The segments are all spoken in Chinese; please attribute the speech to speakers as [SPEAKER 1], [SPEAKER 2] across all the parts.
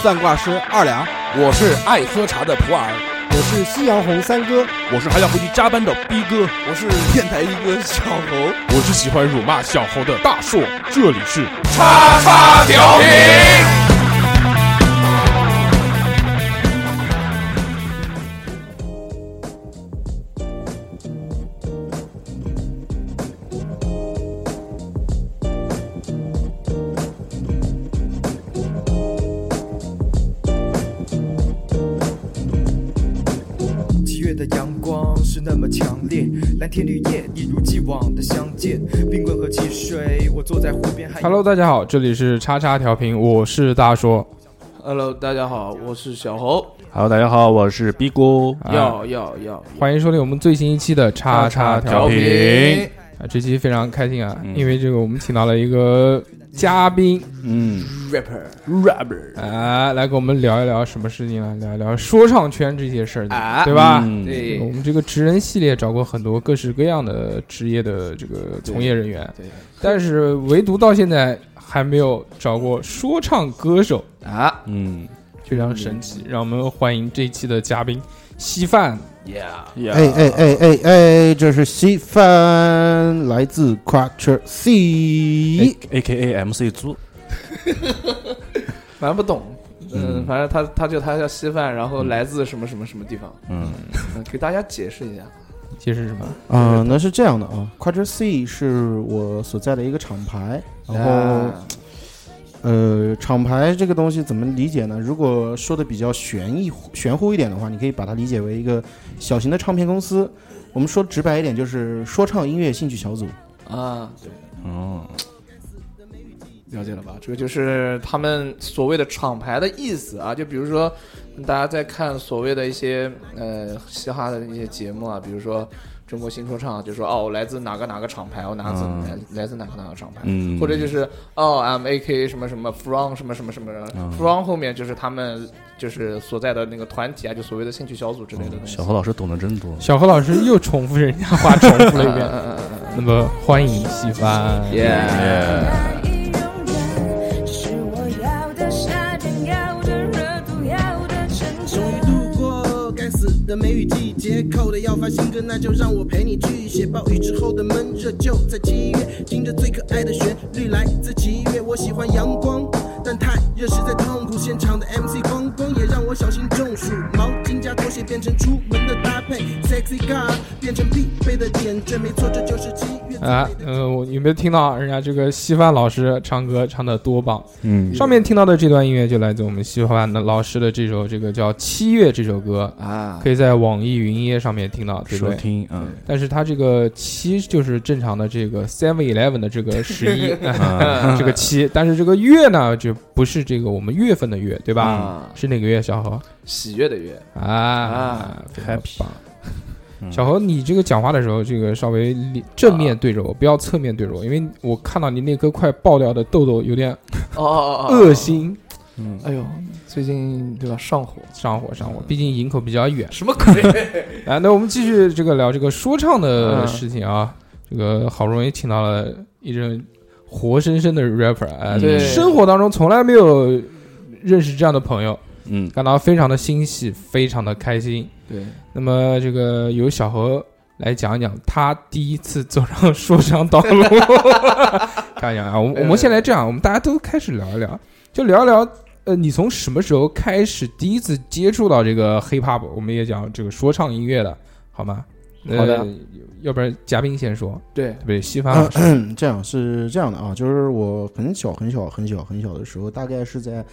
[SPEAKER 1] 算卦师二两，
[SPEAKER 2] 我是爱喝茶的普洱，
[SPEAKER 3] 我是夕阳红三哥，
[SPEAKER 4] 我是还要回去加班的逼哥，
[SPEAKER 5] 我是电台一哥小猴，
[SPEAKER 6] 我是喜欢辱骂小猴的大硕。这里是
[SPEAKER 2] 叉叉调频。
[SPEAKER 7] 七月的阳光是那么强烈，蓝天绿叶一如既往的相见，冰棍和汽水，我坐在湖边还。
[SPEAKER 6] Hello，大家好，这里是叉叉调频，我是大硕。
[SPEAKER 5] Hello，大家好，我是小猴，
[SPEAKER 4] Hello，大家好，我是逼哥。
[SPEAKER 6] 啊
[SPEAKER 5] 要要要，
[SPEAKER 6] 欢迎收听我们最新一期的叉叉
[SPEAKER 4] 调
[SPEAKER 6] 调频
[SPEAKER 4] 频，
[SPEAKER 6] 啊！这期非常开心啊，
[SPEAKER 4] 嗯
[SPEAKER 6] 因为这个我们请到了一个嘉宾
[SPEAKER 4] 嗯
[SPEAKER 5] rapper
[SPEAKER 4] ，rapper，
[SPEAKER 6] 啊，来跟我们聊一聊什么事情啊，聊一聊说唱圈这些事儿，
[SPEAKER 5] 啊
[SPEAKER 6] 对吧？
[SPEAKER 4] 嗯
[SPEAKER 5] 对
[SPEAKER 6] 我们这个职人系列找过很多各式各样的职业的这个从业人员，
[SPEAKER 5] 对对
[SPEAKER 6] 但是唯独到现在还没有找过说唱歌手，
[SPEAKER 5] 啊
[SPEAKER 4] 嗯
[SPEAKER 6] 非常神
[SPEAKER 5] 嗯
[SPEAKER 6] 奇。让我们欢迎这一期的嘉宾稀饭，
[SPEAKER 5] ，yeah，
[SPEAKER 4] ，Yeah，
[SPEAKER 3] 哎哎哎哎哎，这是稀饭，来自 Quattro C。
[SPEAKER 4] ，A K A MC 猪，
[SPEAKER 5] 反正不懂，嗯，
[SPEAKER 4] 嗯
[SPEAKER 5] 反正他他就他叫稀饭，然后来自什么什么什么地方，
[SPEAKER 4] 嗯
[SPEAKER 5] 嗯给大家解释一下，
[SPEAKER 6] 解释什么？
[SPEAKER 3] 啊、那是这样的啊，Quattro C 是我所在的一个厂牌，然后、
[SPEAKER 5] 啊
[SPEAKER 3] 呃，厂牌这个东西怎么理解呢？如果说的比较玄一玄乎一点的话，你可以把它理解为一个小型的唱片公司。我们说直白一点，就是说唱音乐兴趣小组。
[SPEAKER 5] 啊，对。
[SPEAKER 4] 哦，
[SPEAKER 5] 了解了吧？这个就是他们所谓的厂牌的意思啊。就比如说，大家在看所谓的一些呃嘻哈的一些节目啊，比如说中国新说唱，就说哦，我来自哪个哪个厂牌，我哪自、
[SPEAKER 4] 嗯
[SPEAKER 5] 来来自哪个哪个厂牌，
[SPEAKER 4] 嗯
[SPEAKER 5] 或者就是哦，I'm AK 什么什么 from 什么什么什么、
[SPEAKER 4] 嗯
[SPEAKER 5] from 后面就是他们就是所在的那个团体啊，就所谓的兴趣小组之类的东
[SPEAKER 4] 嗯
[SPEAKER 5] 西。
[SPEAKER 4] 小何老师懂得真多。
[SPEAKER 6] 小何老师又重复人家话，重复了一 遍。
[SPEAKER 5] 嗯嗯嗯嗯
[SPEAKER 6] 那么欢迎稀饭，
[SPEAKER 5] 嗯，yeah，
[SPEAKER 4] Yeah，
[SPEAKER 8] 一容忍，这是我要的夏天，要的热度，要的成
[SPEAKER 9] 终于度过该死的梅雨季节，扣的要发新歌，那就让我陪你去写。暴雨之后的闷热就在七月，听着最可爱的旋律来自七月。我喜欢阳光，但太热实在痛苦。现场的 MC 光光也让我小心中暑，毛巾加拖鞋变成出门的搭配，sexy girl 变成必备的点缀。没错，这就是七月最
[SPEAKER 6] 啊
[SPEAKER 9] 美，的。
[SPEAKER 6] 呃，我有没有听到人家这个稀饭老师唱歌唱的多棒？
[SPEAKER 4] 嗯
[SPEAKER 6] 上面听到的这段音乐就来自我们稀饭的老师的这首这个叫《七月》这首歌，
[SPEAKER 5] 啊
[SPEAKER 6] 可以在网易云音乐上面听到，对不
[SPEAKER 4] 收
[SPEAKER 6] 对？
[SPEAKER 4] 听，嗯，
[SPEAKER 6] 但是它这个七就是正常的这 个 Seven Eleven 的这个十一、呃
[SPEAKER 4] 啊
[SPEAKER 6] 这个七，但是这个月呢就不是这个我们月份的月，对吧？
[SPEAKER 5] 啊，
[SPEAKER 6] 是哪个月？小何
[SPEAKER 5] 喜悦的悦，
[SPEAKER 6] 啊
[SPEAKER 5] 啊
[SPEAKER 6] 非常
[SPEAKER 4] Happy
[SPEAKER 6] 棒
[SPEAKER 4] 嗯
[SPEAKER 6] 小何，你这个讲话的时候，这个稍微里正面对着我，不要侧面对着我，因为我看到你那颗快爆掉的痘痘有点
[SPEAKER 5] 哦哦哦，哦
[SPEAKER 6] 恶。心，
[SPEAKER 4] 嗯
[SPEAKER 5] 哎呦，最近对吧上火，
[SPEAKER 6] 上火上火，毕竟营口比较远。
[SPEAKER 5] 嗯什么 鬼？
[SPEAKER 6] 来，那我们继续这个聊这个说唱的
[SPEAKER 5] 嗯
[SPEAKER 6] 事情啊，这个好不容易请到了一阵活生生的 rapper，哎，
[SPEAKER 4] 对
[SPEAKER 6] 生活当中从来没有认识这样的朋友，
[SPEAKER 4] 嗯，
[SPEAKER 6] 感到非常的欣喜，非常的开心。
[SPEAKER 5] 对，
[SPEAKER 6] 那么这个由小何来讲一讲他第一次走上说唱道 路。看一下啊，我们我们先来这样，我们大家都开始聊一聊，就聊一聊。呃，你从什么时候开始第一次接触到这个 hip hop？我们也讲这个说唱音乐的，好吗？呃
[SPEAKER 5] 好的，
[SPEAKER 6] 要不然嘉宾先说，
[SPEAKER 5] 对
[SPEAKER 6] 对不对？西方老师
[SPEAKER 3] 嗯，这样是这样的啊，就是我很小很小很小很小的时候，大概是在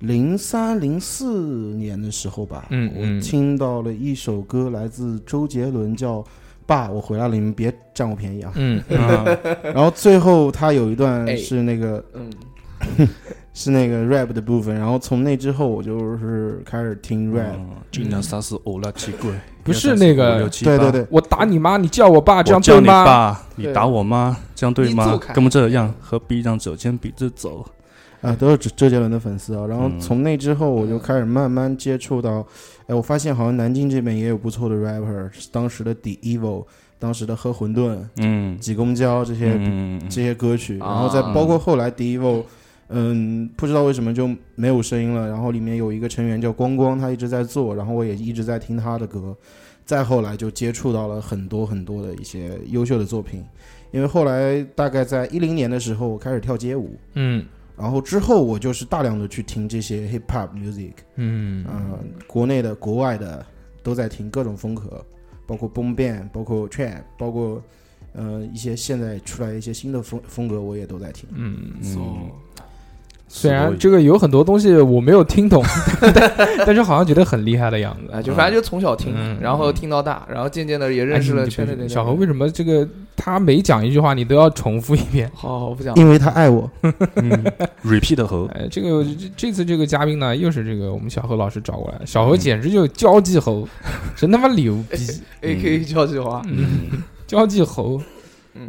[SPEAKER 3] 零三零四年的时候吧，
[SPEAKER 6] 嗯嗯
[SPEAKER 3] 我听到了一首歌，来自周杰伦，叫《爸，我回来了，你们别占我 便宜啊》。
[SPEAKER 6] 嗯啊，
[SPEAKER 3] 然后最后他有一
[SPEAKER 5] 哎
[SPEAKER 3] 段是那个、
[SPEAKER 5] 嗯，
[SPEAKER 3] 是那个 rap 的部分，然后从那之后我就是开始听 rap，、
[SPEAKER 4] 尽量杀死欧拉奇怪，
[SPEAKER 6] 不是那个
[SPEAKER 3] 对对，对，
[SPEAKER 6] 我打你妈，你叫我爸，
[SPEAKER 4] 我
[SPEAKER 6] 这样
[SPEAKER 4] 叫
[SPEAKER 6] 对
[SPEAKER 4] 你
[SPEAKER 6] 吗？
[SPEAKER 4] 爸，你
[SPEAKER 5] 对
[SPEAKER 4] 打我妈，这样对
[SPEAKER 5] 你
[SPEAKER 4] 吗
[SPEAKER 5] 走？开
[SPEAKER 4] 跟不这样，何必让手牵鼻子走？
[SPEAKER 3] 啊，都是周周杰伦的粉丝啊。然后
[SPEAKER 4] 嗯
[SPEAKER 3] 从那之后，我就开始慢慢接触到，哎，我发现好像南京这边也有不错的 rapper，当时的 The Evil，当时的喝馄饨、
[SPEAKER 4] 嗯，
[SPEAKER 3] 挤公交这些、
[SPEAKER 4] 嗯嗯嗯
[SPEAKER 3] 这些歌曲，
[SPEAKER 5] 啊
[SPEAKER 3] 然后再包括后来 The Evil。嗯，不知道为什么就没有声音了。然后里面有一个成员叫光光，他一直在做，然后我也一直在听他的歌。再后来就接触到了很多很多的一些优秀的作品，因为后来大概在一零年的时候，我开始跳街舞，
[SPEAKER 6] 嗯
[SPEAKER 3] 然后之后我就是大量的去听这些 hip hop music，
[SPEAKER 6] 嗯
[SPEAKER 3] 嗯、国内的、国外的都在听各种风格，包括 boom band，包括 trap，包括呃一些现在出来一些新的风风格，我也都在听。
[SPEAKER 6] 嗯。
[SPEAKER 4] 嗯，
[SPEAKER 6] 虽然
[SPEAKER 4] 个
[SPEAKER 6] 这个有很多东西我没有听懂， 但但是好像觉得很厉害的样子。哎
[SPEAKER 5] 啊，就反正就从小听，
[SPEAKER 6] 嗯
[SPEAKER 5] 然后听到大，然后渐渐的也认识
[SPEAKER 6] 哎
[SPEAKER 5] 了
[SPEAKER 6] 你
[SPEAKER 5] 圈内的
[SPEAKER 6] 小何，为什么这个他每讲一句话你都要重复一遍？
[SPEAKER 5] 好好我不讲了，
[SPEAKER 3] 因为他爱我，
[SPEAKER 4] repeat 猴，
[SPEAKER 6] 哎，这个这这次这个嘉宾呢，又是这个我们小何老师找过来，小何简直就是交际猴，真他妈牛逼！
[SPEAKER 5] A K A 啊交际花，
[SPEAKER 6] 嗯，交际猴，
[SPEAKER 5] 嗯，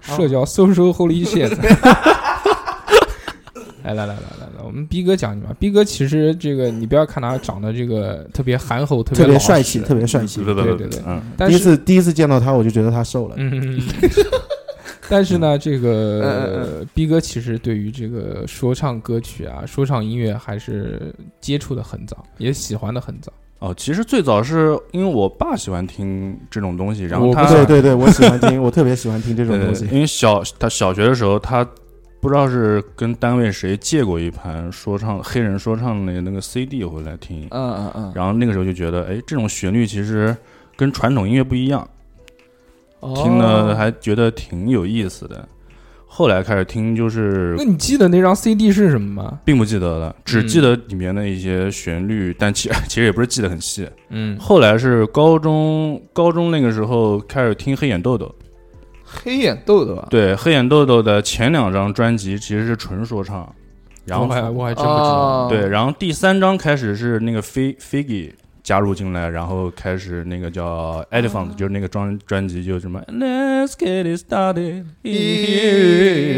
[SPEAKER 5] 好
[SPEAKER 6] 社交 social holy shit。来来来来来来，我们逼哥讲你吧。逼哥其实这个你不要看他长得这个特别憨厚，特
[SPEAKER 3] 特
[SPEAKER 6] 别
[SPEAKER 3] 别
[SPEAKER 6] 老
[SPEAKER 3] 帅
[SPEAKER 6] 实
[SPEAKER 3] 气，特别帅气。
[SPEAKER 4] 不不
[SPEAKER 6] 对
[SPEAKER 4] 不
[SPEAKER 6] 对对，
[SPEAKER 4] 嗯，
[SPEAKER 6] 但
[SPEAKER 3] 第一
[SPEAKER 6] 是
[SPEAKER 3] 次第一次见到他，我就觉得他瘦了。
[SPEAKER 6] 嗯，但是呢，这
[SPEAKER 5] 嗯
[SPEAKER 6] 个逼哥其实对于这个说唱歌曲啊、说唱音乐还是接触的很早，也喜欢的很早。
[SPEAKER 4] 哦，其实最早是因为我爸喜欢听这种东西，然
[SPEAKER 6] 我
[SPEAKER 4] 后
[SPEAKER 6] 不
[SPEAKER 4] 他
[SPEAKER 6] 知道
[SPEAKER 3] 对对对，我喜欢听，我特别喜欢听这种
[SPEAKER 4] 对
[SPEAKER 3] 东西。
[SPEAKER 4] 因为小他小学的时候，他不知道是跟单位谁借过一盘说唱黑人说唱的那个 CD 回来听，
[SPEAKER 5] 嗯嗯嗯，
[SPEAKER 4] 然后那个时候就觉得，哎，这种旋律其实跟传统音乐不一样，
[SPEAKER 5] 哦
[SPEAKER 4] 听了还觉得挺有意思的。后来开始听就是
[SPEAKER 6] 那你记得那张 CD 是什么吗？
[SPEAKER 4] 并不记得了，只
[SPEAKER 6] 嗯
[SPEAKER 4] 记得里面的一些旋律，但其其实也 不是记得很细。
[SPEAKER 6] 嗯，
[SPEAKER 4] 后来是高中，高中那个时候开始听黑眼豆豆，
[SPEAKER 5] 黑眼豆豆啊，
[SPEAKER 4] 对黑眼豆豆的前两张专辑其实是纯说唱，然后
[SPEAKER 6] 我还我还真不知道。
[SPEAKER 5] 哦，
[SPEAKER 4] 对，然后第三张开始是那个 Fi- Figgy 加入进来，然后开始那个叫 Elephant，、就是那个专专辑就什么 Let's get it started，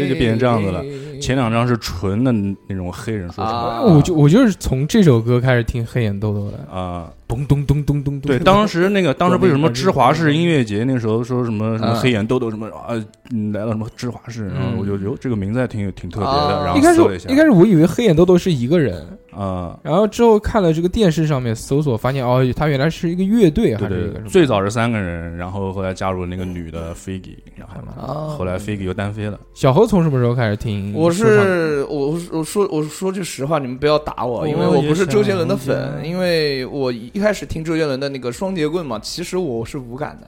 [SPEAKER 4] 就变成这样子了。前两张是纯的那种黑人说唱
[SPEAKER 5] 啊
[SPEAKER 6] 我就我就是从这首歌开始听黑眼豆豆的，
[SPEAKER 4] 啊。
[SPEAKER 6] 咚咚咚咚咚咚。
[SPEAKER 4] 对，当时那个当时不是有什么芝华士音乐节，那时候说什么什么
[SPEAKER 5] 嗯
[SPEAKER 4] 黑眼豆豆什么啊，嗯来了什么芝华士，然后我就哟这个名字还挺有挺特别的，
[SPEAKER 5] 啊
[SPEAKER 4] 然
[SPEAKER 6] 一
[SPEAKER 4] 后
[SPEAKER 6] 开始
[SPEAKER 4] 搜
[SPEAKER 6] 我
[SPEAKER 4] 了一下
[SPEAKER 6] 一，开始我以为黑眼豆豆是一个人，
[SPEAKER 4] 啊，
[SPEAKER 6] 然后之后看了这个电视上面搜索，发现哦，他原来是一个乐队还
[SPEAKER 4] 对
[SPEAKER 6] 是一
[SPEAKER 4] 对
[SPEAKER 6] 个什
[SPEAKER 4] 对，
[SPEAKER 6] 么？
[SPEAKER 4] 最早是三个人，然后后来加入了那个女的 Figgy，然后
[SPEAKER 5] 啊，
[SPEAKER 4] 后来 Figgy 又单飞了，
[SPEAKER 6] 小何从什么时候开始听嗯说唱？
[SPEAKER 5] 我是我我我说我说句实话，你们不要打
[SPEAKER 6] 哦
[SPEAKER 5] 我，因为我不是周杰伦的
[SPEAKER 6] 啊我也
[SPEAKER 5] 粉，
[SPEAKER 6] 是
[SPEAKER 5] 因为我一开始听周杰伦的那个《双截棍》嘛，其实我是无感的。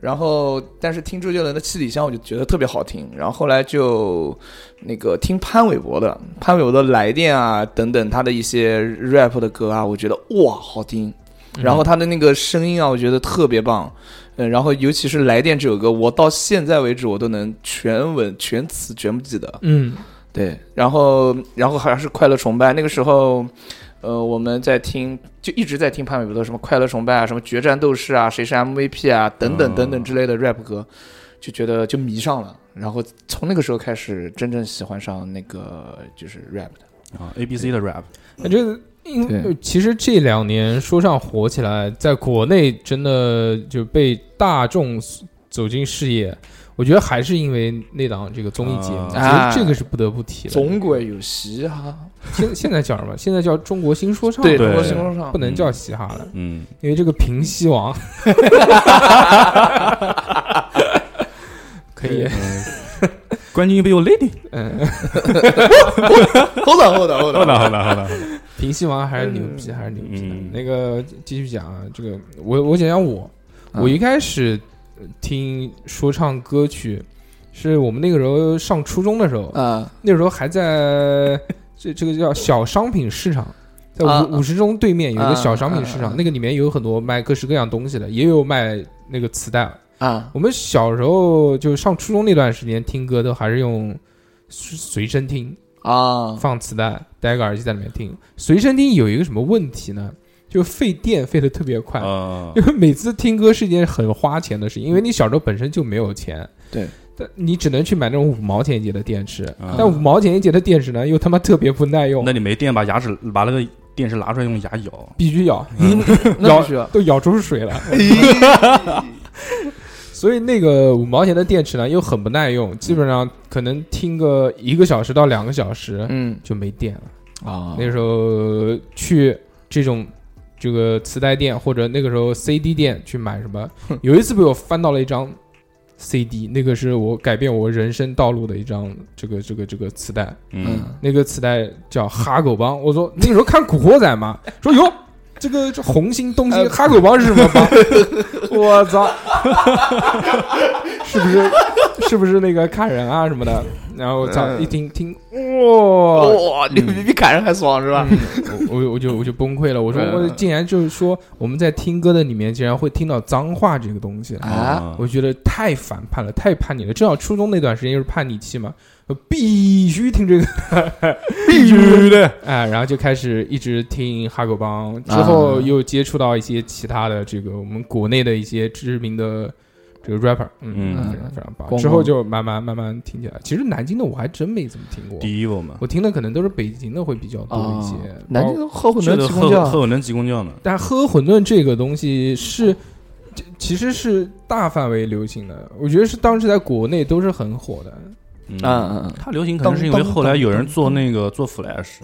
[SPEAKER 5] 然后，但是听周杰伦的《七里香》，我就觉得特别好听。然后后来就那个听潘玮柏的，潘玮柏的《来电》啊等等，他的一些 rap 的歌啊，我觉得哇好听。
[SPEAKER 6] 嗯
[SPEAKER 5] 然后他的那个声音啊，我觉得特别棒。嗯，然后尤其是《来电》这首歌，我到现在为止我都能全文全词全部记得。
[SPEAKER 6] 嗯
[SPEAKER 5] 对，然后然后还是快乐崇拜，那个时候，呃，我们在听，就一直在听潘玮柏的什么快乐崇拜啊，什么决战斗士啊，谁是 MVP 啊，等等等等之类的 rap 歌，就觉得就迷上了。然后从那个时候开始，真正喜欢上那个就是 rap 的。
[SPEAKER 4] 啊，A B C 的 rap，
[SPEAKER 6] 那这个因
[SPEAKER 5] 对
[SPEAKER 6] 呃其实这两年说唱火起来，在国内真的就被大众走进视野。我觉得还是因为那档这个综艺节目，其
[SPEAKER 5] 啊
[SPEAKER 6] 实这个是不得不提的。
[SPEAKER 5] 总归有嘻哈，
[SPEAKER 6] 现现在叫什么？现在叫中国新说唱，
[SPEAKER 5] 对
[SPEAKER 4] 对
[SPEAKER 5] 中国新说唱
[SPEAKER 6] 不，能叫嘻哈了，
[SPEAKER 4] 嗯，
[SPEAKER 6] 因为这个平西 王可以，
[SPEAKER 4] 冠军 be your lady，
[SPEAKER 6] 嗯，
[SPEAKER 5] 后等后等后
[SPEAKER 4] 好
[SPEAKER 5] 等，
[SPEAKER 4] 了好了好了，
[SPEAKER 6] 平西王还是牛逼，还是牛逼的
[SPEAKER 4] 嗯。
[SPEAKER 6] 那个继续讲啊，这个我我讲讲我，
[SPEAKER 5] 嗯
[SPEAKER 6] 我一开始呃听说唱歌曲，是我们那个时候上初中的时候，
[SPEAKER 5] 啊
[SPEAKER 6] 那时候还在这这个叫小商品市场。在
[SPEAKER 5] 啊
[SPEAKER 6] 五五十中对面有一个
[SPEAKER 5] 啊
[SPEAKER 6] 小商品市
[SPEAKER 5] 啊
[SPEAKER 6] 场
[SPEAKER 5] 啊，
[SPEAKER 6] 那个里面有很多卖各式各样东西的，也有卖那个磁带。
[SPEAKER 5] 啊，
[SPEAKER 6] 我们小时候就上初中那段时间听歌都还是用随随身听，
[SPEAKER 5] 啊
[SPEAKER 6] 放磁带，戴个耳机在里面听。随身听有一个什么问题呢？就费电费的特别快，
[SPEAKER 4] 啊
[SPEAKER 6] 因为每次听歌是一件很花钱的事情，因为你小时候本身就没有钱。
[SPEAKER 5] 对。
[SPEAKER 6] 但你只能去买那种五毛钱一节的电池，
[SPEAKER 4] 啊
[SPEAKER 6] 但五毛钱一节的电池呢，又他妈特别不耐用
[SPEAKER 4] 那，你没电把牙齿把那个电池拿出来用牙咬，
[SPEAKER 6] 必须咬，
[SPEAKER 5] 那必须
[SPEAKER 6] 咬
[SPEAKER 5] 啊
[SPEAKER 6] 都咬出水了。所以那个五毛钱的电池呢又很不耐用，基本上可能听个一个小时到两个小时
[SPEAKER 5] 嗯
[SPEAKER 6] 就没电了。
[SPEAKER 5] 啊
[SPEAKER 6] 那时候去这种这个磁带店或者那个时候 CD 店去买什么，有一次被我翻到了一张 CD，那个是我改变我人生道路的一张这个这个这个磁带，
[SPEAKER 4] 嗯，
[SPEAKER 6] 那个磁带叫《哈狗帮》，我说那个时候看《古惑仔》嘛， 说哟，这个这红星东星哈狗帮是什么帮？呃 我操， 是不是是不是那个看人啊什么的？然后我操一听听，哇！
[SPEAKER 5] 哇，你比比砍人还爽是吧？
[SPEAKER 6] 嗯我我我就我就崩溃了，我说
[SPEAKER 5] 嗯
[SPEAKER 6] 我竟然就是说我们在听歌的里面竟然会听到脏话这个东西，
[SPEAKER 5] 啊，
[SPEAKER 6] 我觉得太反叛了，太叛逆了。正好初中那段时间就是叛逆期嘛，必须听这个， 必须的哎，然后就开始一直听哈狗帮，之
[SPEAKER 5] 啊
[SPEAKER 6] 后又接触到一些其他的这个我们国内的一些知名的。这个 rapper，嗯，
[SPEAKER 4] 嗯
[SPEAKER 6] 非常非常棒。
[SPEAKER 5] 光
[SPEAKER 6] 之后
[SPEAKER 5] 光
[SPEAKER 6] 就慢慢慢慢听起来。其实南京的我还真没怎么听过，
[SPEAKER 4] 第一我嘛，
[SPEAKER 6] 我听的可能都是北京的会比较多一些。
[SPEAKER 5] 哦南京后混
[SPEAKER 4] 觉
[SPEAKER 5] 能
[SPEAKER 4] 得
[SPEAKER 5] 提供
[SPEAKER 4] 喝
[SPEAKER 5] 教
[SPEAKER 4] 喝我能挤公交呢，
[SPEAKER 6] 但喝混沌这个东西是，这其实是大范围流行的，我觉得是当时在国内都是很火的。
[SPEAKER 4] 嗯
[SPEAKER 6] 啊
[SPEAKER 5] 嗯嗯
[SPEAKER 4] 它流行可能是因为后来有人做那个做 flash，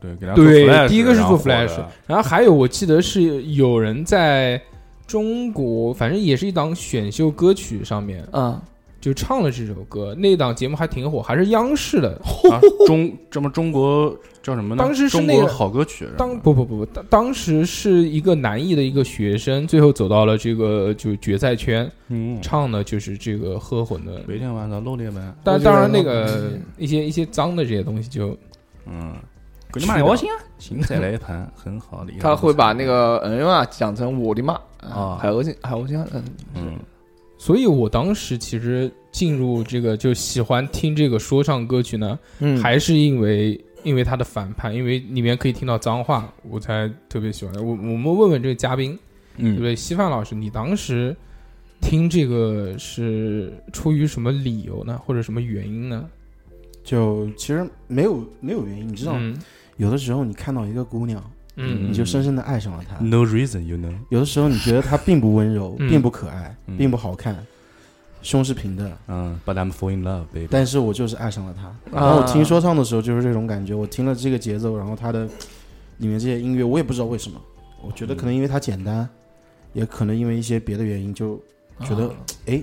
[SPEAKER 4] 对，给它做
[SPEAKER 6] 对，
[SPEAKER 4] flash，
[SPEAKER 6] 第一个是
[SPEAKER 4] 然后
[SPEAKER 6] 做
[SPEAKER 4] 火的
[SPEAKER 6] Flash，然后还有我记得是有人在中国，反正也是一档选秀歌曲上面
[SPEAKER 5] 嗯
[SPEAKER 6] 就唱了这首歌，那档节目还挺火，还是央视的。
[SPEAKER 4] 啊中什么中国叫什么呢？
[SPEAKER 6] 当时是
[SPEAKER 4] 中
[SPEAKER 6] 那
[SPEAKER 4] 国
[SPEAKER 6] 个
[SPEAKER 4] 好歌曲，
[SPEAKER 6] 当不不不不，当当时是一个南艺的一个学生，最后走到了这个就决赛圈，
[SPEAKER 4] 嗯，
[SPEAKER 6] 唱的就是这个喝混的。
[SPEAKER 4] 每天晚上露脸呗，
[SPEAKER 6] 但
[SPEAKER 5] 我觉
[SPEAKER 6] 当
[SPEAKER 5] 得
[SPEAKER 6] 然，那
[SPEAKER 5] 很
[SPEAKER 6] 个一些一些脏的这些东西就
[SPEAKER 4] 嗯，滚
[SPEAKER 6] 去
[SPEAKER 4] 你妈
[SPEAKER 6] 掉
[SPEAKER 4] 高兴啊！行，再来一盘，很好的一个。
[SPEAKER 5] 他会把那个嗯呀讲成我的妈
[SPEAKER 4] 啊
[SPEAKER 5] 海鸥精海鸥精，嗯，
[SPEAKER 4] 嗯
[SPEAKER 6] 所以我当时其实进入这个就喜欢听这个说唱歌曲呢，
[SPEAKER 5] 嗯
[SPEAKER 6] 还是因为因为它的反叛，因为里面可以听到脏话，我才特别喜欢。我我们问问这个嘉宾，对
[SPEAKER 4] 嗯，
[SPEAKER 6] 不对？稀饭老师，你当时听这个是出于什么理由呢，或者什么原因呢？
[SPEAKER 3] 就其实没有没有原因，你知道，
[SPEAKER 6] 嗯
[SPEAKER 3] 有的时候你看到一个姑娘，
[SPEAKER 6] 嗯
[SPEAKER 3] 你就深深的爱上了她。
[SPEAKER 4] No reason, you know。
[SPEAKER 3] 有的时候你觉得她并不温柔，
[SPEAKER 6] 嗯
[SPEAKER 3] 并不可爱，
[SPEAKER 4] 嗯
[SPEAKER 3] 并不好看，胸是平的，
[SPEAKER 4] 嗯，But I'm fall in love, baby。
[SPEAKER 3] 但是我就是爱上了她。
[SPEAKER 6] 啊
[SPEAKER 3] 然后我听说唱的时候就是这种感觉，我听了这个节奏，然后它的里面这些音乐，我也不知道为什么，我觉得可能因为它简单，也可能因为一些别的原因，就觉
[SPEAKER 6] 啊
[SPEAKER 3] 得哎、
[SPEAKER 6] 哎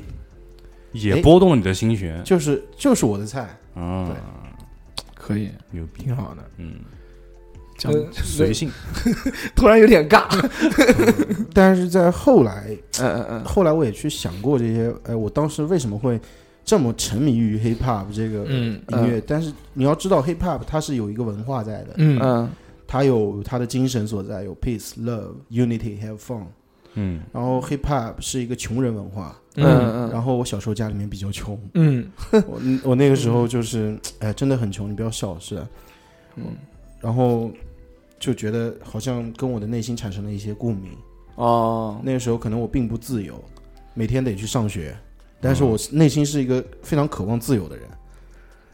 [SPEAKER 4] 也拨动了你的心弦。
[SPEAKER 3] 就是就是我的菜。
[SPEAKER 4] 嗯
[SPEAKER 3] 对，
[SPEAKER 5] 可以，
[SPEAKER 4] 牛逼，
[SPEAKER 6] 挺好的。
[SPEAKER 4] 嗯，
[SPEAKER 5] 讲
[SPEAKER 6] 呃
[SPEAKER 4] 随性。
[SPEAKER 5] 突然有点尬，
[SPEAKER 3] 但是在后来，
[SPEAKER 5] 嗯嗯嗯，
[SPEAKER 3] 后来我也去想过这些，哎，我当时为什么会这么沉迷于 hip hop 这个音
[SPEAKER 6] 嗯
[SPEAKER 3] 乐？但是你要知道，hip hop 它是有一个文化在的，
[SPEAKER 6] 嗯
[SPEAKER 5] 嗯
[SPEAKER 3] 它有它的精神所在，有 peace、love、unity、have fun。
[SPEAKER 4] 嗯，
[SPEAKER 3] 然后 hip hop 是一个穷人文化，
[SPEAKER 6] 嗯
[SPEAKER 5] 嗯
[SPEAKER 3] 然后我小时候家里面比较穷，
[SPEAKER 6] 嗯
[SPEAKER 3] 我我那个时候就是，哎，真的很穷，你不要笑，是的。
[SPEAKER 5] 嗯，
[SPEAKER 3] 然后就觉得好像跟我的内心产生了一些共鸣。
[SPEAKER 5] 哦，
[SPEAKER 3] 那个时候可能我并不自由，每天得去上学，但
[SPEAKER 5] 嗯
[SPEAKER 3] 是我内心是一个非常渴望自由的人。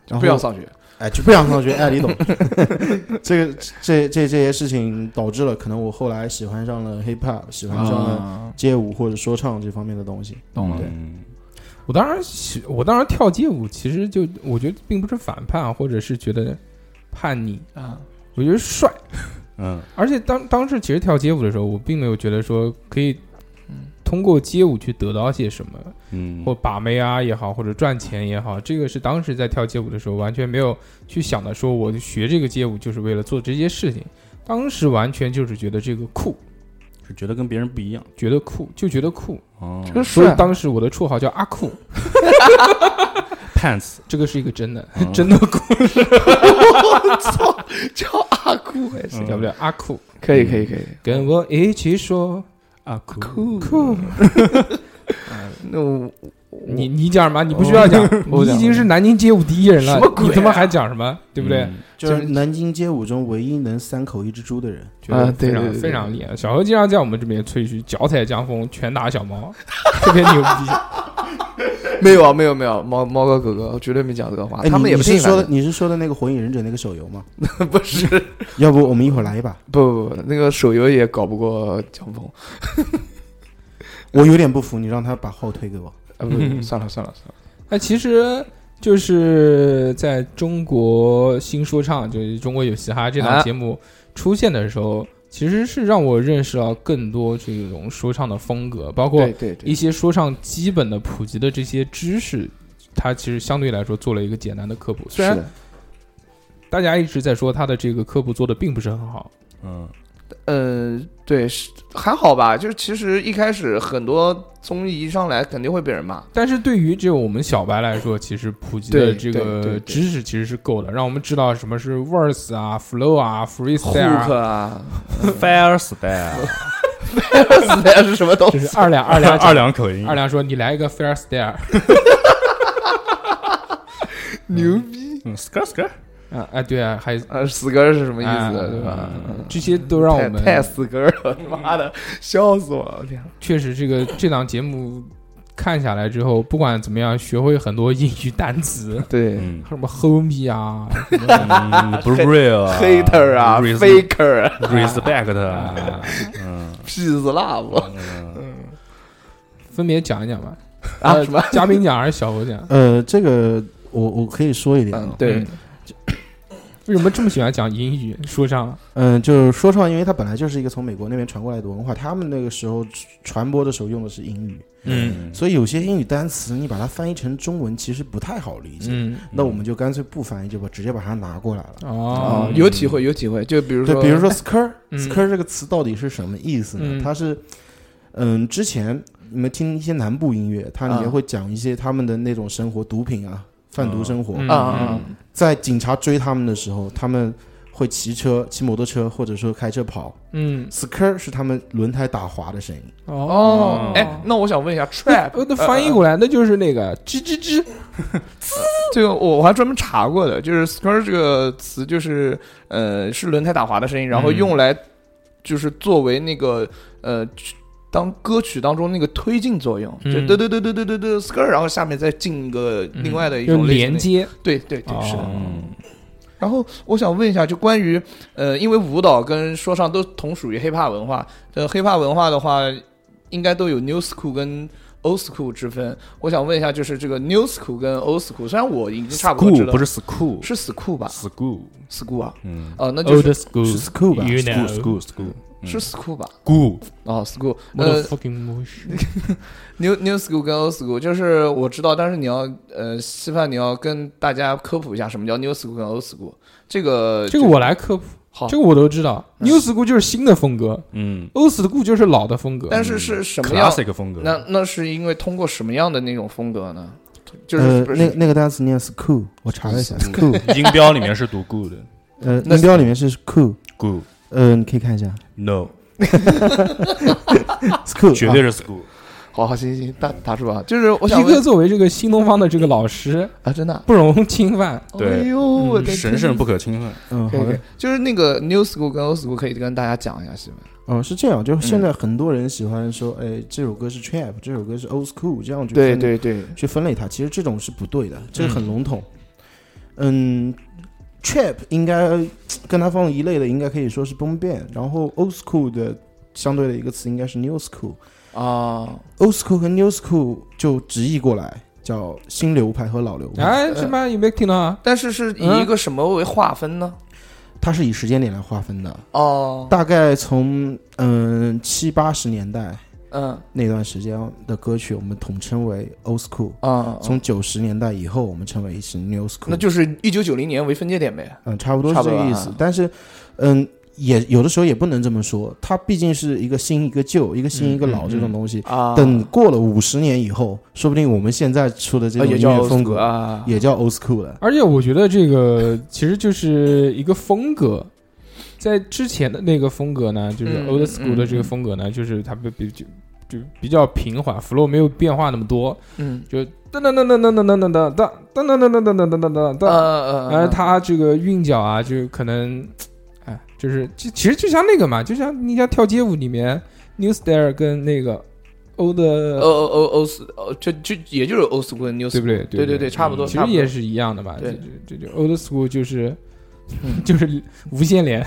[SPEAKER 3] 然
[SPEAKER 5] 不要
[SPEAKER 3] 后
[SPEAKER 5] 上学，
[SPEAKER 3] 哎，就不想上学，哎，你懂。 这个这这这些事情导致了，可能我后来喜欢上了 hip hop，喜欢上了
[SPEAKER 5] 啊
[SPEAKER 3] 街舞或者说唱这方面的东西。
[SPEAKER 5] 懂了
[SPEAKER 3] 对，
[SPEAKER 4] 嗯
[SPEAKER 6] 我当然喜，我当然跳街舞，其实就我觉得并不是反叛，或者是觉得叛逆，
[SPEAKER 5] 啊，
[SPEAKER 6] 我觉得帅。
[SPEAKER 4] 嗯
[SPEAKER 6] 而且当当时其实跳街舞的时候，我并没有觉得说可以通过街舞去得到些什么，
[SPEAKER 4] 嗯，
[SPEAKER 6] 或把妹啊也好，或者赚钱也好，这个是当时在跳街舞的时候完全没有去想的，说我学这个街舞就是为了做这些事情。当时完全就是觉得这个酷，
[SPEAKER 4] 是觉得跟别人不一样。
[SPEAKER 6] 觉得酷就觉得酷，
[SPEAKER 4] 哦
[SPEAKER 5] 这个
[SPEAKER 6] 所以
[SPEAKER 5] 帅，
[SPEAKER 6] 当时我的绰号叫阿酷，
[SPEAKER 4] ，pants
[SPEAKER 6] 这个是一个真的
[SPEAKER 4] 嗯
[SPEAKER 6] 真的酷，
[SPEAKER 5] 叫阿酷还是
[SPEAKER 6] 了哎不了？阿酷，
[SPEAKER 5] 可以可以可以，
[SPEAKER 9] 嗯
[SPEAKER 6] 跟我一起说
[SPEAKER 4] 啊，酷
[SPEAKER 5] 酷，
[SPEAKER 6] 酷。
[SPEAKER 5] 啊那我
[SPEAKER 6] 你你讲什么？你不需要讲，
[SPEAKER 5] 我
[SPEAKER 6] 你已经是南京街舞第一人了，
[SPEAKER 5] 什么鬼啊
[SPEAKER 6] 你他妈还讲什么？对不对？？
[SPEAKER 4] 嗯
[SPEAKER 3] 就是南京街舞中唯一能三口一只猪的人。
[SPEAKER 6] 觉得
[SPEAKER 5] 啊
[SPEAKER 6] 非
[SPEAKER 5] 对
[SPEAKER 6] 常
[SPEAKER 5] 对对对
[SPEAKER 6] 非常厉害。小何经常在我们这边吹嘘脚踩江风，拳打小猫， 特别牛逼。
[SPEAKER 5] 没有啊，没有没有，猫猫哥哥哥，我绝对没讲这个话，
[SPEAKER 3] 哎，
[SPEAKER 5] 啊他
[SPEAKER 3] 你
[SPEAKER 5] 们也
[SPEAKER 3] 你
[SPEAKER 5] 不
[SPEAKER 3] 是
[SPEAKER 5] 听
[SPEAKER 3] 说的
[SPEAKER 5] 反
[SPEAKER 3] 你是说的那个火影忍者那个手游吗？
[SPEAKER 5] 正 不是，
[SPEAKER 3] 要不我们一会儿来一把？
[SPEAKER 5] 不不不，那个手游也搞不过江峰，啊
[SPEAKER 3] 我有点不服，你让他把号推给我。
[SPEAKER 5] 呃，不
[SPEAKER 6] 嗯
[SPEAKER 5] 是算了算了算了，
[SPEAKER 6] 那其实就是在中国新说唱，就是《中国有嘻哈》这档
[SPEAKER 5] 啊
[SPEAKER 6] 节目出现的时候，其实是让我认识到更多这种说唱的风格，包括
[SPEAKER 5] 对对对
[SPEAKER 6] 一些说唱基本的普及的这些知识，它其实相对来说做了一个简单的科普。虽然
[SPEAKER 3] 的，
[SPEAKER 6] 大家一直在说它的这个科普做的并不是很好，
[SPEAKER 4] 嗯，
[SPEAKER 5] 呃，对，是还好吧。就是其实一开始很多综艺一上来肯定会被人骂，
[SPEAKER 6] 但是对于这我们小白来说，其实普及的
[SPEAKER 5] 对
[SPEAKER 6] 这
[SPEAKER 5] 对对
[SPEAKER 6] 个
[SPEAKER 5] 对
[SPEAKER 6] 知识其实是够的，让我们知道什么是 verse 啊、flow 啊、freestyle 啊
[SPEAKER 5] hook 啊，
[SPEAKER 4] 嗯，fire style，
[SPEAKER 5] 死的是什么东
[SPEAKER 6] 就
[SPEAKER 5] 西？
[SPEAKER 6] 是二两二两
[SPEAKER 4] 二两口音，
[SPEAKER 5] 嗯
[SPEAKER 6] 二亮说：“你来一个 fair stare。
[SPEAKER 5] 牛逼
[SPEAKER 4] 嗯，skr skr，”
[SPEAKER 6] 啊，哎，对啊，还有
[SPEAKER 5] 啊！死根儿是什么意
[SPEAKER 6] 哎
[SPEAKER 5] 思？对吧？嗯
[SPEAKER 6] 这些都让我
[SPEAKER 5] 太
[SPEAKER 6] 们
[SPEAKER 5] 太死根儿 了，妈的，笑死我了！天啊，
[SPEAKER 6] 确实 这个这档节目看下来之后，不管怎么样，学会很多英语单词，
[SPEAKER 5] 对
[SPEAKER 4] 嗯
[SPEAKER 6] 什么 homie 啊，什么
[SPEAKER 4] 不是 real 啊
[SPEAKER 5] ，hater
[SPEAKER 6] 嗯
[SPEAKER 5] 啊，faker 啊
[SPEAKER 4] respect 啊
[SPEAKER 6] 啊，
[SPEAKER 5] ，peace love 嗯
[SPEAKER 6] 分别讲一讲吧。
[SPEAKER 5] 啊
[SPEAKER 6] 呃
[SPEAKER 5] 什么？
[SPEAKER 6] 嘉宾讲还是小侯讲？
[SPEAKER 3] 呃，这个我我可以说一点
[SPEAKER 5] 嗯
[SPEAKER 3] 啊，，
[SPEAKER 5] 对
[SPEAKER 6] 嗯，为什么这么喜欢讲英语说唱？
[SPEAKER 3] 嗯，就是说唱，因为它本来就是一个从美国那边传过来的文化，他们那个时候传播的时候用的是英语，
[SPEAKER 6] 嗯
[SPEAKER 4] 嗯，
[SPEAKER 3] 所以有些英语单词你把它翻译成中文，其实不太好理解。
[SPEAKER 6] 嗯，
[SPEAKER 3] 那我们就干脆不翻译，就把直接把它拿过来了。
[SPEAKER 6] 哦
[SPEAKER 5] 哦，，有体会，有体会。就比如
[SPEAKER 3] 对，
[SPEAKER 5] 说，
[SPEAKER 3] 比如说 skr
[SPEAKER 6] 嗯
[SPEAKER 3] skr 这个词到底是什么意思
[SPEAKER 6] 嗯
[SPEAKER 3] 呢？它是，嗯，之前你们听一些南部音乐，它里面
[SPEAKER 5] 啊
[SPEAKER 3] 会讲一些他们的那种生活，毒品啊、贩毒生活。
[SPEAKER 6] 嗯
[SPEAKER 5] 啊啊，
[SPEAKER 3] 在警察追他们的时候，他们会骑车、骑摩托车或者说开车跑。
[SPEAKER 6] 嗯，
[SPEAKER 3] skr 是他们轮胎打滑的声音。
[SPEAKER 5] 哦
[SPEAKER 6] 哦，，
[SPEAKER 5] 哎，那我想问一下
[SPEAKER 6] 那
[SPEAKER 5] ，trap，
[SPEAKER 6] 呃那翻译过来，那就是那个吱吱吱，
[SPEAKER 5] 这个我还专门查过的，就是 skr 这个词，就是呃是轮胎打滑的声音，
[SPEAKER 6] 嗯
[SPEAKER 5] 然后用来就是作为那个呃曲当歌曲当中那个推进作用，就
[SPEAKER 6] 嗯
[SPEAKER 5] 嘚嘚嘚嘚嘚嘚嘚 skr，然后下面再进一个
[SPEAKER 6] 嗯
[SPEAKER 5] 另外的一
[SPEAKER 6] 就
[SPEAKER 5] 种类型
[SPEAKER 6] 连
[SPEAKER 5] 的，
[SPEAKER 6] 接，
[SPEAKER 5] 对对对，是的。
[SPEAKER 6] 哦
[SPEAKER 4] 嗯
[SPEAKER 5] 然后我想问一下，就关于呃，因为舞蹈跟说唱都同属于 hiphop 文化，呃，hiphop 文化的话，应该都有 new school 跟 old school 之分。我想问一下，就是这个 new school 跟 old school，虽然我已经差不多知
[SPEAKER 4] ，school
[SPEAKER 5] 道，
[SPEAKER 4] 不是 school，
[SPEAKER 5] 是 school 吧
[SPEAKER 4] school，
[SPEAKER 5] ？school 啊，
[SPEAKER 4] 嗯
[SPEAKER 5] 哦、那就
[SPEAKER 6] old
[SPEAKER 5] 是
[SPEAKER 6] school
[SPEAKER 3] 是 school 吧
[SPEAKER 6] you know
[SPEAKER 4] ，school school school，
[SPEAKER 5] 是 school 吧？
[SPEAKER 4] school，
[SPEAKER 5] 哦，school，呃
[SPEAKER 6] motherfucking motion，
[SPEAKER 5] ，new new school 跟 old school，就是我知道，但是你要呃，稀饭你要跟大家科普一下什么叫 new school 跟 old school，这个
[SPEAKER 6] 这个我来科普，
[SPEAKER 5] 好
[SPEAKER 6] 这个我都知道。New school 就是新的风格
[SPEAKER 4] 嗯
[SPEAKER 6] ，Old school 就是老的风格。
[SPEAKER 5] 但是是什么样？
[SPEAKER 4] ，classic 风格，
[SPEAKER 5] 那那是因为通过什么样的那种风格呢？就是、
[SPEAKER 3] 呃，
[SPEAKER 5] 不是
[SPEAKER 3] 那个那个单词念 school，我查了一下 school，
[SPEAKER 4] 音标里面是读 good
[SPEAKER 3] 呃，
[SPEAKER 5] 那
[SPEAKER 3] 音标里面是 cool，
[SPEAKER 4] good
[SPEAKER 3] 呃，你可以看一下
[SPEAKER 4] no，
[SPEAKER 3] school，
[SPEAKER 4] 绝对是
[SPEAKER 3] 啊
[SPEAKER 4] school，
[SPEAKER 5] 好好行行，打打
[SPEAKER 3] 嗯
[SPEAKER 5] 住啊！就是我想
[SPEAKER 6] 一哥
[SPEAKER 5] 问
[SPEAKER 6] 作为这个新东方的这个老师，
[SPEAKER 5] 啊，真的啊、
[SPEAKER 6] 不容侵犯。
[SPEAKER 4] 对
[SPEAKER 5] 哎呦，我的天
[SPEAKER 4] 神圣不可侵犯。
[SPEAKER 3] 嗯，
[SPEAKER 5] 可以
[SPEAKER 3] 好
[SPEAKER 5] 可
[SPEAKER 3] 的
[SPEAKER 5] 以，，就是那个 new school 跟 old school 可以跟大家讲一下，是吧？
[SPEAKER 3] 嗯，是这样，就是现在很多人喜欢说，哎，这首歌是 trap，这首歌是 old school，这样去
[SPEAKER 5] 对
[SPEAKER 3] 分
[SPEAKER 5] 对对，
[SPEAKER 3] 去分类它，其实这种是不对的，这个很笼统。嗯 t r a p 应该跟它放一类的，应该可以说是 boom band，然后 old school 的相对的一个词应该是 new school。
[SPEAKER 5] 啊，
[SPEAKER 3] old school 和 new school 就直译过来叫新流派和老流派，
[SPEAKER 6] 哎，这妈有没有听到啊？
[SPEAKER 5] 但是是
[SPEAKER 3] 嗯
[SPEAKER 5] 以一个什么为划分呢？
[SPEAKER 3] 它是以时间点来划分的，
[SPEAKER 5] 哦，
[SPEAKER 3] 大概从嗯七八十年代
[SPEAKER 5] 嗯
[SPEAKER 3] 那段时间的歌曲，我们统称为 old school。
[SPEAKER 5] 啊，
[SPEAKER 3] 从九十年代以后，我们称为是 new school。
[SPEAKER 5] 那就是一九九零年为分界点呗。
[SPEAKER 3] 嗯，差不多
[SPEAKER 5] 差
[SPEAKER 3] 是
[SPEAKER 5] 不
[SPEAKER 3] 这
[SPEAKER 5] 多
[SPEAKER 3] 个意
[SPEAKER 5] 啊
[SPEAKER 3] 思。但是，嗯，也有的时候也不能这么说，它毕竟是一个新一个旧，一个新一个老这种东西。
[SPEAKER 5] 嗯啊，
[SPEAKER 3] 等过了五十年以后，说不定我们现在出的这
[SPEAKER 5] 啊
[SPEAKER 3] 种
[SPEAKER 5] 也
[SPEAKER 3] 音
[SPEAKER 5] 叫
[SPEAKER 3] 乐风格、
[SPEAKER 5] 啊，
[SPEAKER 3] 也叫 old school 了。
[SPEAKER 6] 而且我觉得这个其实就是一个风格。在之前的那个风格呢，就是
[SPEAKER 5] 嗯
[SPEAKER 6] old school 的这个
[SPEAKER 5] 嗯嗯
[SPEAKER 6] 风格呢，就是它比比就就比较平缓，flow 没有变化那么多，
[SPEAKER 5] 嗯，
[SPEAKER 6] 就噔噔噔噔噔噔噔噔噔噔噔噔噔噔噔噔噔
[SPEAKER 5] 呃
[SPEAKER 6] 噔，
[SPEAKER 5] 呃，
[SPEAKER 6] 呃，
[SPEAKER 5] 呃
[SPEAKER 6] 他这个韵脚啊，就可能，哎，就是就其实就像那个嘛，就像你像跳街舞里面 New Style 跟那个 Old，
[SPEAKER 5] 哦哦哦哦是哦，就就也就是 old school 跟 new
[SPEAKER 6] 对
[SPEAKER 5] school，
[SPEAKER 6] 不对？
[SPEAKER 5] 对
[SPEAKER 6] 对
[SPEAKER 5] 对，差不多，
[SPEAKER 6] 其
[SPEAKER 5] 差
[SPEAKER 6] 实
[SPEAKER 5] 不多
[SPEAKER 6] 也是一样的嘛。
[SPEAKER 5] 对嗯
[SPEAKER 6] 这这就 Old School 就是 就是无限连，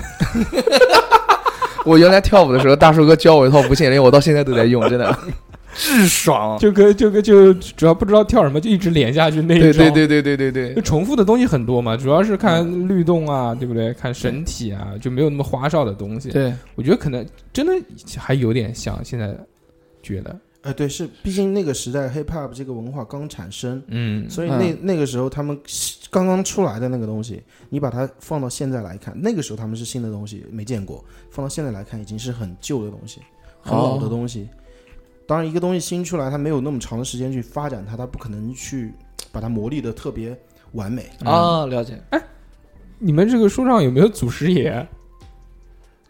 [SPEAKER 5] 我原来跳舞的时候，大叔哥教我一套无限连，我到现在都在用，真的。巨爽。
[SPEAKER 6] 就跟就跟就主要不知道跳什么，就一直连下去那一
[SPEAKER 5] 对
[SPEAKER 6] 招。
[SPEAKER 5] 对对嗯对对对对
[SPEAKER 6] 就，重复的东西很多嘛，主要是看律动啊，对不对？看身体啊，就没有那么花哨的东西。
[SPEAKER 5] 对，
[SPEAKER 6] 我觉得可能真的还有点像现在觉得，
[SPEAKER 3] 呃，对，是，毕竟那个时代 hip hop 这个文化刚产生，
[SPEAKER 6] 嗯，
[SPEAKER 3] 所以那、那个时候他们刚刚出来的那个东西，你把它放到现在来看，那个时候他们是新的东西，没见过，放到现在来看已经是很旧的东西，很老的东西。当然，一个东西新出来，它没有那么长的时间去发展它，它不可能去把它磨砺的特别完美。
[SPEAKER 5] 啊，了解。
[SPEAKER 6] 你们这个书上有没有祖师爷？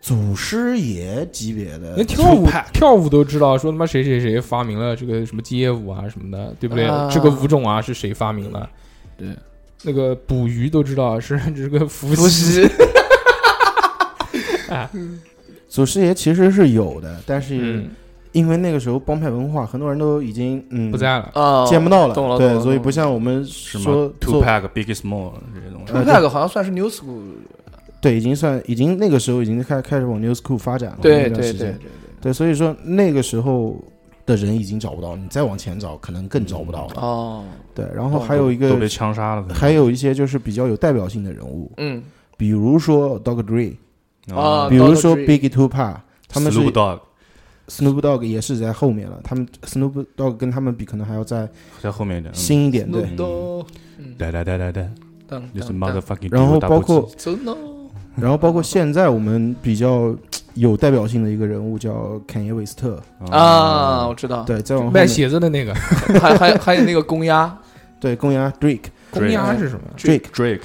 [SPEAKER 3] 祖师爷级别的
[SPEAKER 6] 那跳舞跳舞都知道，说他妈谁谁谁发明了这个什么街舞啊什么的，对不对？
[SPEAKER 5] 啊
[SPEAKER 6] 这个舞种啊是谁发明的？
[SPEAKER 5] 对，
[SPEAKER 6] 那个捕鱼都知道是 这个伏
[SPEAKER 5] 伏
[SPEAKER 6] 羲。
[SPEAKER 5] 羲，
[SPEAKER 3] 祖师爷其实是有的，但是
[SPEAKER 6] 嗯，
[SPEAKER 3] 因为那个时候帮派文化，很多人都已经嗯
[SPEAKER 6] 不在了。
[SPEAKER 5] 啊，
[SPEAKER 3] 见不到了，
[SPEAKER 5] 懂了，
[SPEAKER 3] 对，所以不像我们说
[SPEAKER 4] Two
[SPEAKER 3] 做
[SPEAKER 4] Pack、Big Small 这些东西
[SPEAKER 3] 呃。
[SPEAKER 5] 那个好像算是 New School，
[SPEAKER 3] 对，已经算已经那个时候已经开开始往 New School 发展了，
[SPEAKER 5] 对
[SPEAKER 3] 那段
[SPEAKER 5] 对
[SPEAKER 3] 时间
[SPEAKER 5] 对，
[SPEAKER 3] 对，所以说那个时候的人已经找不到，你再往前找可能更找不到了，
[SPEAKER 5] 哦，
[SPEAKER 3] 对，然后还有一
[SPEAKER 4] 都
[SPEAKER 3] 个
[SPEAKER 4] 被枪杀了，
[SPEAKER 3] 还有一些就是比较有代表性的人物，
[SPEAKER 5] 嗯，
[SPEAKER 3] 比如说 Dog Dre，
[SPEAKER 5] 啊
[SPEAKER 3] 比如说
[SPEAKER 5] Dr. Dre
[SPEAKER 3] Biggie Tupac，他们
[SPEAKER 4] 嗯
[SPEAKER 3] 是
[SPEAKER 4] Snoop Dogg
[SPEAKER 3] Snoop Dogg 也是在后面了，他们 Snoop Dogg 跟他们比可能还要再
[SPEAKER 4] 在后面一点。嗯
[SPEAKER 3] 新一点，对。
[SPEAKER 5] 路都，嗯，
[SPEAKER 4] 哒哒哒哒哒，
[SPEAKER 5] 等
[SPEAKER 4] 就是
[SPEAKER 5] 等
[SPEAKER 4] motherfucking。
[SPEAKER 3] 然后包括
[SPEAKER 5] 走 no，
[SPEAKER 3] 然后包括现在我们比较有代表性的一个人物叫坎耶韦斯特，
[SPEAKER 5] 啊，我知道，
[SPEAKER 3] 对，再往后
[SPEAKER 6] 卖
[SPEAKER 3] 面
[SPEAKER 6] 鞋子的那个
[SPEAKER 5] 还还还有那个公鸭。
[SPEAKER 3] 对公羊 Drake
[SPEAKER 6] 公鸭是什么？
[SPEAKER 3] Drake
[SPEAKER 4] Drake，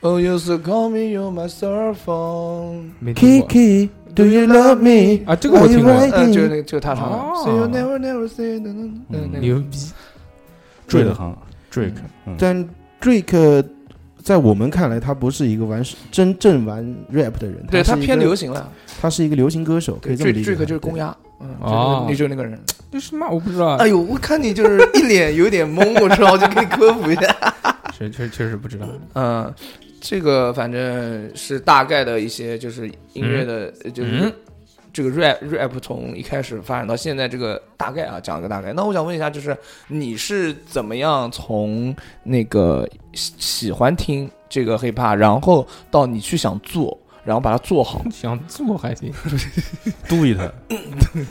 [SPEAKER 5] Oh, you s call me on my cell phone。
[SPEAKER 6] 没听过
[SPEAKER 3] Kiki Do you love me？
[SPEAKER 6] 啊，这个我听过
[SPEAKER 3] Are you。ready？
[SPEAKER 5] 嗯，就是那个，就是他唱的。
[SPEAKER 6] 哦
[SPEAKER 5] So you never never say no no no。嗯，那个
[SPEAKER 6] 牛逼！
[SPEAKER 3] 哎
[SPEAKER 4] 坠的行，Drake，嗯，
[SPEAKER 3] 但 Drake 在我们看来，他不是一个玩真正玩 rap 的人，
[SPEAKER 5] 对他
[SPEAKER 3] 他是一个
[SPEAKER 5] 偏流，行了。
[SPEAKER 3] 他是一个流行歌手，可
[SPEAKER 5] 对，
[SPEAKER 3] 以这么
[SPEAKER 5] 这
[SPEAKER 3] 理解
[SPEAKER 5] 这
[SPEAKER 3] 他。
[SPEAKER 5] 个就是公
[SPEAKER 3] 对，
[SPEAKER 5] 鸭。嗯，
[SPEAKER 6] 哦
[SPEAKER 5] 就是你就是那个人。
[SPEAKER 6] 这是嘛？我不知道，
[SPEAKER 5] 哎呦，我看你就是一脸有点懵，我知道，我就给你科普一下。
[SPEAKER 6] 确确确实不知道。
[SPEAKER 5] 嗯，这个反正是大概的一些，就是音乐的，就是
[SPEAKER 6] 嗯，
[SPEAKER 5] 这个 rap rap 从一开始发展到现在这个大概啊，讲一个大概。那我想问一下，就是你是怎么样从那个喜喜欢听这个 hiphop，然后到你去想做，然后把它做好
[SPEAKER 6] 想做还行，
[SPEAKER 4] Do it，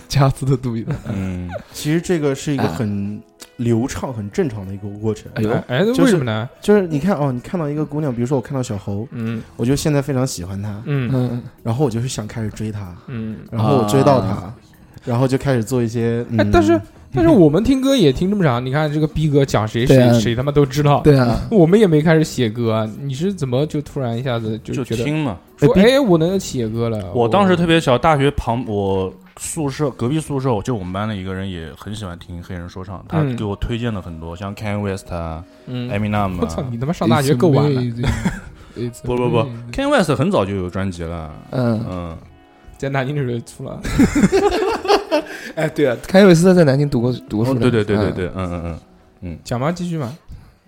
[SPEAKER 5] 加斯的杜比的，
[SPEAKER 4] 嗯，
[SPEAKER 3] 其实这个是一个
[SPEAKER 5] 啊
[SPEAKER 3] 很流畅、很正常的一个过程。
[SPEAKER 5] 哎呦
[SPEAKER 6] 哎，那
[SPEAKER 3] 就是
[SPEAKER 6] 为什么呢？
[SPEAKER 3] 就是你看哦，你看到一个姑娘，比如说我看到小猴，
[SPEAKER 6] 嗯
[SPEAKER 3] 我就现在非常喜欢她，
[SPEAKER 6] 嗯
[SPEAKER 5] 嗯，
[SPEAKER 3] 然后我就是想开始追她，
[SPEAKER 6] 嗯。
[SPEAKER 3] 然后我追到她，
[SPEAKER 5] 啊
[SPEAKER 3] 然后就开始做一些。
[SPEAKER 6] 哎
[SPEAKER 3] 嗯，，
[SPEAKER 6] 但是 但是我们听歌也听这么长，你看这个逼哥讲谁
[SPEAKER 5] 对啊
[SPEAKER 6] 谁谁他妈都知道，
[SPEAKER 2] 嗯
[SPEAKER 5] 对啊，
[SPEAKER 6] 我们也没开始写歌啊，你是怎么就突然一下子就
[SPEAKER 4] 就
[SPEAKER 6] 觉得
[SPEAKER 4] 听嘛。
[SPEAKER 6] 说
[SPEAKER 3] 哎
[SPEAKER 6] 哎，我能写歌了？
[SPEAKER 4] 我当时特别小，大学旁我宿舍隔壁宿舍，我就我们班的一个人也很喜欢听黑人说唱，他
[SPEAKER 6] 嗯
[SPEAKER 4] 给我推荐了很多，像 Kanye West 啊、
[SPEAKER 6] 嗯，
[SPEAKER 4] Eminem
[SPEAKER 6] 我操，
[SPEAKER 4] 啊
[SPEAKER 6] 你。他妈上大学够晚了，
[SPEAKER 4] 不不不，Kanye West 很早就有专辑了，
[SPEAKER 5] 嗯，
[SPEAKER 4] 嗯，
[SPEAKER 6] 在南京的时候就出了，
[SPEAKER 5] 哎，对啊，凯维斯特在南京读过读过书
[SPEAKER 4] 哦
[SPEAKER 5] 的，
[SPEAKER 4] 对对对对
[SPEAKER 5] 嗯
[SPEAKER 4] 对，嗯嗯嗯，
[SPEAKER 6] 讲嘛，继续嘛。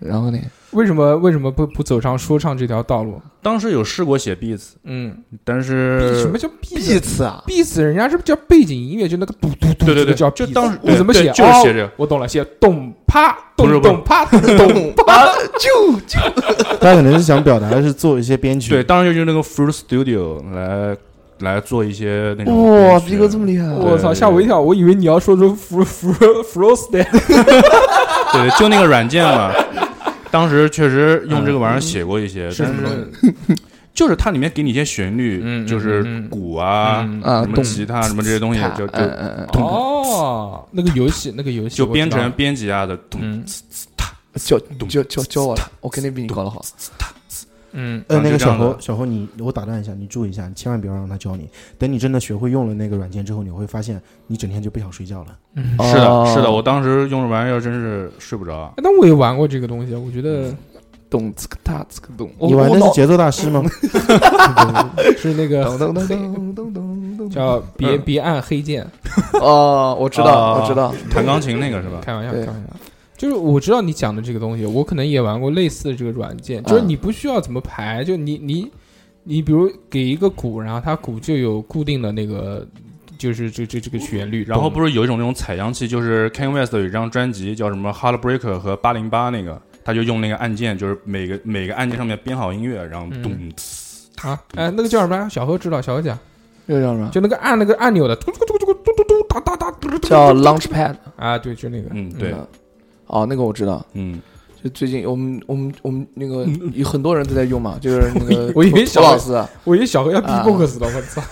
[SPEAKER 5] 然后呢，
[SPEAKER 6] 为什么为什么不不走上说唱这条道路？
[SPEAKER 4] 当时有试过写 beats，
[SPEAKER 6] 嗯，
[SPEAKER 4] 但是
[SPEAKER 6] 什么叫
[SPEAKER 5] 必
[SPEAKER 6] beat
[SPEAKER 5] 次啊，
[SPEAKER 6] beat？人家是不是叫背景音乐？就那个嘟嘟嘟，
[SPEAKER 4] 对对
[SPEAKER 6] 这个
[SPEAKER 4] 对，
[SPEAKER 6] 叫
[SPEAKER 4] 就
[SPEAKER 6] beat
[SPEAKER 4] 当时
[SPEAKER 6] 我怎么
[SPEAKER 4] 对
[SPEAKER 6] 写？
[SPEAKER 4] 就是写
[SPEAKER 6] 哦
[SPEAKER 4] 这个，
[SPEAKER 6] 我懂了，写咚啪
[SPEAKER 4] 不是
[SPEAKER 6] 咚
[SPEAKER 4] 不是
[SPEAKER 6] 咚啪咚咚。
[SPEAKER 5] 懂吧？ 就就
[SPEAKER 3] 他可能是想表达的是做一些编曲。
[SPEAKER 4] 对，当时就用那个 Fruit Studio 来来做一些那种
[SPEAKER 5] 哇，
[SPEAKER 4] 编曲
[SPEAKER 5] 逼哥这么厉害啊，
[SPEAKER 6] 我操！吓我一跳，我以为你要说出 fro fro freestyle。
[SPEAKER 4] 对，就那个软件嘛。当时确实用这个玩
[SPEAKER 5] 嗯
[SPEAKER 4] 意儿写过一些，但是 就是它里面给你一些旋律，
[SPEAKER 6] 嗯
[SPEAKER 4] 就是鼓啊、
[SPEAKER 5] 啊
[SPEAKER 4] 什么吉他什么这些东西，就就
[SPEAKER 5] 嗯嗯，
[SPEAKER 6] 哦，那个游戏，那个游戏
[SPEAKER 4] 就
[SPEAKER 6] 我
[SPEAKER 4] 编
[SPEAKER 6] 知道
[SPEAKER 4] 程编辑啊的，咚
[SPEAKER 6] 嗯
[SPEAKER 5] 教教教教我了，我肯定比你搞得好。
[SPEAKER 6] 嗯，
[SPEAKER 3] 呃，
[SPEAKER 4] 嗯
[SPEAKER 3] 那
[SPEAKER 4] 就
[SPEAKER 3] 个
[SPEAKER 4] 这
[SPEAKER 3] 小
[SPEAKER 4] 样
[SPEAKER 3] 侯，
[SPEAKER 4] 的
[SPEAKER 3] 小侯你，我打断一下，你注意一下，你千万不要让他教你。等你真的学会用了那个软件之后，你会发现你整天就不想睡觉了。
[SPEAKER 4] 是的，
[SPEAKER 5] 哦
[SPEAKER 4] 是的，我当时用这玩意儿真是睡不着。
[SPEAKER 6] 那哎我也玩过这个东西，我觉得
[SPEAKER 5] 懂这个他这个懂。
[SPEAKER 3] 你玩的是节奏大师吗？
[SPEAKER 6] 是那个
[SPEAKER 5] 噔噔噔噔噔噔噔。
[SPEAKER 6] 叫别别按黑键，
[SPEAKER 5] 哦，我知道，
[SPEAKER 4] 啊
[SPEAKER 5] 我知道。
[SPEAKER 4] 弹钢琴那个是吧？
[SPEAKER 6] 开玩笑，
[SPEAKER 5] 对
[SPEAKER 6] 开玩笑。就是我知道你讲的这个东西，我可能也玩过类似的这个软件，就是你不需要怎么排，就你你你比如给一个鼓，然后它鼓就有固定的那个。就是这这这个旋律，
[SPEAKER 4] 然后
[SPEAKER 6] 不
[SPEAKER 4] 不是有一种那种采样器，就是 Kanye West 有一张专辑叫什么《Heartbreaker》和《八零八》那个，他就用那个按键，就是每个每个按键上面编好音乐，然后
[SPEAKER 6] 嗯
[SPEAKER 4] 咚，
[SPEAKER 6] 啊，哎，那个叫什么？小何知道，小何讲，
[SPEAKER 5] 又叫什么？
[SPEAKER 6] 就那个按那个按钮的，嘟嘟嘟嘟嘟嘟嘟哒哒哒嘟嘟嘟
[SPEAKER 5] 叫 Launchpad。
[SPEAKER 6] 啊，对，就那个，
[SPEAKER 4] 嗯，对，
[SPEAKER 5] 嗯。哦，那个我知道，
[SPEAKER 4] 嗯，
[SPEAKER 5] 就最近我们我们我们 那个有很多人都在用嘛，就是那个
[SPEAKER 6] 我以为
[SPEAKER 5] 涂
[SPEAKER 6] 小
[SPEAKER 5] 老师啊
[SPEAKER 6] 我以为小何要
[SPEAKER 5] 啊
[SPEAKER 6] B-box 了，我操，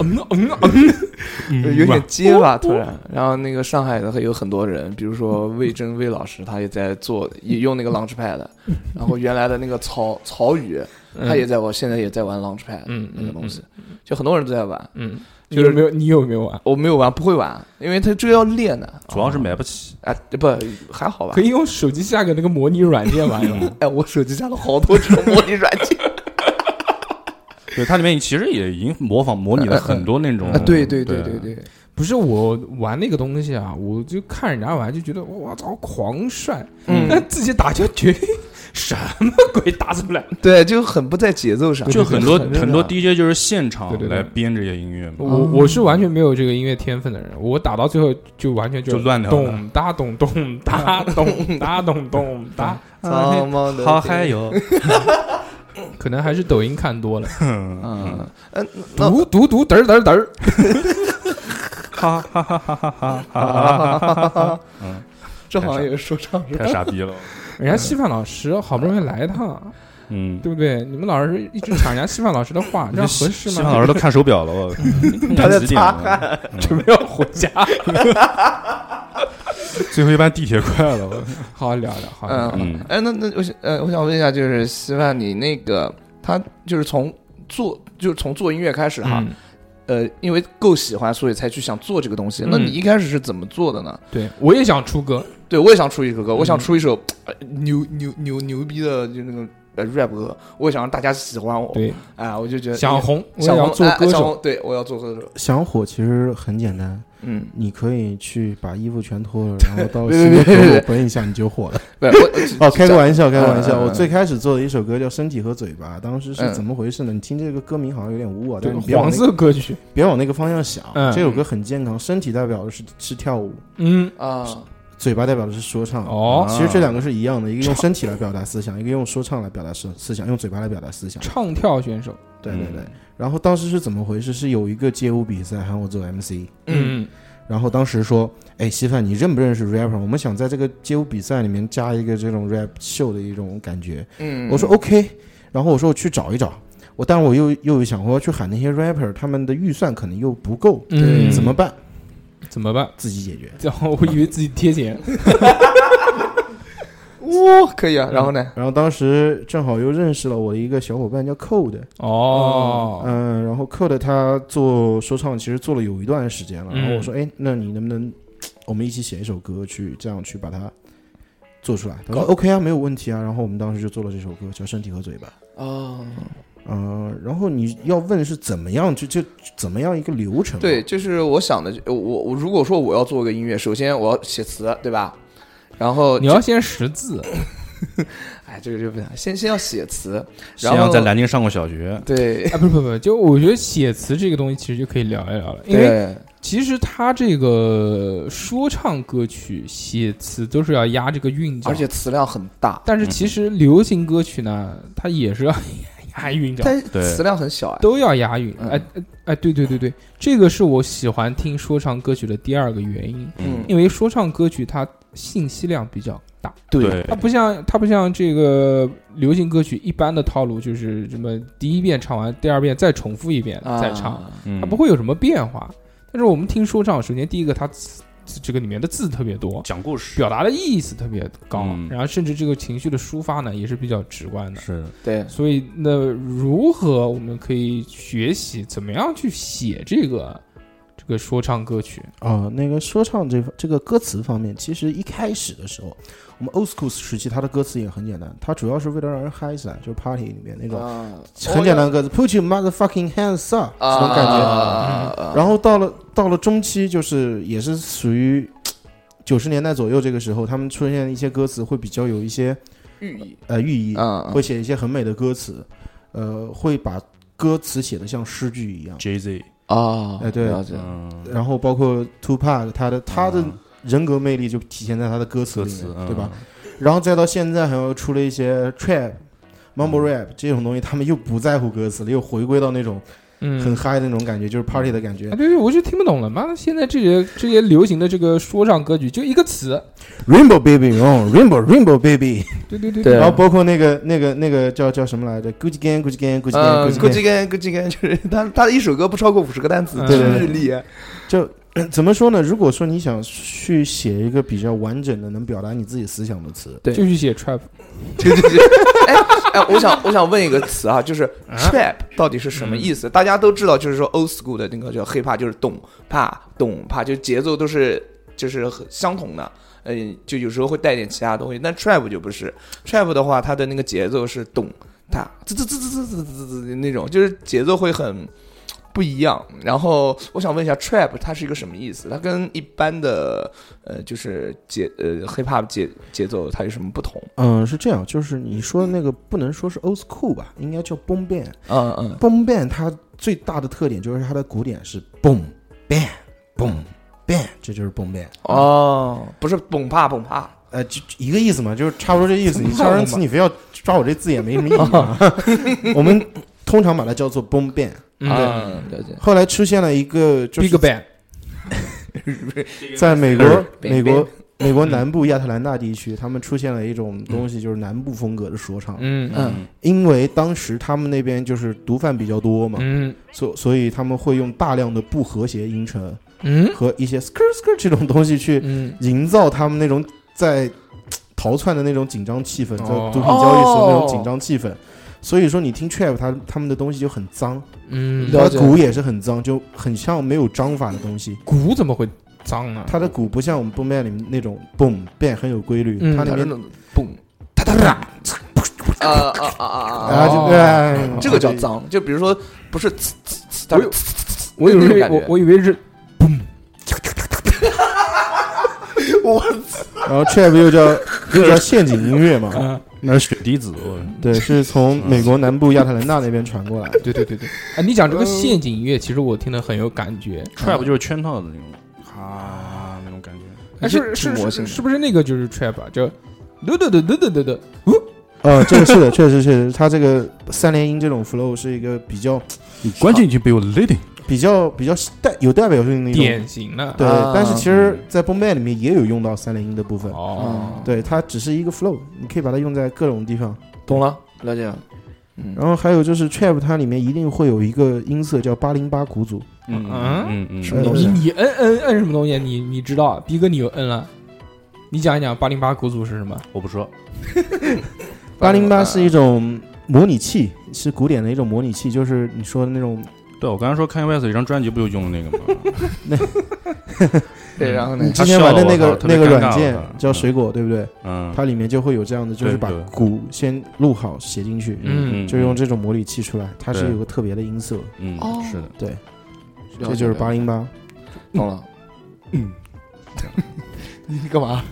[SPEAKER 6] 嗯嗯嗯，
[SPEAKER 5] 有点结巴突然。然后那个上海的有很多人，比 如说魏征魏老师，他也在做，也用那个 Launchpad。然后原来的那个曹曹宇，他也在玩，现在也在玩 Launchpad
[SPEAKER 6] 嗯嗯
[SPEAKER 5] 那个东西，就很多人都在玩。
[SPEAKER 6] 嗯，
[SPEAKER 5] 就
[SPEAKER 6] 就是是没有你有没有玩？
[SPEAKER 5] 我没有玩，不会玩，因为他这个要练的。
[SPEAKER 6] 哦
[SPEAKER 4] 主要是买不起，
[SPEAKER 5] 啊，不还好吧
[SPEAKER 6] 可？以用手机下个那个模拟软件玩一
[SPEAKER 4] 嗯
[SPEAKER 6] 玩。
[SPEAKER 5] 哎，我手机下了好多这种模拟软件。
[SPEAKER 4] 对，它里面其实也已经模仿模拟了很多那种
[SPEAKER 5] 啊，， 对对
[SPEAKER 4] 对
[SPEAKER 5] 对对，对，
[SPEAKER 6] 不是我玩那个东西啊，我就看人家玩就觉得我操狂帅，
[SPEAKER 5] 嗯
[SPEAKER 6] 但自己打就觉得 什么鬼打出
[SPEAKER 4] 嗯
[SPEAKER 6] 来？
[SPEAKER 5] 对，就很不在节奏上，
[SPEAKER 4] 就很 多
[SPEAKER 5] 很
[SPEAKER 4] 很多 DJ 就是现场
[SPEAKER 6] 对对对哦
[SPEAKER 4] 来编这些音乐嘛，
[SPEAKER 6] 我我是完全没有这个音乐天分的人，我打到最后就完全
[SPEAKER 4] 就乱掉了
[SPEAKER 6] 咚哒咚咚 哒咚哒咚咚哒，
[SPEAKER 5] 苍茫的
[SPEAKER 4] 好嗨 哟，
[SPEAKER 6] 可能还是抖音看多了，
[SPEAKER 5] 嗯，
[SPEAKER 6] 读读读嘚儿嘚儿嘚儿，
[SPEAKER 4] 哈哈哈哈哈哈哈哈，
[SPEAKER 5] 啊，
[SPEAKER 4] 嗯
[SPEAKER 5] 这好像也是说唱是吧？
[SPEAKER 4] 太傻逼 了，
[SPEAKER 6] 人家稀饭老师好不容易来一趟，
[SPEAKER 4] 嗯，
[SPEAKER 6] 对不对？你们老是一直抢人家稀饭老师的话，这样合适
[SPEAKER 4] 西
[SPEAKER 6] 吗？
[SPEAKER 4] 方老师都看手表了， 我嗯
[SPEAKER 5] 他在
[SPEAKER 4] 看几点
[SPEAKER 5] 擦
[SPEAKER 4] 了？嗯
[SPEAKER 6] 准备要回家，
[SPEAKER 4] 最后一班地铁快了，我
[SPEAKER 6] 好好聊聊，好好聊聊。
[SPEAKER 5] 嗯，哎，那那我想呃，我想问一下，就是希望你那个他就是从做就是从做音乐开始哈，
[SPEAKER 6] 嗯
[SPEAKER 5] 呃，因为够喜欢，所以才去想做这个东西。那你
[SPEAKER 6] 嗯
[SPEAKER 5] 一开始是怎么做的呢？
[SPEAKER 6] 对，我也想出歌，
[SPEAKER 5] 对我也想出一首歌，我想
[SPEAKER 6] 嗯
[SPEAKER 5] 出一首呃牛牛牛牛逼的，就那种呃 rap 歌，我也想让大家喜欢我。
[SPEAKER 6] 对，
[SPEAKER 5] 哎，我就觉得
[SPEAKER 6] 想红，我也
[SPEAKER 5] 想
[SPEAKER 6] 要
[SPEAKER 5] 红
[SPEAKER 6] 做
[SPEAKER 5] 哎
[SPEAKER 6] 歌
[SPEAKER 5] 想
[SPEAKER 6] 手。
[SPEAKER 5] 红对我要做歌手。
[SPEAKER 3] 想火其实很简单，
[SPEAKER 5] 嗯，
[SPEAKER 3] 你可以去把衣服全脱了，然后到
[SPEAKER 5] 对
[SPEAKER 3] 新
[SPEAKER 5] 对
[SPEAKER 3] 的
[SPEAKER 5] 对对
[SPEAKER 3] 歌
[SPEAKER 5] 对
[SPEAKER 3] 口喷一下，你就火了。
[SPEAKER 5] 不是我
[SPEAKER 3] 哦，开个玩笑，开个玩
[SPEAKER 5] 嗯
[SPEAKER 3] 笑。
[SPEAKER 5] 嗯嗯
[SPEAKER 3] 我最开始做的一首歌叫《身体和嘴巴》，当时
[SPEAKER 5] 嗯
[SPEAKER 3] 是怎么回事呢？你听这个歌名好像有点污啊，
[SPEAKER 6] 对
[SPEAKER 3] 但是，你别往
[SPEAKER 6] 黄
[SPEAKER 3] 那
[SPEAKER 6] 色歌曲，
[SPEAKER 3] 别往那个方向想
[SPEAKER 6] 嗯。
[SPEAKER 3] 这首歌很健康，身体代表的是是跳舞，
[SPEAKER 6] 嗯，
[SPEAKER 5] 啊，
[SPEAKER 3] 嘴巴代表的是说唱。
[SPEAKER 6] 哦
[SPEAKER 3] 啊其实这两个是一样的，一个用身体来表达思想，一个用说唱来表达思思想，用嘴巴来表达思想。
[SPEAKER 6] 唱跳选手，
[SPEAKER 3] 对
[SPEAKER 4] 嗯
[SPEAKER 3] 对对。然后当时是怎么回事？是有一个街舞比赛喊我做 MC，
[SPEAKER 6] 嗯，
[SPEAKER 3] 然后当时说，哎，稀饭，你认不认识 rapper？我们想在这个街舞比赛里面加一个这种 rap 秀的一种感觉。
[SPEAKER 5] 嗯，
[SPEAKER 3] 我说 OK，然后我说我去找一找，我但我又又想我要去喊那些 rapper，他们的预算可能又不够，
[SPEAKER 6] 嗯
[SPEAKER 3] 怎么办？
[SPEAKER 6] 怎么办？
[SPEAKER 3] 自己解决。
[SPEAKER 6] 然后我以为自己贴钱，
[SPEAKER 5] 哇，可以啊。然后呢？
[SPEAKER 3] 然后当时正好又认识了我一个小伙伴叫 Code，
[SPEAKER 6] 哦，
[SPEAKER 3] 嗯，然后 Code 他做说唱其实做了有一段时间了，
[SPEAKER 6] 嗯
[SPEAKER 3] 然后我说，哎，那你能不能我们一起写一首歌去这样去把它做出来？他说 OK 啊，没有问题啊。然后我们当时就做了这首歌叫《身体和嘴巴》。
[SPEAKER 5] 哦，
[SPEAKER 3] 嗯、然后你要问是怎么样，就就怎么样一个流程、啊
[SPEAKER 5] 对，，就是我想的，我我如果说我要做个音乐，首先我要写词，对吧？然后
[SPEAKER 6] 你要先识字，
[SPEAKER 5] 哎，这个就不想，先先要写词，然
[SPEAKER 4] 沈阳
[SPEAKER 5] 后
[SPEAKER 4] 在南京上过小学，
[SPEAKER 5] 对
[SPEAKER 6] 啊，不不不，就我觉得写词这个东西其实就可以聊一聊了，因为
[SPEAKER 5] 对
[SPEAKER 6] 其实他这个说唱歌曲写词都是要压这个韵脚，
[SPEAKER 5] 而且嗯词量很大，
[SPEAKER 6] 但是其实流行歌曲呢，它也是要押韵的，
[SPEAKER 5] 但是
[SPEAKER 4] 对
[SPEAKER 5] 词量很小哎。
[SPEAKER 6] 都要押韵。
[SPEAKER 5] 嗯
[SPEAKER 6] 哎哎哎，对对对对，这个是我喜欢听说唱歌曲的第二个原因，
[SPEAKER 5] 嗯，
[SPEAKER 6] 因为说唱歌曲它信息量比较大，
[SPEAKER 4] 对
[SPEAKER 6] 它不像它不像这个流行歌曲一般的套路，就是什么第一遍唱完，第二遍再重复一遍
[SPEAKER 5] 啊
[SPEAKER 6] 再唱，
[SPEAKER 4] 嗯
[SPEAKER 6] 它不会有什么变化。但是我们听说唱，首先第一个它词这个里面的字特别多。
[SPEAKER 4] 讲故事，
[SPEAKER 6] 表达的意思特别高，
[SPEAKER 4] 嗯
[SPEAKER 6] 然后甚至这个情绪的抒发呢也是比较直观的。
[SPEAKER 4] 是
[SPEAKER 5] 对，
[SPEAKER 6] 所以，那如何我们可以学习怎么样去写这个这个说唱歌曲？
[SPEAKER 3] 啊、那个说唱这这个歌词方面，其实一开始的时候，我们 old school 时期，它的歌词也很简单，它主要是为了让人嗨起来，就是 party 里面那种
[SPEAKER 5] 啊
[SPEAKER 3] 很简单的歌词、p u t your motherfucking hands up 这种感觉。
[SPEAKER 5] 啊，
[SPEAKER 3] 然后到了到了中期，就是也是属于九十年代左右这个时候，他们出现一些歌词会比较有一些
[SPEAKER 5] 寓意
[SPEAKER 3] 呃寓意，
[SPEAKER 5] 啊，
[SPEAKER 3] 会写一些很美的歌词，呃，会把歌词写的像诗句一样。
[SPEAKER 4] Jay Z，
[SPEAKER 5] 啊，
[SPEAKER 3] 哎对
[SPEAKER 5] 了解，
[SPEAKER 4] 嗯，
[SPEAKER 3] 然后包括 Tupac，他的他的
[SPEAKER 4] 嗯
[SPEAKER 3] 人格魅力就体现在他的歌词
[SPEAKER 4] 歌
[SPEAKER 3] 里
[SPEAKER 4] 词
[SPEAKER 3] 面，对吧？？然后再到现在，还有出了一些 trap、mumble rap 这种东西，他们又不在乎歌词了，又回归到那种很
[SPEAKER 6] 嗯，
[SPEAKER 3] 嗨的那种感觉，就是 party 的感觉
[SPEAKER 6] 啊，。对，我就听不懂了。妈，现在这些这些流行的这个说唱歌曲就一个词，
[SPEAKER 3] Rainbow baby，哦，Rainbow Rainbow baby，
[SPEAKER 6] 对对对
[SPEAKER 5] 对
[SPEAKER 3] 然后包括那个那个那个叫叫什么来着？Gucci gang Gucci gang Gucci gang
[SPEAKER 5] 嗯
[SPEAKER 3] Gucci
[SPEAKER 5] 咕
[SPEAKER 3] gang，
[SPEAKER 5] 叽干咕叽干，就是他他的一首歌不超过五十个单词，
[SPEAKER 6] 嗯
[SPEAKER 5] 这是日历。
[SPEAKER 3] 就嗯怎么说呢？如果说你想去写一个比较完整的、能表达你自己思想的词，
[SPEAKER 5] 对
[SPEAKER 6] 就去写 trap，
[SPEAKER 5] 对对对，哎哎，我想我想问一个词啊，就是 trap 到底是什么意思？大家都知道，就是说 old school 的那个叫 hip hop，就是咚啪咚啪，就节奏都是就是很相同的，嗯，就有时候会带点其他东西。但 trap 就不是，trap 的话，它的那个节奏是咚哒滋滋滋滋滋滋滋滋滋那种，就是节奏会很。不一样。然后我想问一下，trap 它是一个什么意思？它跟一般的呃，就是节呃 hip hop 节节奏它有什么不同？
[SPEAKER 3] 嗯，是这样，就是你说那个不能说是 old school 吧，应该叫 boom bang。
[SPEAKER 5] 嗯嗯，
[SPEAKER 3] boom bang 它最大的特点就是它的鼓点是 boom bang boom bang，这就是 boom bang。
[SPEAKER 5] 哦，不是蹦啪蹦啪，
[SPEAKER 3] 呃，就就一个意思嘛，就是差不多这意思。你
[SPEAKER 5] 差不多
[SPEAKER 3] 超
[SPEAKER 5] 嘛
[SPEAKER 3] 人词，你非要抓我这字眼，没什么意义嘛。我们通常把它叫做 boom bang。
[SPEAKER 6] 嗯
[SPEAKER 5] 嗯，了解。
[SPEAKER 3] 后来出现了一个，就
[SPEAKER 6] ，Big
[SPEAKER 3] 是
[SPEAKER 6] Bang，
[SPEAKER 3] 在美国，
[SPEAKER 5] Big
[SPEAKER 3] 美国，美国南部亚特兰大地区，他们出现了一种东西，就是南部风格的说唱。
[SPEAKER 6] 嗯
[SPEAKER 5] 嗯
[SPEAKER 3] 因为当时他们那边就是毒贩比较多嘛，
[SPEAKER 6] 嗯
[SPEAKER 3] 所所以他们会用大量的不和谐音程
[SPEAKER 6] 嗯
[SPEAKER 3] 和一些 skr skr 这种东西去
[SPEAKER 6] 嗯，
[SPEAKER 3] 营造他们那种在嘖逃窜的那种紧张气氛，在
[SPEAKER 6] 哦
[SPEAKER 3] 毒品交易时候那种紧张气氛。所以说，你听 trap 他他们的东西就很脏，
[SPEAKER 6] 嗯，
[SPEAKER 5] 了
[SPEAKER 3] 他
[SPEAKER 5] 解
[SPEAKER 3] 鼓也是很脏，就很像没有章法的东西。
[SPEAKER 6] 鼓怎么会脏啊呢？
[SPEAKER 3] 他的鼓不像我们 boom band 里面那种 boom band 很有规律，
[SPEAKER 6] 嗯
[SPEAKER 3] 他那
[SPEAKER 5] 它是
[SPEAKER 3] 边
[SPEAKER 5] 那种蹦哒哒哒，啊啊啊啊
[SPEAKER 3] 啊
[SPEAKER 5] 啊！
[SPEAKER 3] 就
[SPEAKER 6] 哦
[SPEAKER 3] 哎
[SPEAKER 5] 这个叫脏，就比如说不是呲呲呲，它
[SPEAKER 6] 我
[SPEAKER 5] 是
[SPEAKER 6] 有我以
[SPEAKER 5] 呲呲呲那种
[SPEAKER 6] 为
[SPEAKER 5] 感
[SPEAKER 6] 我
[SPEAKER 5] 觉
[SPEAKER 6] 我以为是
[SPEAKER 3] 然后 trap 又 叫又叫陷阱音 乐嘛，
[SPEAKER 4] 那是雪滴子，我
[SPEAKER 3] 啊对，是啊从美国南部亚特兰大那边传过来的。
[SPEAKER 6] 对对对对，哎，你讲这个陷阱音乐，其实我听得很有感觉。
[SPEAKER 4] trap 就是圈套的那种啊那种感觉。
[SPEAKER 6] 哎，是
[SPEAKER 5] 是
[SPEAKER 6] 是
[SPEAKER 5] 魔性
[SPEAKER 6] 是
[SPEAKER 5] 的
[SPEAKER 6] 是不是那个就是 trap 啊？就嘟嘟嘟嘟嘟嘟嘟，
[SPEAKER 3] 呃，这个是的， 确实确实，他这个三连音这种 flow 是一个比较
[SPEAKER 4] 你关键已经被我 leading，
[SPEAKER 3] 比较比较代有代表性的一种
[SPEAKER 6] 典。型的
[SPEAKER 3] 对
[SPEAKER 5] 啊，
[SPEAKER 3] 但是其实，在 boom band 里面也有用到三连音的部分。
[SPEAKER 6] 哦，
[SPEAKER 3] 对，它只是一个 flow，你可以把它用在各种地方。
[SPEAKER 5] 懂了，了解了。嗯
[SPEAKER 3] 然后还有就是 trap，它里面一定会有一个音色叫八零八鼓组，
[SPEAKER 4] 嗯
[SPEAKER 6] 嗯
[SPEAKER 4] 嗯嗯，
[SPEAKER 5] 什么东
[SPEAKER 6] 你
[SPEAKER 5] 西
[SPEAKER 6] 你摁摁摁什么东西？啊你你知道，逼哥你又摁了。你讲一讲八零八鼓组是什么？
[SPEAKER 4] 我不说，
[SPEAKER 3] 八零
[SPEAKER 5] 呃
[SPEAKER 3] 八是一种模拟器，是古典的一种模拟器，就是你说的那种，
[SPEAKER 4] 对我刚才说 Kanye West 有一张专辑不就用那个吗？
[SPEAKER 5] 对，然后呢
[SPEAKER 3] 你？
[SPEAKER 4] 他
[SPEAKER 3] 之前
[SPEAKER 4] 笑
[SPEAKER 3] 玩的
[SPEAKER 4] 我
[SPEAKER 3] 那个
[SPEAKER 4] 操特别
[SPEAKER 3] 那个
[SPEAKER 4] 尴
[SPEAKER 3] 软
[SPEAKER 4] 尬
[SPEAKER 3] 件
[SPEAKER 4] 我操
[SPEAKER 3] 叫水果，对不对？
[SPEAKER 4] 嗯，
[SPEAKER 3] 它里面就会有这样的，就是
[SPEAKER 4] 对
[SPEAKER 3] 把
[SPEAKER 4] 对
[SPEAKER 3] 鼓先录好写进去，
[SPEAKER 6] 嗯
[SPEAKER 3] 就用这种模拟器出来，它是
[SPEAKER 4] 对
[SPEAKER 3] 有个特别的音色，
[SPEAKER 4] 嗯是的，
[SPEAKER 3] 对，
[SPEAKER 5] 了解
[SPEAKER 3] 这就是八零八。
[SPEAKER 5] 懂了。嗯，你干嘛？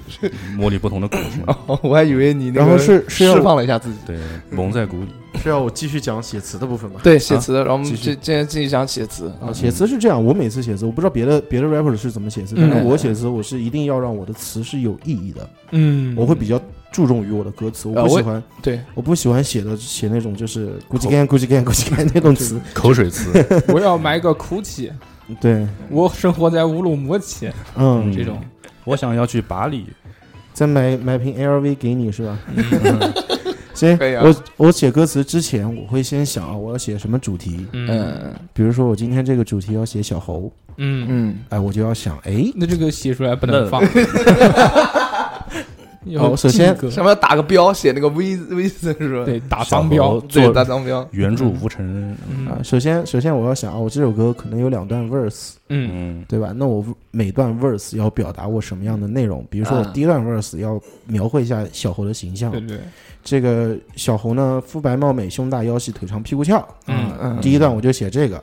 [SPEAKER 4] 模拟不同的鼓声，
[SPEAKER 5] 我还以为你那
[SPEAKER 3] 然后
[SPEAKER 5] 个
[SPEAKER 3] 是是要
[SPEAKER 5] 释放了一下自己。
[SPEAKER 4] 对，蒙在鼓里。
[SPEAKER 3] 是要我继续讲写词的部分吗？
[SPEAKER 5] 对，写词的，然后我们
[SPEAKER 4] 继
[SPEAKER 5] 今
[SPEAKER 4] 续
[SPEAKER 5] 今天继续讲写词
[SPEAKER 3] 啊，写词是这样，我每次写词，我不知道别的别的 rapper 是怎么写词，
[SPEAKER 6] 嗯
[SPEAKER 3] 但是我写词，我是一定要让我的词是有意义的，
[SPEAKER 6] 嗯
[SPEAKER 3] 我会比较注重于我的歌词，我
[SPEAKER 5] 啊
[SPEAKER 3] 不
[SPEAKER 5] 我
[SPEAKER 3] 喜欢，
[SPEAKER 5] 对，
[SPEAKER 3] 我不喜欢写的写那种就是咕叽干咕叽干咕叽干那种词，
[SPEAKER 4] 口水词，
[SPEAKER 6] 我要买个哭 泣，
[SPEAKER 3] 对，
[SPEAKER 6] 我生活在乌鲁木齐
[SPEAKER 3] 嗯，
[SPEAKER 6] 这种。
[SPEAKER 4] 我想要去巴黎，
[SPEAKER 3] 再买买瓶 LV 给你是吧？嗯 行
[SPEAKER 5] 可以，啊
[SPEAKER 3] 我我写歌词之前，我会先想啊，我要写什么主题，
[SPEAKER 6] 嗯
[SPEAKER 5] 嗯
[SPEAKER 3] 比如说我今天这个主题要写小猴，
[SPEAKER 6] 嗯，
[SPEAKER 5] 嗯，
[SPEAKER 3] 哎，我就要想，哎，
[SPEAKER 6] 那这个写出来不能 放。
[SPEAKER 3] 哦首先
[SPEAKER 6] 要记一个
[SPEAKER 5] 上面打个标，写那个 V V 字是吧？
[SPEAKER 6] 对打
[SPEAKER 4] 小
[SPEAKER 6] 啊脏
[SPEAKER 4] 猴
[SPEAKER 6] 标，
[SPEAKER 5] 对，
[SPEAKER 4] 做
[SPEAKER 5] 打脏标。
[SPEAKER 4] 原著吴承，
[SPEAKER 3] 啊，
[SPEAKER 6] 嗯
[SPEAKER 3] 首先首先我要想啊，我这首歌可能有两段 verse，
[SPEAKER 6] 嗯
[SPEAKER 4] 嗯
[SPEAKER 3] 对吧？那我每段 verse 要表达我什么样的内容？比如说我
[SPEAKER 5] 啊
[SPEAKER 3] 第一段 verse 要描绘一下小猴的形象
[SPEAKER 6] 对，对，对
[SPEAKER 3] 这个小猴呢肤白貌美，胸大腰细，腿长屁股翘，
[SPEAKER 6] 嗯
[SPEAKER 5] 嗯
[SPEAKER 3] 第一段我就写这个，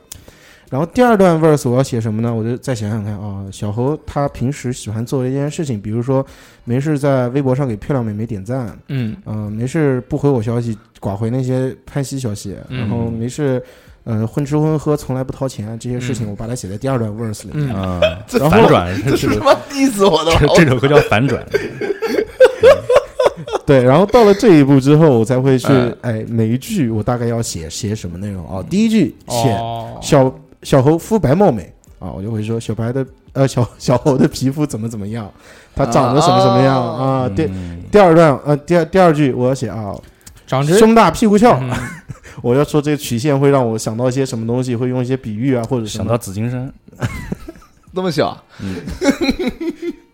[SPEAKER 3] 然后第二段 verse 我要写什么呢？我就再想想看啊、小猴他平时喜欢做的一件事情，比如说没事在微博上给漂亮妹妹点赞，呃
[SPEAKER 6] 嗯
[SPEAKER 3] 嗯、没事不回我消息，寡回那些拍戏消息，
[SPEAKER 6] 嗯
[SPEAKER 3] 然后没事。呃，混吃混喝从来不掏钱这些事情，
[SPEAKER 6] 嗯
[SPEAKER 3] 我把它写在第二段 verse 里。
[SPEAKER 6] 嗯，
[SPEAKER 4] 嗯，
[SPEAKER 5] 这
[SPEAKER 4] 反转
[SPEAKER 5] 这
[SPEAKER 4] 是这
[SPEAKER 5] 是哦 什
[SPEAKER 4] 个
[SPEAKER 5] 么 diss 我的？
[SPEAKER 4] 这这首歌叫反转，
[SPEAKER 3] 对，然后到了这一步之后，我才会去，哎，每一句我大概要写写什么内容哦。第一句写
[SPEAKER 6] 哦，
[SPEAKER 3] 小小猴肤白貌美啊，我就会说小白的呃小 小猴的皮肤怎么怎么样，它长得什么什么样
[SPEAKER 5] 啊
[SPEAKER 3] 啊？第
[SPEAKER 4] 嗯
[SPEAKER 3] 第二段呃第二第二句我要写啊，
[SPEAKER 6] 长着
[SPEAKER 3] 胸大屁股翘，
[SPEAKER 6] 嗯
[SPEAKER 3] 我要说这个曲线会让我想到一些什么东西，会用一些比喻啊或者什
[SPEAKER 4] 想
[SPEAKER 3] 么
[SPEAKER 4] 到。紫金山，
[SPEAKER 5] 那么小，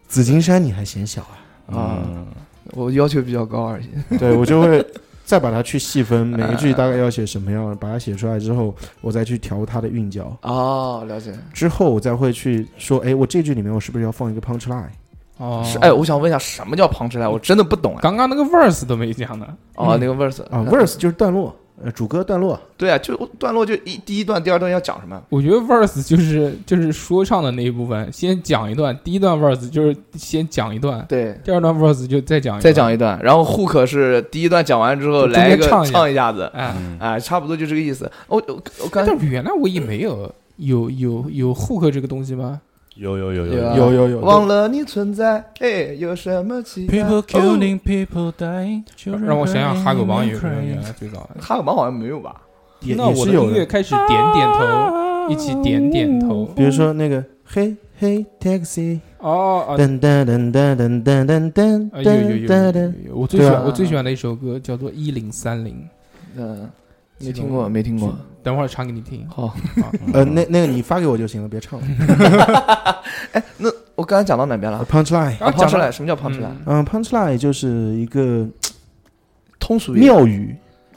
[SPEAKER 3] 紫金山你还嫌小啊？
[SPEAKER 4] 嗯，
[SPEAKER 5] 我要求比较高而已。
[SPEAKER 3] 对我就会再把它去细分，每一句大概要写什么样，把它写出来之后，我再去调它的韵脚，
[SPEAKER 5] 哦，了解。
[SPEAKER 3] 之后我再会去说，哎，我这句里面我是不是要放一个 punch line？
[SPEAKER 6] 哦，
[SPEAKER 5] 是哎，我想问一下，什么叫旁支来？我真的不懂哎。
[SPEAKER 6] 刚刚那个 verse 都没讲呢。
[SPEAKER 5] 哦，那个 verse
[SPEAKER 3] 啊
[SPEAKER 5] 嗯
[SPEAKER 3] ，verse 就是段落，呃，主歌段落，
[SPEAKER 5] 对啊，就段落就一第一段、第二段要讲什么？
[SPEAKER 6] 我觉得 verse 就是就是说唱的那一部分，先讲一段，第一段 verse 就是先讲一段，
[SPEAKER 5] 对，
[SPEAKER 6] 第二段 verse 就再讲一段
[SPEAKER 5] 再讲一段，然后 hook 是第一段讲完之后
[SPEAKER 6] 中间
[SPEAKER 5] 来一个
[SPEAKER 6] 唱一下
[SPEAKER 5] 唱一下子，
[SPEAKER 6] 哎，
[SPEAKER 4] 嗯
[SPEAKER 5] 哎，差不多就这个意思。我我我刚
[SPEAKER 6] 但
[SPEAKER 5] 才
[SPEAKER 6] 是原来我也没有有有有 hook 这个东西吗？
[SPEAKER 4] 有有有
[SPEAKER 5] 有啊
[SPEAKER 4] 有。
[SPEAKER 3] 有有有，
[SPEAKER 5] 忘了你存在，哎，有什么期待？
[SPEAKER 4] People
[SPEAKER 5] 哦
[SPEAKER 4] killing, people dying.
[SPEAKER 6] 让我想想，哈狗帮有没有
[SPEAKER 4] crying
[SPEAKER 6] 原来最早？
[SPEAKER 5] 哈根邦好像没有吧？
[SPEAKER 3] 也
[SPEAKER 6] 那
[SPEAKER 3] 也
[SPEAKER 6] 我的
[SPEAKER 3] 是有
[SPEAKER 6] 音乐
[SPEAKER 3] 的，
[SPEAKER 6] 开始点点头，一起点点头。
[SPEAKER 3] 比如说那个嘿嘿 taxi，
[SPEAKER 6] 哦
[SPEAKER 5] 啊
[SPEAKER 6] 哦，
[SPEAKER 3] 噔噔噔噔噔噔噔噔
[SPEAKER 5] 哎
[SPEAKER 6] 啊有有有
[SPEAKER 3] 噔
[SPEAKER 6] 有
[SPEAKER 3] 噔
[SPEAKER 6] 有
[SPEAKER 3] 噔，
[SPEAKER 6] 有，我最喜
[SPEAKER 3] 对
[SPEAKER 6] 欢
[SPEAKER 5] 啊
[SPEAKER 6] 我最喜欢的一首歌叫做《一零三零
[SPEAKER 5] 嗯，没听过，没听过。》，
[SPEAKER 6] 等会儿唱给你听。啊
[SPEAKER 5] 好，
[SPEAKER 3] 呃，那那个你发给我就行了，别唱了
[SPEAKER 5] 那我刚才讲到哪边了？
[SPEAKER 3] ，punch line，
[SPEAKER 5] 啊，
[SPEAKER 6] 讲
[SPEAKER 5] 出
[SPEAKER 6] 到
[SPEAKER 5] 来，什么叫胖出来？
[SPEAKER 6] 嗯
[SPEAKER 3] 嗯，punch line 就是一个
[SPEAKER 5] 通俗一点，
[SPEAKER 3] 妙语，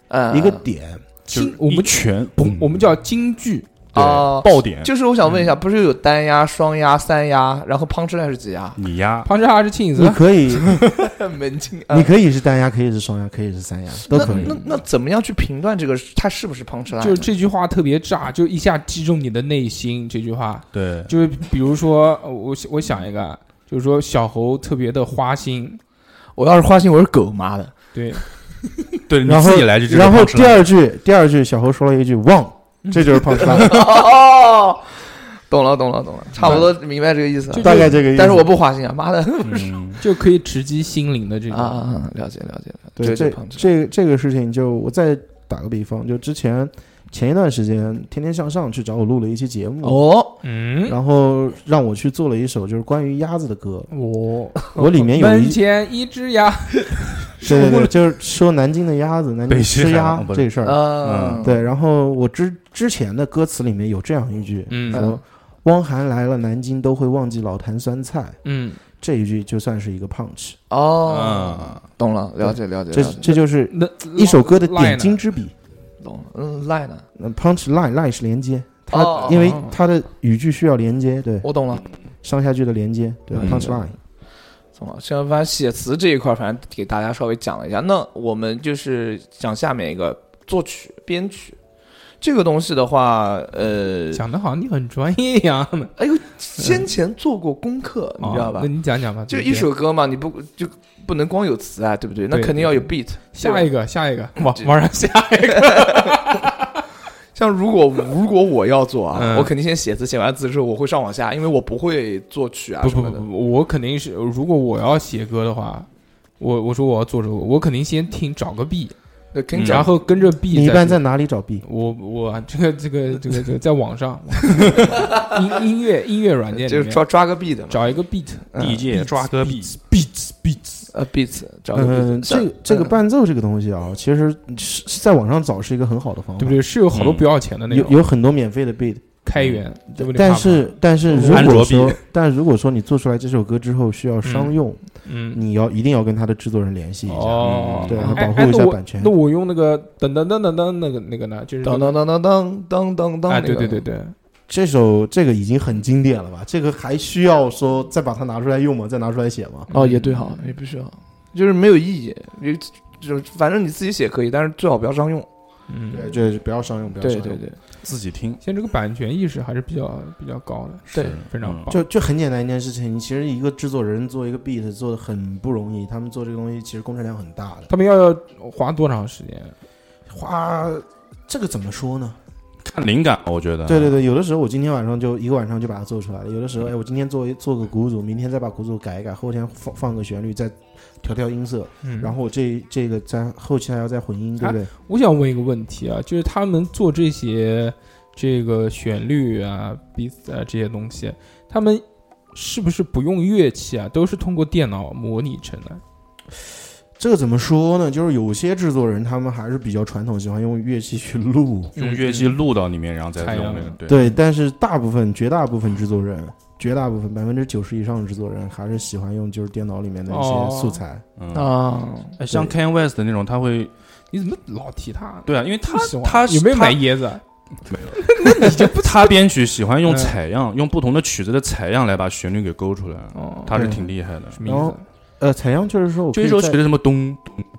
[SPEAKER 5] 嗯，
[SPEAKER 3] 一个点，
[SPEAKER 4] 就是
[SPEAKER 6] 我们哦
[SPEAKER 4] 一拳
[SPEAKER 6] 我
[SPEAKER 4] 砰，
[SPEAKER 6] 我们叫京剧，
[SPEAKER 4] 对
[SPEAKER 5] 哦
[SPEAKER 4] 爆点，
[SPEAKER 5] 就是我想问一下，不是有单压、双压、三压，然后胖出来是几压？
[SPEAKER 4] 你压
[SPEAKER 6] 胖叉还是庆
[SPEAKER 3] 你
[SPEAKER 6] 子？
[SPEAKER 3] 可以。
[SPEAKER 5] 门禁啊
[SPEAKER 3] 你。可以是单压，可以是双压，可以是三压，都
[SPEAKER 5] 那
[SPEAKER 3] 可以
[SPEAKER 5] 那。那怎么样去评断这个它是不是胖出来呢？
[SPEAKER 6] 就是这句话特别炸，就一下击中你的内心。这句话
[SPEAKER 4] 对，
[SPEAKER 6] 就是，比如说，呃我我想一个，啊就是说小猴特别的花心，
[SPEAKER 5] 我要是花心，我是狗妈的。
[SPEAKER 6] 对，
[SPEAKER 4] 对，你
[SPEAKER 3] 然后
[SPEAKER 4] 自己来就知道
[SPEAKER 3] 然后
[SPEAKER 4] punchline
[SPEAKER 3] 第二句，第二句小猴说了一句“忘”，
[SPEAKER 5] 嗯
[SPEAKER 3] 这就是胖叉，
[SPEAKER 5] 哦，懂了，懂了，懂了，差不多明白这个意思。
[SPEAKER 6] 就
[SPEAKER 3] 大概这个意思。
[SPEAKER 5] 但是我不花心啊，妈的
[SPEAKER 4] 嗯
[SPEAKER 6] 就可以直击心灵的这
[SPEAKER 5] 啊
[SPEAKER 6] 种。
[SPEAKER 5] 啊！啊了解，了解，了解。
[SPEAKER 3] 对
[SPEAKER 5] 这
[SPEAKER 3] 这
[SPEAKER 5] 胖子
[SPEAKER 3] 这这个事情，就我再打个比方，就之前前一段时间，《天天向上》去找我录了一期节目，
[SPEAKER 5] 哦，
[SPEAKER 6] 嗯，
[SPEAKER 3] 然后让我去做了一首就是关于鸭子的歌，
[SPEAKER 6] 我
[SPEAKER 3] 我里面有
[SPEAKER 6] 门
[SPEAKER 3] 一
[SPEAKER 6] 前一只鸭，
[SPEAKER 3] 对对对，就是说南京的鸭子，南京
[SPEAKER 4] 北西
[SPEAKER 3] 吃
[SPEAKER 4] 海
[SPEAKER 3] 鸭
[SPEAKER 4] 岸不是
[SPEAKER 3] 这个事儿。
[SPEAKER 5] 嗯，
[SPEAKER 3] 对，然后我之之前的歌词里面有这样一句，
[SPEAKER 6] 嗯
[SPEAKER 3] 说汪涵来了南京都会忘记老坛酸菜。
[SPEAKER 6] 嗯，
[SPEAKER 3] 这一句就算是一个 punch，
[SPEAKER 5] 哦
[SPEAKER 4] 啊，
[SPEAKER 5] 懂了，了解，了解，
[SPEAKER 3] 这
[SPEAKER 5] 了解
[SPEAKER 3] 这就是
[SPEAKER 6] 那
[SPEAKER 3] 一首歌的点
[SPEAKER 6] line
[SPEAKER 3] 睛
[SPEAKER 6] 呢
[SPEAKER 3] 之笔。
[SPEAKER 5] 懂了。嗯，赖呢？
[SPEAKER 3] 那 punch line line 是连接，
[SPEAKER 5] 哦
[SPEAKER 3] 它因为
[SPEAKER 5] 哦哦
[SPEAKER 3] 它的语句需要连接，对
[SPEAKER 5] 我懂了，
[SPEAKER 3] 上下句的连接，对
[SPEAKER 4] 嗯
[SPEAKER 3] punch line。
[SPEAKER 5] 懂了。像反正写词这一块，反正给大家稍微讲了一下。那我们就是讲下面一个作曲、编曲这个东西的话，呃，
[SPEAKER 6] 讲的好像你很专业一样的，
[SPEAKER 5] 哎呦，先前做过功课，你知道吧
[SPEAKER 6] 哦那？你讲讲吧，
[SPEAKER 5] 就
[SPEAKER 6] 对
[SPEAKER 5] 一首歌嘛，你不就不能光有词啊，对不对？那
[SPEAKER 6] 对
[SPEAKER 5] 肯定要有 beat。
[SPEAKER 6] 下一个，下一个，往
[SPEAKER 5] 这
[SPEAKER 6] 往上下一个，
[SPEAKER 5] 像如果如果我要做啊，
[SPEAKER 6] 嗯
[SPEAKER 5] 我肯定先写字，写完字之后我会上往下，因为我不会作曲啊
[SPEAKER 6] 不
[SPEAKER 5] 什
[SPEAKER 6] 不
[SPEAKER 5] 么
[SPEAKER 6] 不
[SPEAKER 5] 的。
[SPEAKER 6] 不，我肯定是，如果我要写歌的话，我我说我要做这个，我肯定先听找个 B，
[SPEAKER 5] 那跟你
[SPEAKER 6] 嗯然
[SPEAKER 5] 讲，
[SPEAKER 6] 后跟着 B，
[SPEAKER 3] 你一般
[SPEAKER 6] 再
[SPEAKER 3] 在
[SPEAKER 6] 听。
[SPEAKER 3] 哪里找 B？
[SPEAKER 6] 我我这个这个这个这个在网上音音乐音乐软件
[SPEAKER 5] 就
[SPEAKER 6] 里
[SPEAKER 5] 是
[SPEAKER 6] 面
[SPEAKER 5] 抓抓个 beat 嘛，
[SPEAKER 6] 找一个嗯 beat
[SPEAKER 4] 地界抓戈壁，
[SPEAKER 6] beats beats，
[SPEAKER 5] 呃 beat 找个 beat
[SPEAKER 3] 嗯，。这个这个
[SPEAKER 5] 嗯
[SPEAKER 3] 伴奏这个东西啊，其实是是在网上找是一个很好的方法，
[SPEAKER 6] 对不对？是有好多
[SPEAKER 4] 嗯
[SPEAKER 6] 不要钱的那
[SPEAKER 3] 有
[SPEAKER 6] 种
[SPEAKER 3] 有很多免费的 beat，
[SPEAKER 6] 开源，对不对？
[SPEAKER 3] 但
[SPEAKER 6] 怕不怕
[SPEAKER 3] 是但是如
[SPEAKER 4] 安
[SPEAKER 3] 果
[SPEAKER 4] 卓
[SPEAKER 3] 说
[SPEAKER 4] beat
[SPEAKER 3] 但如果说你做出来这首歌之后需要商用，
[SPEAKER 6] 嗯
[SPEAKER 3] 你要一定要跟他的制作人联系一下，
[SPEAKER 6] 哦，
[SPEAKER 3] 对，
[SPEAKER 6] 哎
[SPEAKER 3] 保
[SPEAKER 6] 哎
[SPEAKER 3] 护一
[SPEAKER 6] 那
[SPEAKER 3] 下
[SPEAKER 6] 我
[SPEAKER 3] 版权
[SPEAKER 6] 那。我用那个噔噔噔噔噔那个那个呢，就是
[SPEAKER 5] 当当当当当当当当，
[SPEAKER 6] 啊，
[SPEAKER 5] 那
[SPEAKER 6] 对
[SPEAKER 5] 个
[SPEAKER 6] 对对，对，
[SPEAKER 3] 这首这个已经很经典了吧？这个还需要说再把它拿出来用吗？再拿出来写吗？
[SPEAKER 5] 哦也对哈，也不需要，就是没有意义，就就反正你自己写可以，但是最好不要商用。
[SPEAKER 6] 嗯，
[SPEAKER 3] 对，就是不要商用，不要商
[SPEAKER 5] 对
[SPEAKER 3] 用。
[SPEAKER 5] 对对，
[SPEAKER 4] 自己听，
[SPEAKER 6] 现在这个版权意识还是比较比较高的，
[SPEAKER 5] 对
[SPEAKER 4] 是
[SPEAKER 6] 非常棒。
[SPEAKER 3] 就就很简单一件事情，你其实一个制作人做一个 beat 做的很不容易，他们做这个东西其实工程量很大的，
[SPEAKER 6] 他们要花多长时间？
[SPEAKER 3] 花这个怎么说呢？
[SPEAKER 4] 看灵感，我觉得。
[SPEAKER 3] 对对对，有的时候我今天晚上就一个晚上就把它做出来了，有的时候哎，我今天做一做个鼓组，明天再把鼓组改一改，后天放放个旋律，再调调音色，
[SPEAKER 6] 嗯
[SPEAKER 3] 然后我这这个在后期还要再混音，对不对？
[SPEAKER 6] 我想问一个问题啊，就是他们做这些这个旋律啊、beat 啊这些东西，他们是不是不用乐器啊？都是通过电脑模拟成的？
[SPEAKER 3] 这个怎么说呢？就是有些制作人他们还是比较传统，喜欢用乐器去录，
[SPEAKER 4] 用乐
[SPEAKER 6] 嗯
[SPEAKER 4] 器录到里面，然后
[SPEAKER 6] 采
[SPEAKER 4] 再用那
[SPEAKER 6] 样
[SPEAKER 4] 个对。
[SPEAKER 3] 对，但是大部分绝大部分制作人。绝大部分百分之九十以上的制作人还是喜欢用就是电脑里面的一
[SPEAKER 6] 哦
[SPEAKER 3] 些素材，
[SPEAKER 4] 嗯，
[SPEAKER 5] 啊，
[SPEAKER 4] 哎像 Kanye West 的那种，他会
[SPEAKER 6] 你怎么老提他？
[SPEAKER 4] 对啊，因为他
[SPEAKER 6] 不喜欢
[SPEAKER 4] 他
[SPEAKER 6] 有没有
[SPEAKER 4] 他
[SPEAKER 6] 买椰子啊？
[SPEAKER 4] 他编曲喜欢用
[SPEAKER 6] 嗯
[SPEAKER 4] 采样，用不同的曲子的采样来把旋律给勾出来，
[SPEAKER 6] 哦，
[SPEAKER 4] 他是
[SPEAKER 3] 对
[SPEAKER 4] 挺厉害的。
[SPEAKER 6] 什么意
[SPEAKER 3] 然后
[SPEAKER 6] 思？
[SPEAKER 3] 呃，采样就是说我可
[SPEAKER 4] 就一
[SPEAKER 3] 以
[SPEAKER 4] 首曲
[SPEAKER 3] 在
[SPEAKER 4] 子什么咚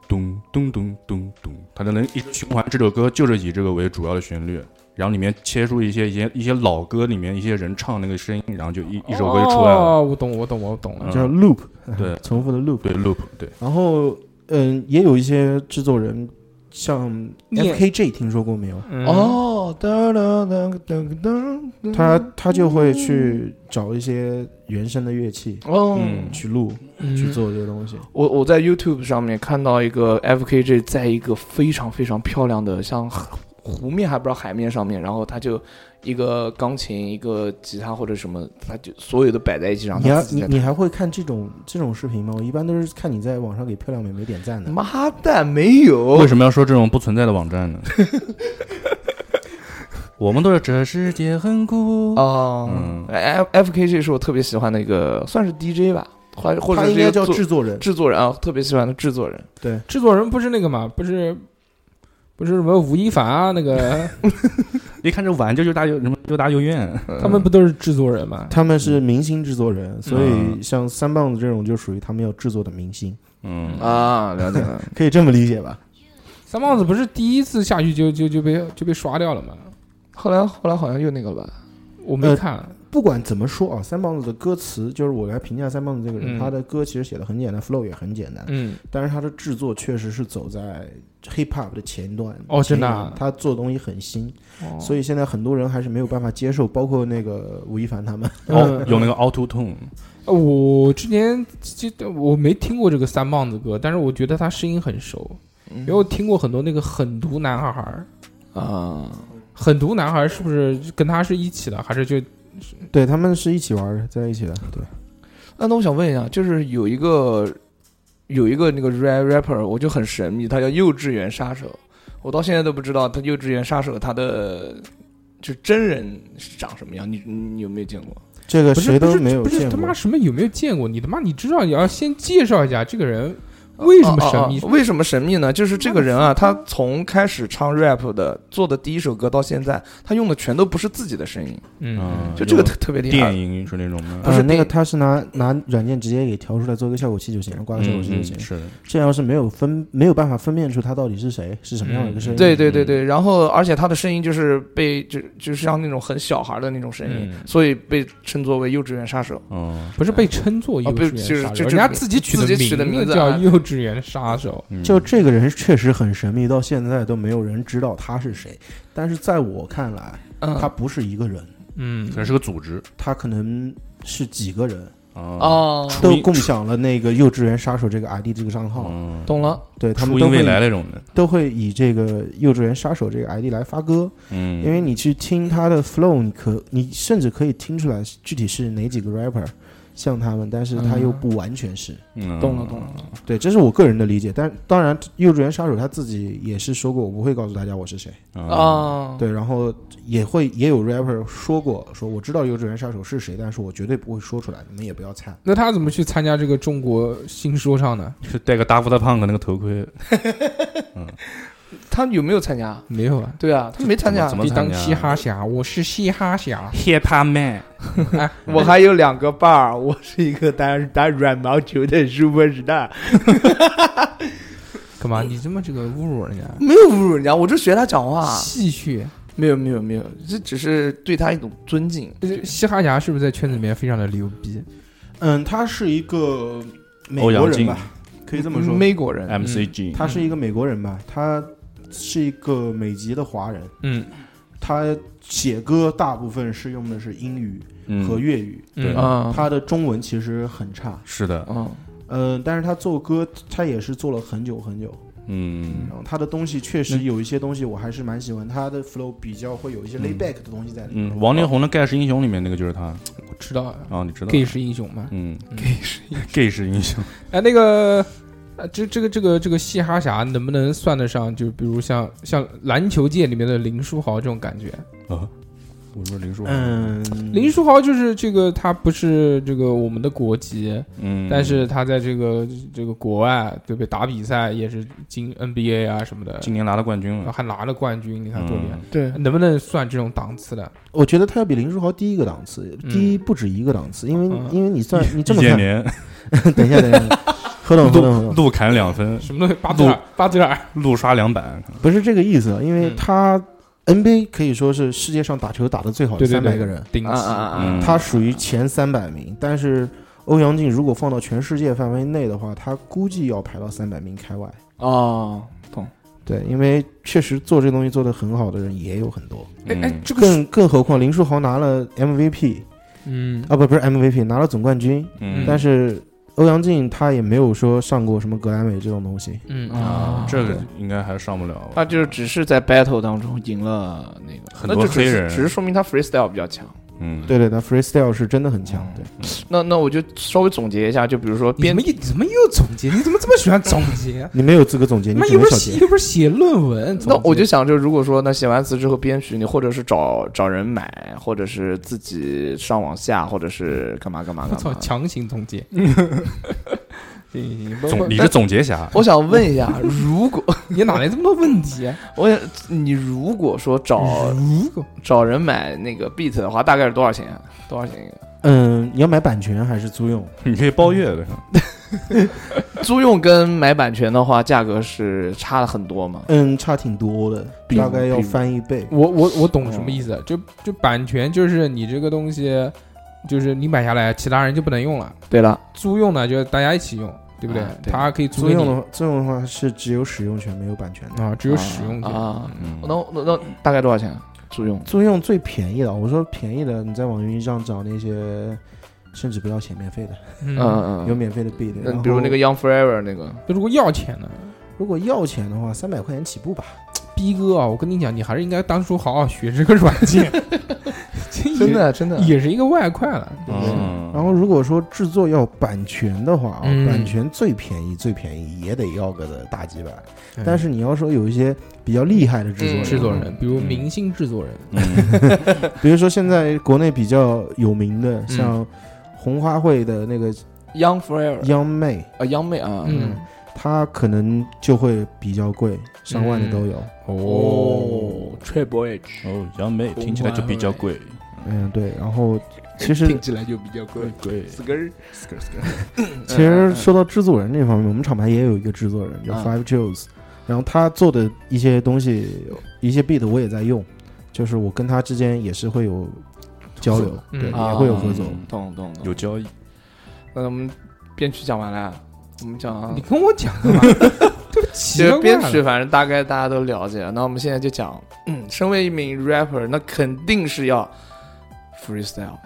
[SPEAKER 4] 咚咚咚咚咚咚，他就能一直循环这首歌，就是以这个为主要的旋律，然后里面切出一些一些一些老歌里面一些人唱那个声音，然后就一一首歌就出来了。
[SPEAKER 6] 哦，我懂，我懂，我懂了。
[SPEAKER 4] 嗯
[SPEAKER 3] 叫 loop，
[SPEAKER 4] 对
[SPEAKER 3] 重复的 loop，
[SPEAKER 4] 对，loop，对，
[SPEAKER 3] 然后，嗯，也有一些制作人，像
[SPEAKER 6] 念
[SPEAKER 3] FKJ，听说过没有？
[SPEAKER 6] 嗯，
[SPEAKER 5] 哦，噔噔噔噔噔噔，
[SPEAKER 3] 他他就会去找一些原声的乐器
[SPEAKER 5] 哦，
[SPEAKER 4] 嗯
[SPEAKER 3] 去录、
[SPEAKER 6] 嗯
[SPEAKER 3] 去做这些东西。
[SPEAKER 5] 我我在 YouTube 上面看到一个 FKG 在一个非常非常漂亮的像湖面还不知道海面上面，然后他就一个钢琴、一个吉他或者什么，他就所有的摆在一起，然后
[SPEAKER 3] 你
[SPEAKER 5] 啊他
[SPEAKER 3] 还
[SPEAKER 5] 自己
[SPEAKER 3] 你
[SPEAKER 5] 在弹。
[SPEAKER 3] 你还会看这种这种视频吗？我一般都是看你在网上给漂亮美眉点赞的。
[SPEAKER 5] 妈蛋，没有
[SPEAKER 4] 为，什么要说这种不存在的网站呢？ 我们都是这世界很酷，
[SPEAKER 5] 哦
[SPEAKER 4] 嗯
[SPEAKER 5] ，F F K G 是我特别喜欢的一个，算是 DJ 吧，或或者
[SPEAKER 3] 他
[SPEAKER 5] 是
[SPEAKER 3] 应
[SPEAKER 5] 一
[SPEAKER 3] 该
[SPEAKER 5] 个
[SPEAKER 3] 叫
[SPEAKER 5] 作
[SPEAKER 3] 制作人，
[SPEAKER 5] 制作人啊，特别喜欢的制作人。
[SPEAKER 3] 对，
[SPEAKER 6] 制作人不是那个嘛？不是，不是什么吴亦凡啊？那 个
[SPEAKER 4] 一看这碗就又大又什么又大又圆，
[SPEAKER 6] 他们不都是制作人嘛？
[SPEAKER 5] 嗯
[SPEAKER 3] 他们是明星制作人，所以
[SPEAKER 4] 嗯
[SPEAKER 3] 像三棒子这种就属于他们要制作的明星，
[SPEAKER 4] 嗯
[SPEAKER 3] 哦
[SPEAKER 5] 啊，了解了。
[SPEAKER 3] 可以这么理解吧？
[SPEAKER 6] 三胖子不是第一次下去就就就被就被刷掉了吗？
[SPEAKER 5] 后来后来好像又那个了吧？
[SPEAKER 6] 我没
[SPEAKER 3] 呃
[SPEAKER 6] 看，
[SPEAKER 3] 不管怎么说啊，三棒子的歌词就是我来评价三棒子这个人，
[SPEAKER 6] 嗯
[SPEAKER 3] 他的歌其实写的很简单，flow 也很简单，
[SPEAKER 6] 嗯，
[SPEAKER 3] 但是他的制作确实是走在 hip hop 的前段
[SPEAKER 6] 哦真的啊
[SPEAKER 3] 前沿他做的东西很新，
[SPEAKER 6] 哦
[SPEAKER 3] 所以现在很多人还是没有办法接受，包括那个吴亦凡他 们。
[SPEAKER 4] 哦，有那个 auto tone，
[SPEAKER 6] 呃我之前记得我没听过这个三棒子歌，但是我觉得他声音很熟，
[SPEAKER 5] 嗯
[SPEAKER 6] 因为我听过很多那个狠毒男孩儿，
[SPEAKER 5] 啊，
[SPEAKER 6] 狠毒男孩儿是不是跟他是一起的，还是就
[SPEAKER 3] 对他们是一起玩儿的，在一起的。对，
[SPEAKER 5] 那那我想问一下，就是有一个有一个那个 rap rapper，我就很神秘，他叫幼稚园杀手，我到现在都不知道他幼稚园杀手他的就真人是长什么样，你你有没有见过？
[SPEAKER 3] 这个
[SPEAKER 6] 不是
[SPEAKER 3] 谁都没有
[SPEAKER 6] 不是不
[SPEAKER 3] 见
[SPEAKER 6] 是他
[SPEAKER 3] 过
[SPEAKER 6] 妈。什么有没有见过？你他妈你知道你要先介绍一下这个人为什么神秘
[SPEAKER 5] 啊啊啊为什么神秘呢？就是这个人啊，他从开始唱 rap 的做的第一首歌到现在，他用的全都不是自己的声音，
[SPEAKER 6] 嗯
[SPEAKER 4] 嗯，
[SPEAKER 5] 就这个特特别厉
[SPEAKER 4] 电
[SPEAKER 5] 害。
[SPEAKER 4] 影是那种吗？
[SPEAKER 5] 不是
[SPEAKER 3] 呃那
[SPEAKER 5] 电
[SPEAKER 3] 个，
[SPEAKER 5] 影
[SPEAKER 3] 他是拿拿软件直接给调出来做一个效果器就行了，挂个效果
[SPEAKER 4] 嗯
[SPEAKER 3] 器就行
[SPEAKER 4] 嗯，。是的，
[SPEAKER 3] 这要是没有分没有办法分辨出他到底是谁，是什么样
[SPEAKER 6] 嗯
[SPEAKER 3] 的一个声音。
[SPEAKER 5] 对对对对，然后而且他的声音就是被就就是像那种很小孩的那种声音，
[SPEAKER 6] 嗯
[SPEAKER 5] 所以被称作为幼稚园杀手。
[SPEAKER 4] 嗯
[SPEAKER 6] 不是被称作幼
[SPEAKER 5] 啊不是
[SPEAKER 6] 稚
[SPEAKER 5] 就
[SPEAKER 6] 园
[SPEAKER 5] 是
[SPEAKER 6] 杀手，
[SPEAKER 5] 就
[SPEAKER 6] 人
[SPEAKER 5] 就
[SPEAKER 6] 家
[SPEAKER 5] 是
[SPEAKER 6] 自己取
[SPEAKER 5] 自己取的名
[SPEAKER 6] 名
[SPEAKER 5] 字
[SPEAKER 6] 叫
[SPEAKER 5] 啊
[SPEAKER 6] 幼稚园杀手。
[SPEAKER 4] 嗯，
[SPEAKER 3] 就这个人确实很神秘，到现在都没有人知道他是谁。但是在我看来，
[SPEAKER 5] 嗯，
[SPEAKER 3] 他不是一个人，
[SPEAKER 6] 嗯
[SPEAKER 4] 可，能是个组织
[SPEAKER 3] 他可能是几个人
[SPEAKER 4] 啊，
[SPEAKER 5] 哦，
[SPEAKER 3] 都共享了那个幼稚园杀手这个 ID 这个账号，
[SPEAKER 4] 嗯
[SPEAKER 5] 懂了。
[SPEAKER 3] 对他
[SPEAKER 4] 初
[SPEAKER 3] 们
[SPEAKER 4] 音
[SPEAKER 3] 都
[SPEAKER 4] 未来
[SPEAKER 3] 会
[SPEAKER 4] 那种的，
[SPEAKER 3] 都会以这个幼稚园杀手这个 ID 来发歌，
[SPEAKER 4] 嗯，
[SPEAKER 3] 因为你去听他的 flow，你可你甚至可以听出来具体是哪几个 rapper 像他们，但是他又不完全是。
[SPEAKER 4] 嗯
[SPEAKER 5] 懂了懂了，
[SPEAKER 3] 对，这是我个人的理解，但当然，幼稚园杀手他自己也是说过，我不会告诉大家我是谁。
[SPEAKER 4] 啊，
[SPEAKER 5] 啊，
[SPEAKER 3] 对，然后也会也有 rapper 说过，说我知道幼稚园杀手是谁，但是我绝对不会说出来，你们也不要猜。
[SPEAKER 6] 那他怎么去参加这个中国新说唱呢？
[SPEAKER 4] 就戴个大富大胖的那个头盔，
[SPEAKER 5] 他有没有参加？
[SPEAKER 6] 没有啊，
[SPEAKER 5] 对啊，他没参加
[SPEAKER 4] 怎。么
[SPEAKER 6] 你当
[SPEAKER 4] 参加
[SPEAKER 6] 嘻哈侠，我是嘻哈侠。
[SPEAKER 4] hip hop man，
[SPEAKER 5] 我还有两个伴儿，我是一个打打软毛球的 super star，
[SPEAKER 6] 干嘛？你这么这个侮辱人家？
[SPEAKER 5] 没有侮辱人家，我就学他讲话。
[SPEAKER 6] 戏谑，
[SPEAKER 5] 没有没有没有，这只是对他一种尊敬。
[SPEAKER 6] 呃嘻哈侠是不是在圈子里面非常的牛逼？
[SPEAKER 3] 嗯，他是一个美
[SPEAKER 4] 欧
[SPEAKER 3] 国
[SPEAKER 4] 阳
[SPEAKER 3] 人
[SPEAKER 4] 靖
[SPEAKER 3] 吧，可以这么说，
[SPEAKER 5] 美国人，
[SPEAKER 4] ，MC G，
[SPEAKER 3] 他是一个美国人吧，他是一个美籍的华人，
[SPEAKER 6] 嗯，
[SPEAKER 3] 他写歌大部分是用的是英语和
[SPEAKER 4] 嗯，
[SPEAKER 3] 粤语，
[SPEAKER 4] 对
[SPEAKER 6] 嗯
[SPEAKER 5] 啊，
[SPEAKER 3] 他的中文其实很差。
[SPEAKER 4] 是的，
[SPEAKER 5] 嗯
[SPEAKER 3] 嗯，但是他做歌，他也是做了很久很久。
[SPEAKER 4] 嗯
[SPEAKER 3] 然后他的东西确实有一些东西我还是蛮喜欢，他的 flow 比较会有一些 lay back 的东西在里面。
[SPEAKER 4] 嗯嗯，王力宏的《盖世英雄》里面那个就是他
[SPEAKER 6] 我知道啊
[SPEAKER 4] 啊，你知道
[SPEAKER 6] ，gay 是英雄嘛。
[SPEAKER 4] 嗯
[SPEAKER 6] ，gay 是
[SPEAKER 4] ，gay 是英雄，
[SPEAKER 6] 哎，那个，呃，这这个这个这个嘻哈侠能不能算得上？就比如像像篮球界里面的林书豪这种感觉。
[SPEAKER 4] 我说林书豪，
[SPEAKER 3] 嗯，
[SPEAKER 6] 林书豪就是这个，他不是这个我们的国籍，
[SPEAKER 4] 嗯，
[SPEAKER 6] 但是他在这个这个国外对不对打比赛也是进 NBA 啊什么的，
[SPEAKER 4] 今年拿了冠军了，
[SPEAKER 6] 还拿了冠军，你看啊多厉害！
[SPEAKER 4] 嗯，
[SPEAKER 5] 对，
[SPEAKER 6] 能不能算这种档次的？
[SPEAKER 3] 我觉得他要比林书豪低一个档次，
[SPEAKER 6] 嗯
[SPEAKER 3] 低不止一个档次，因为
[SPEAKER 6] 嗯
[SPEAKER 3] 因为你算你这
[SPEAKER 4] 易
[SPEAKER 3] 么
[SPEAKER 4] 建
[SPEAKER 3] 看，
[SPEAKER 4] 联
[SPEAKER 3] 等一下等一下，何 总何总何
[SPEAKER 4] 怒
[SPEAKER 3] 总，
[SPEAKER 4] 怒砍两分，
[SPEAKER 6] 什么东西？巴特尔，巴特尔，
[SPEAKER 4] 怒刷两板，
[SPEAKER 3] 不是这个意思啊，因为
[SPEAKER 6] 嗯
[SPEAKER 3] 他 NBA 可以说是世界上打球打得最好的
[SPEAKER 6] 对对
[SPEAKER 3] 三
[SPEAKER 6] 对
[SPEAKER 3] 百个人，
[SPEAKER 6] 顶级
[SPEAKER 5] 啊啊啊
[SPEAKER 4] 嗯
[SPEAKER 5] 啊，
[SPEAKER 3] 他属于前三百名，但是。欧阳靖如果放到全世界范围内的话，他估计要排到三百名开外。
[SPEAKER 5] 哦，懂。
[SPEAKER 3] 对，因为确实做这东西做得很好的人也有很多。
[SPEAKER 6] 哎哎
[SPEAKER 4] 嗯，
[SPEAKER 6] 这个是
[SPEAKER 3] 更更何况林书豪拿了 MVP
[SPEAKER 6] 嗯
[SPEAKER 3] 啊，不不是 MVP，拿了总冠军，
[SPEAKER 4] 嗯，
[SPEAKER 3] 但是欧阳靖他也没有说上过什么格莱美这种东西。
[SPEAKER 6] 嗯
[SPEAKER 5] 啊
[SPEAKER 4] 这个应该还上不了，
[SPEAKER 5] 他就是只是在 battle 当中赢了那个
[SPEAKER 4] 很
[SPEAKER 5] 那
[SPEAKER 4] 多
[SPEAKER 5] 就只
[SPEAKER 4] 黑
[SPEAKER 5] 是
[SPEAKER 4] 人
[SPEAKER 5] 只是说明他 freestyle 比较强。
[SPEAKER 4] 嗯，
[SPEAKER 3] 对对，他 freestyle 是真的很强。对，
[SPEAKER 5] 那那我就稍微总结一下，就比如说
[SPEAKER 6] 你
[SPEAKER 5] 编
[SPEAKER 6] 怎么又怎么又总结？你怎么这么喜欢总结啊？
[SPEAKER 3] 你没有资格总结，你
[SPEAKER 6] 妈
[SPEAKER 3] 只
[SPEAKER 6] 又不
[SPEAKER 3] 能
[SPEAKER 6] 是
[SPEAKER 3] 小
[SPEAKER 6] 写
[SPEAKER 3] 结。
[SPEAKER 6] 又不是写论文，
[SPEAKER 5] 那
[SPEAKER 6] 总结
[SPEAKER 5] 我就想，就如果说那写完词之后编曲，你或者是找找人买，或者是自己上网下，或者是干嘛干嘛
[SPEAKER 6] 我
[SPEAKER 5] 干
[SPEAKER 6] 操，
[SPEAKER 5] 嘛。
[SPEAKER 6] 强行总结。行行行，不不
[SPEAKER 4] 总你是总结侠，
[SPEAKER 5] 我想问一下，如果
[SPEAKER 6] 你哪来这么多问题啊？
[SPEAKER 5] 我想你如果说找
[SPEAKER 6] 如果
[SPEAKER 5] 找人买那个 beat 的话，大概是多少钱啊？多少钱一个？
[SPEAKER 3] 嗯，你要买版权还是租用？
[SPEAKER 4] 你可以包月的，
[SPEAKER 5] 租用跟买版权的话，价格是差了很多嘛？
[SPEAKER 3] 嗯，差挺多的，
[SPEAKER 5] 比
[SPEAKER 3] 大概要
[SPEAKER 5] 比
[SPEAKER 3] 翻嗯一倍。
[SPEAKER 6] 我我我懂什么意思，啊就就版权就是你这个东西，就是你买下来，其他人就不能用了，
[SPEAKER 5] 对了，
[SPEAKER 6] 租用呢就大家一起用，对不对
[SPEAKER 5] 啊？对
[SPEAKER 6] 他可以租
[SPEAKER 3] 租
[SPEAKER 6] 给你
[SPEAKER 3] 用的话，租用的话是只有使用权没有版权的。
[SPEAKER 6] 啊，只有使用权
[SPEAKER 5] 啊
[SPEAKER 4] 嗯，
[SPEAKER 5] 那那那大概多少钱啊？租用
[SPEAKER 3] 租用最便宜的，我说便宜的，你在网易上找那些，甚至不要钱，免费的，
[SPEAKER 5] 嗯
[SPEAKER 6] 嗯，
[SPEAKER 5] 嗯
[SPEAKER 3] 有
[SPEAKER 5] 嗯，
[SPEAKER 3] 免费的 B 的。
[SPEAKER 5] 那
[SPEAKER 3] 然
[SPEAKER 5] 比如
[SPEAKER 3] 后
[SPEAKER 5] 那个 Young Forever 那个，
[SPEAKER 6] 那如果要钱呢？
[SPEAKER 3] 如果要钱的话，三百块钱起步吧。
[SPEAKER 6] 逼哥啊，我跟你讲，你还是应该当初好好学这个软件，这也
[SPEAKER 5] 真的真的，
[SPEAKER 6] 也是一个外快了。
[SPEAKER 3] 对不对
[SPEAKER 4] 嗯
[SPEAKER 3] 然后如果说制作要版权的话啊，
[SPEAKER 6] 嗯
[SPEAKER 3] 版权最便宜最便宜也得要个的大几百。
[SPEAKER 6] 对
[SPEAKER 3] 但是你要说有一些比较厉害的嗯制作人，
[SPEAKER 5] 嗯
[SPEAKER 6] 制作人，比如明星制作人，
[SPEAKER 4] 嗯
[SPEAKER 3] 比如说现在国内比较有名
[SPEAKER 5] 嗯
[SPEAKER 3] 的，像红花会的那个
[SPEAKER 5] Young Forever
[SPEAKER 3] 央妹，
[SPEAKER 5] 啊，Young 妹啊，
[SPEAKER 6] 嗯，
[SPEAKER 3] 她可能就会比较贵，上万的都有。
[SPEAKER 5] 哦，Triple H，
[SPEAKER 4] 哦，杨梅听起来就比较贵，
[SPEAKER 3] 嗯，对。然后 其实
[SPEAKER 5] 起来就比较贵，
[SPEAKER 4] 贵，
[SPEAKER 5] 四根儿，嗯
[SPEAKER 3] 其实说到制作人这方面，我们厂牌也有一个制作人叫
[SPEAKER 5] 啊
[SPEAKER 3] Five Jules，、然后他做的一些东西，一些 beat 我也在用，就是我跟他之间也是会有交流，
[SPEAKER 6] 嗯
[SPEAKER 3] 对，
[SPEAKER 5] 啊
[SPEAKER 3] 也会有合作。
[SPEAKER 4] 嗯
[SPEAKER 5] 懂懂懂。
[SPEAKER 4] 有交易，
[SPEAKER 5] 那我们编曲讲完了，我们讲
[SPEAKER 6] 你跟我讲干 嘛？对不起，
[SPEAKER 5] 其实编曲
[SPEAKER 6] 了
[SPEAKER 5] 反正大概大家都了解，那我们现在就讲，嗯，身为一名 rapper，那肯定是要 freestyle，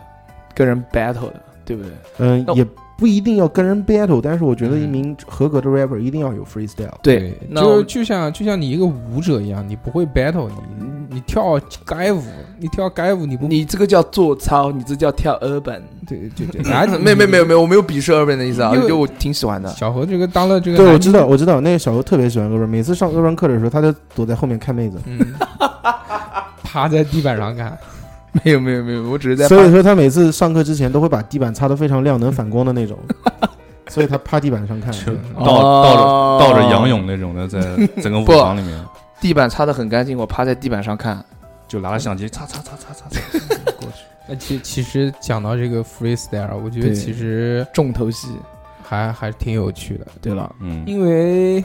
[SPEAKER 5] 跟人 battle 的，对不对？
[SPEAKER 3] 嗯、
[SPEAKER 5] 那我嗯
[SPEAKER 3] 也不一定要跟人 battle，但是我觉得一名合格的 rapper 一定要有 freestyle。
[SPEAKER 6] 对，
[SPEAKER 5] 那我
[SPEAKER 6] 就
[SPEAKER 5] 们
[SPEAKER 6] 就像就像你一个舞者一样，你不会 battle，你你跳街舞，你跳街舞你不
[SPEAKER 5] 你这个叫做操，你这叫跳 urban。嗯
[SPEAKER 6] 对对 对，男
[SPEAKER 5] 没有没有没有没有，我没有鄙视 urban 的意思啊，
[SPEAKER 6] 啊因为
[SPEAKER 5] 就我挺喜 欢的。
[SPEAKER 6] 小何这个当了这个
[SPEAKER 3] 对，
[SPEAKER 6] 男
[SPEAKER 3] 我知道，我知道，那个小何特别喜欢 rapper，每次上 rapper 课的时候，他就躲在后面看妹子，
[SPEAKER 6] 嗯，趴在地板上看，
[SPEAKER 5] 没有没有没有，我只是在
[SPEAKER 3] 所以说他每次上课之前都会把地板擦得非常亮，能反光的那种，所以他趴地板上看。
[SPEAKER 4] 就
[SPEAKER 6] 嗯
[SPEAKER 4] 倒倒着倒着仰泳那种的，在整个舞
[SPEAKER 5] 啊不
[SPEAKER 4] 堂里面，
[SPEAKER 5] 哦地板擦得很干净，我趴在地板上看。
[SPEAKER 4] 就拿着相机擦擦擦擦擦擦，
[SPEAKER 6] 那其其实讲到这个 freestyle，我觉得
[SPEAKER 5] 对
[SPEAKER 6] 其实
[SPEAKER 5] 重头戏。
[SPEAKER 6] 还还挺有趣的，
[SPEAKER 5] 对了，
[SPEAKER 4] 嗯，
[SPEAKER 6] 因为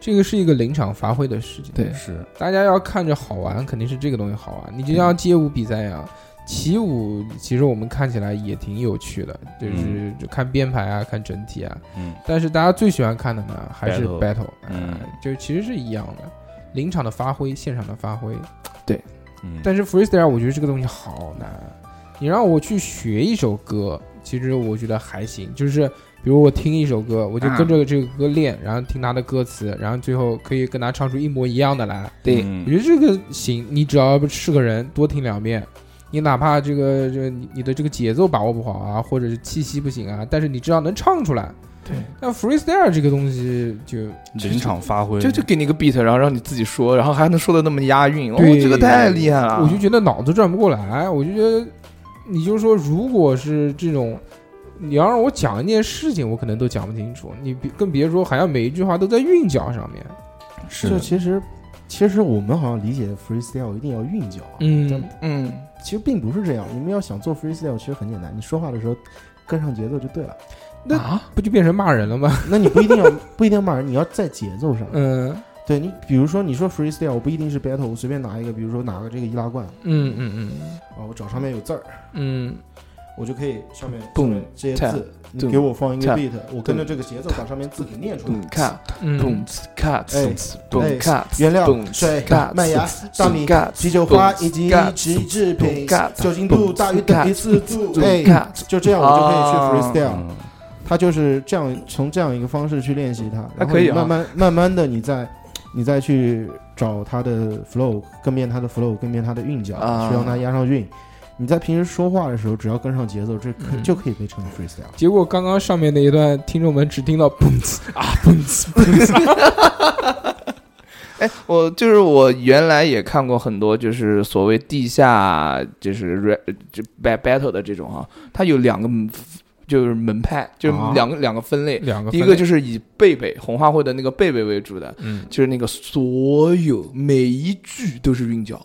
[SPEAKER 6] 这个是一个临场发挥的事情，
[SPEAKER 5] 对
[SPEAKER 4] 是，
[SPEAKER 6] 大家要看着好玩，肯定是这个东西好玩。你就像街舞比赛一样，起舞其实我们看起来也挺有趣的，就是
[SPEAKER 4] 嗯
[SPEAKER 6] 就看编排啊，看整体啊。
[SPEAKER 4] 嗯
[SPEAKER 6] 但是大家最喜欢看的呢，还是
[SPEAKER 4] Battle
[SPEAKER 6] battle，哎
[SPEAKER 4] 嗯
[SPEAKER 6] 呃就其实是一样的，临场的发挥，现场的发挥。
[SPEAKER 5] 对，
[SPEAKER 4] 嗯，
[SPEAKER 6] 但是 freestyle 我觉得这个东西好难，你让我去学一首歌，其实我觉得还行，就是比如我听一首歌，我就
[SPEAKER 4] 啊
[SPEAKER 6] 跟着这个歌练，然后听他的歌词，然后最后可以跟他唱出一模一样的来。
[SPEAKER 5] 对，
[SPEAKER 6] 我
[SPEAKER 4] 嗯
[SPEAKER 6] 觉得这个行，你只要是个人，多听两遍。你哪怕这个这个你你的这个节奏把握不好啊，或者是气息不行啊，但是你至少能唱出来。
[SPEAKER 5] 对，
[SPEAKER 6] 但 freestyle 这个东西就
[SPEAKER 4] 临场发挥，
[SPEAKER 5] 就就给你个 beat，然后让你自己说，然后还能说的那么押韵，哦，
[SPEAKER 6] 对
[SPEAKER 5] 这个太厉害了。
[SPEAKER 6] 我就觉得脑子转不过来，我就觉得，你就说如果是这种，你要让我讲一件事情，我可能都讲不清楚，你别更别说好像每一句话都在韵脚上面。
[SPEAKER 4] 是
[SPEAKER 3] 这其实其实我们好像理解 freestyle 一定要韵脚啊，
[SPEAKER 6] 嗯，
[SPEAKER 5] 嗯，
[SPEAKER 3] 其实并不是这样。你们要想做 freestyle，其实很简单，你说话的时候跟上节奏就对了。
[SPEAKER 6] 那
[SPEAKER 5] 啊，
[SPEAKER 6] 不就变成骂人了吗？
[SPEAKER 3] 那你不一定要不一定要骂人，你要在节奏上。
[SPEAKER 6] 嗯
[SPEAKER 3] 对你，比如说你说 freestyle，我不一定是 battle，我随便拿一个，比如说拿个这个易拉罐
[SPEAKER 6] 嗯嗯
[SPEAKER 3] 啊，我找上面有字儿，
[SPEAKER 6] 嗯
[SPEAKER 3] 我就可以上面
[SPEAKER 5] 蹦
[SPEAKER 3] 上面这些
[SPEAKER 5] 跳
[SPEAKER 3] 字，你
[SPEAKER 5] 动
[SPEAKER 3] 给我放一个
[SPEAKER 5] 跳
[SPEAKER 3] beat，我跟着这个节奏把上面字给念出来
[SPEAKER 5] 蹦。咔
[SPEAKER 6] 嗯
[SPEAKER 5] 蹦
[SPEAKER 6] 嗯，
[SPEAKER 5] 咔
[SPEAKER 3] 哎
[SPEAKER 5] 蹦咔，
[SPEAKER 3] 原料
[SPEAKER 5] 蹦、
[SPEAKER 3] 水
[SPEAKER 5] 嘎、
[SPEAKER 3] 麦芽、大米、
[SPEAKER 5] 嘎、
[SPEAKER 3] 啤酒花以及
[SPEAKER 5] 嘎
[SPEAKER 3] 其制品
[SPEAKER 5] 嘎，
[SPEAKER 3] 酒精度大于等于四度。哎
[SPEAKER 5] 嘎，
[SPEAKER 3] 就这样我就可以去
[SPEAKER 5] 哦
[SPEAKER 3] freestyle。
[SPEAKER 4] 嗯
[SPEAKER 3] 他就是这样从这样一个方式去练习它，
[SPEAKER 5] 还
[SPEAKER 3] 然后
[SPEAKER 5] 可以
[SPEAKER 3] 你
[SPEAKER 5] 啊
[SPEAKER 3] 慢慢慢慢的你再你再去找它的 flow，跟变它的 flow，跟变它的韵脚，
[SPEAKER 5] 啊
[SPEAKER 3] 去让它押上韵。你在平时说话的时候，只要跟上节奏，这可
[SPEAKER 6] 嗯
[SPEAKER 3] 就可以被称为 freestyle。
[SPEAKER 6] 结果刚刚上面那一段，听众们只听到 蹦次啊蹦次蹦次，
[SPEAKER 5] 哎，我就是我原来也看过很多，就是所谓地下就是 rap 就 ba- battle 的这种啊，它有两个门就是门派，就是
[SPEAKER 6] 啊
[SPEAKER 5] 两个、两个分类。
[SPEAKER 6] 两个
[SPEAKER 5] 第一个就是是以贝贝红花会的那个贝贝为主的，
[SPEAKER 6] 嗯
[SPEAKER 5] 就是那个所有每一句都是韵脚，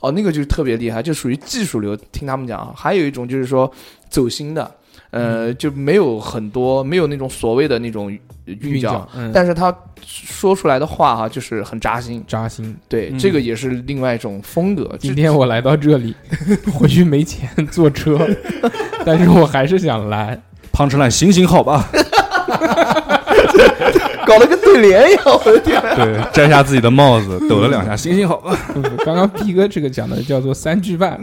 [SPEAKER 5] 哦，那个就是特别厉害，就属于技术流。听他们讲啊，还有一种就是说走心的，呃，就没有很多没有那种所谓的那种韵
[SPEAKER 6] 韵
[SPEAKER 5] 脚，，
[SPEAKER 6] 嗯，
[SPEAKER 5] 但是他说出来的话哈、就是很扎心。
[SPEAKER 6] 扎心。
[SPEAKER 5] 对，
[SPEAKER 4] 嗯
[SPEAKER 5] 这个也是另外一种风格。
[SPEAKER 6] 今天我来到这里， 回去没钱坐车， 但是我还是想来。
[SPEAKER 4] 胖吃烂，行行好吧，
[SPEAKER 5] 这搞了个对联一样，我的天！
[SPEAKER 4] 对，摘下自己的帽子，抖了两下，行行好吧，
[SPEAKER 6] 不不刚刚逼哥这个讲的叫做三句半，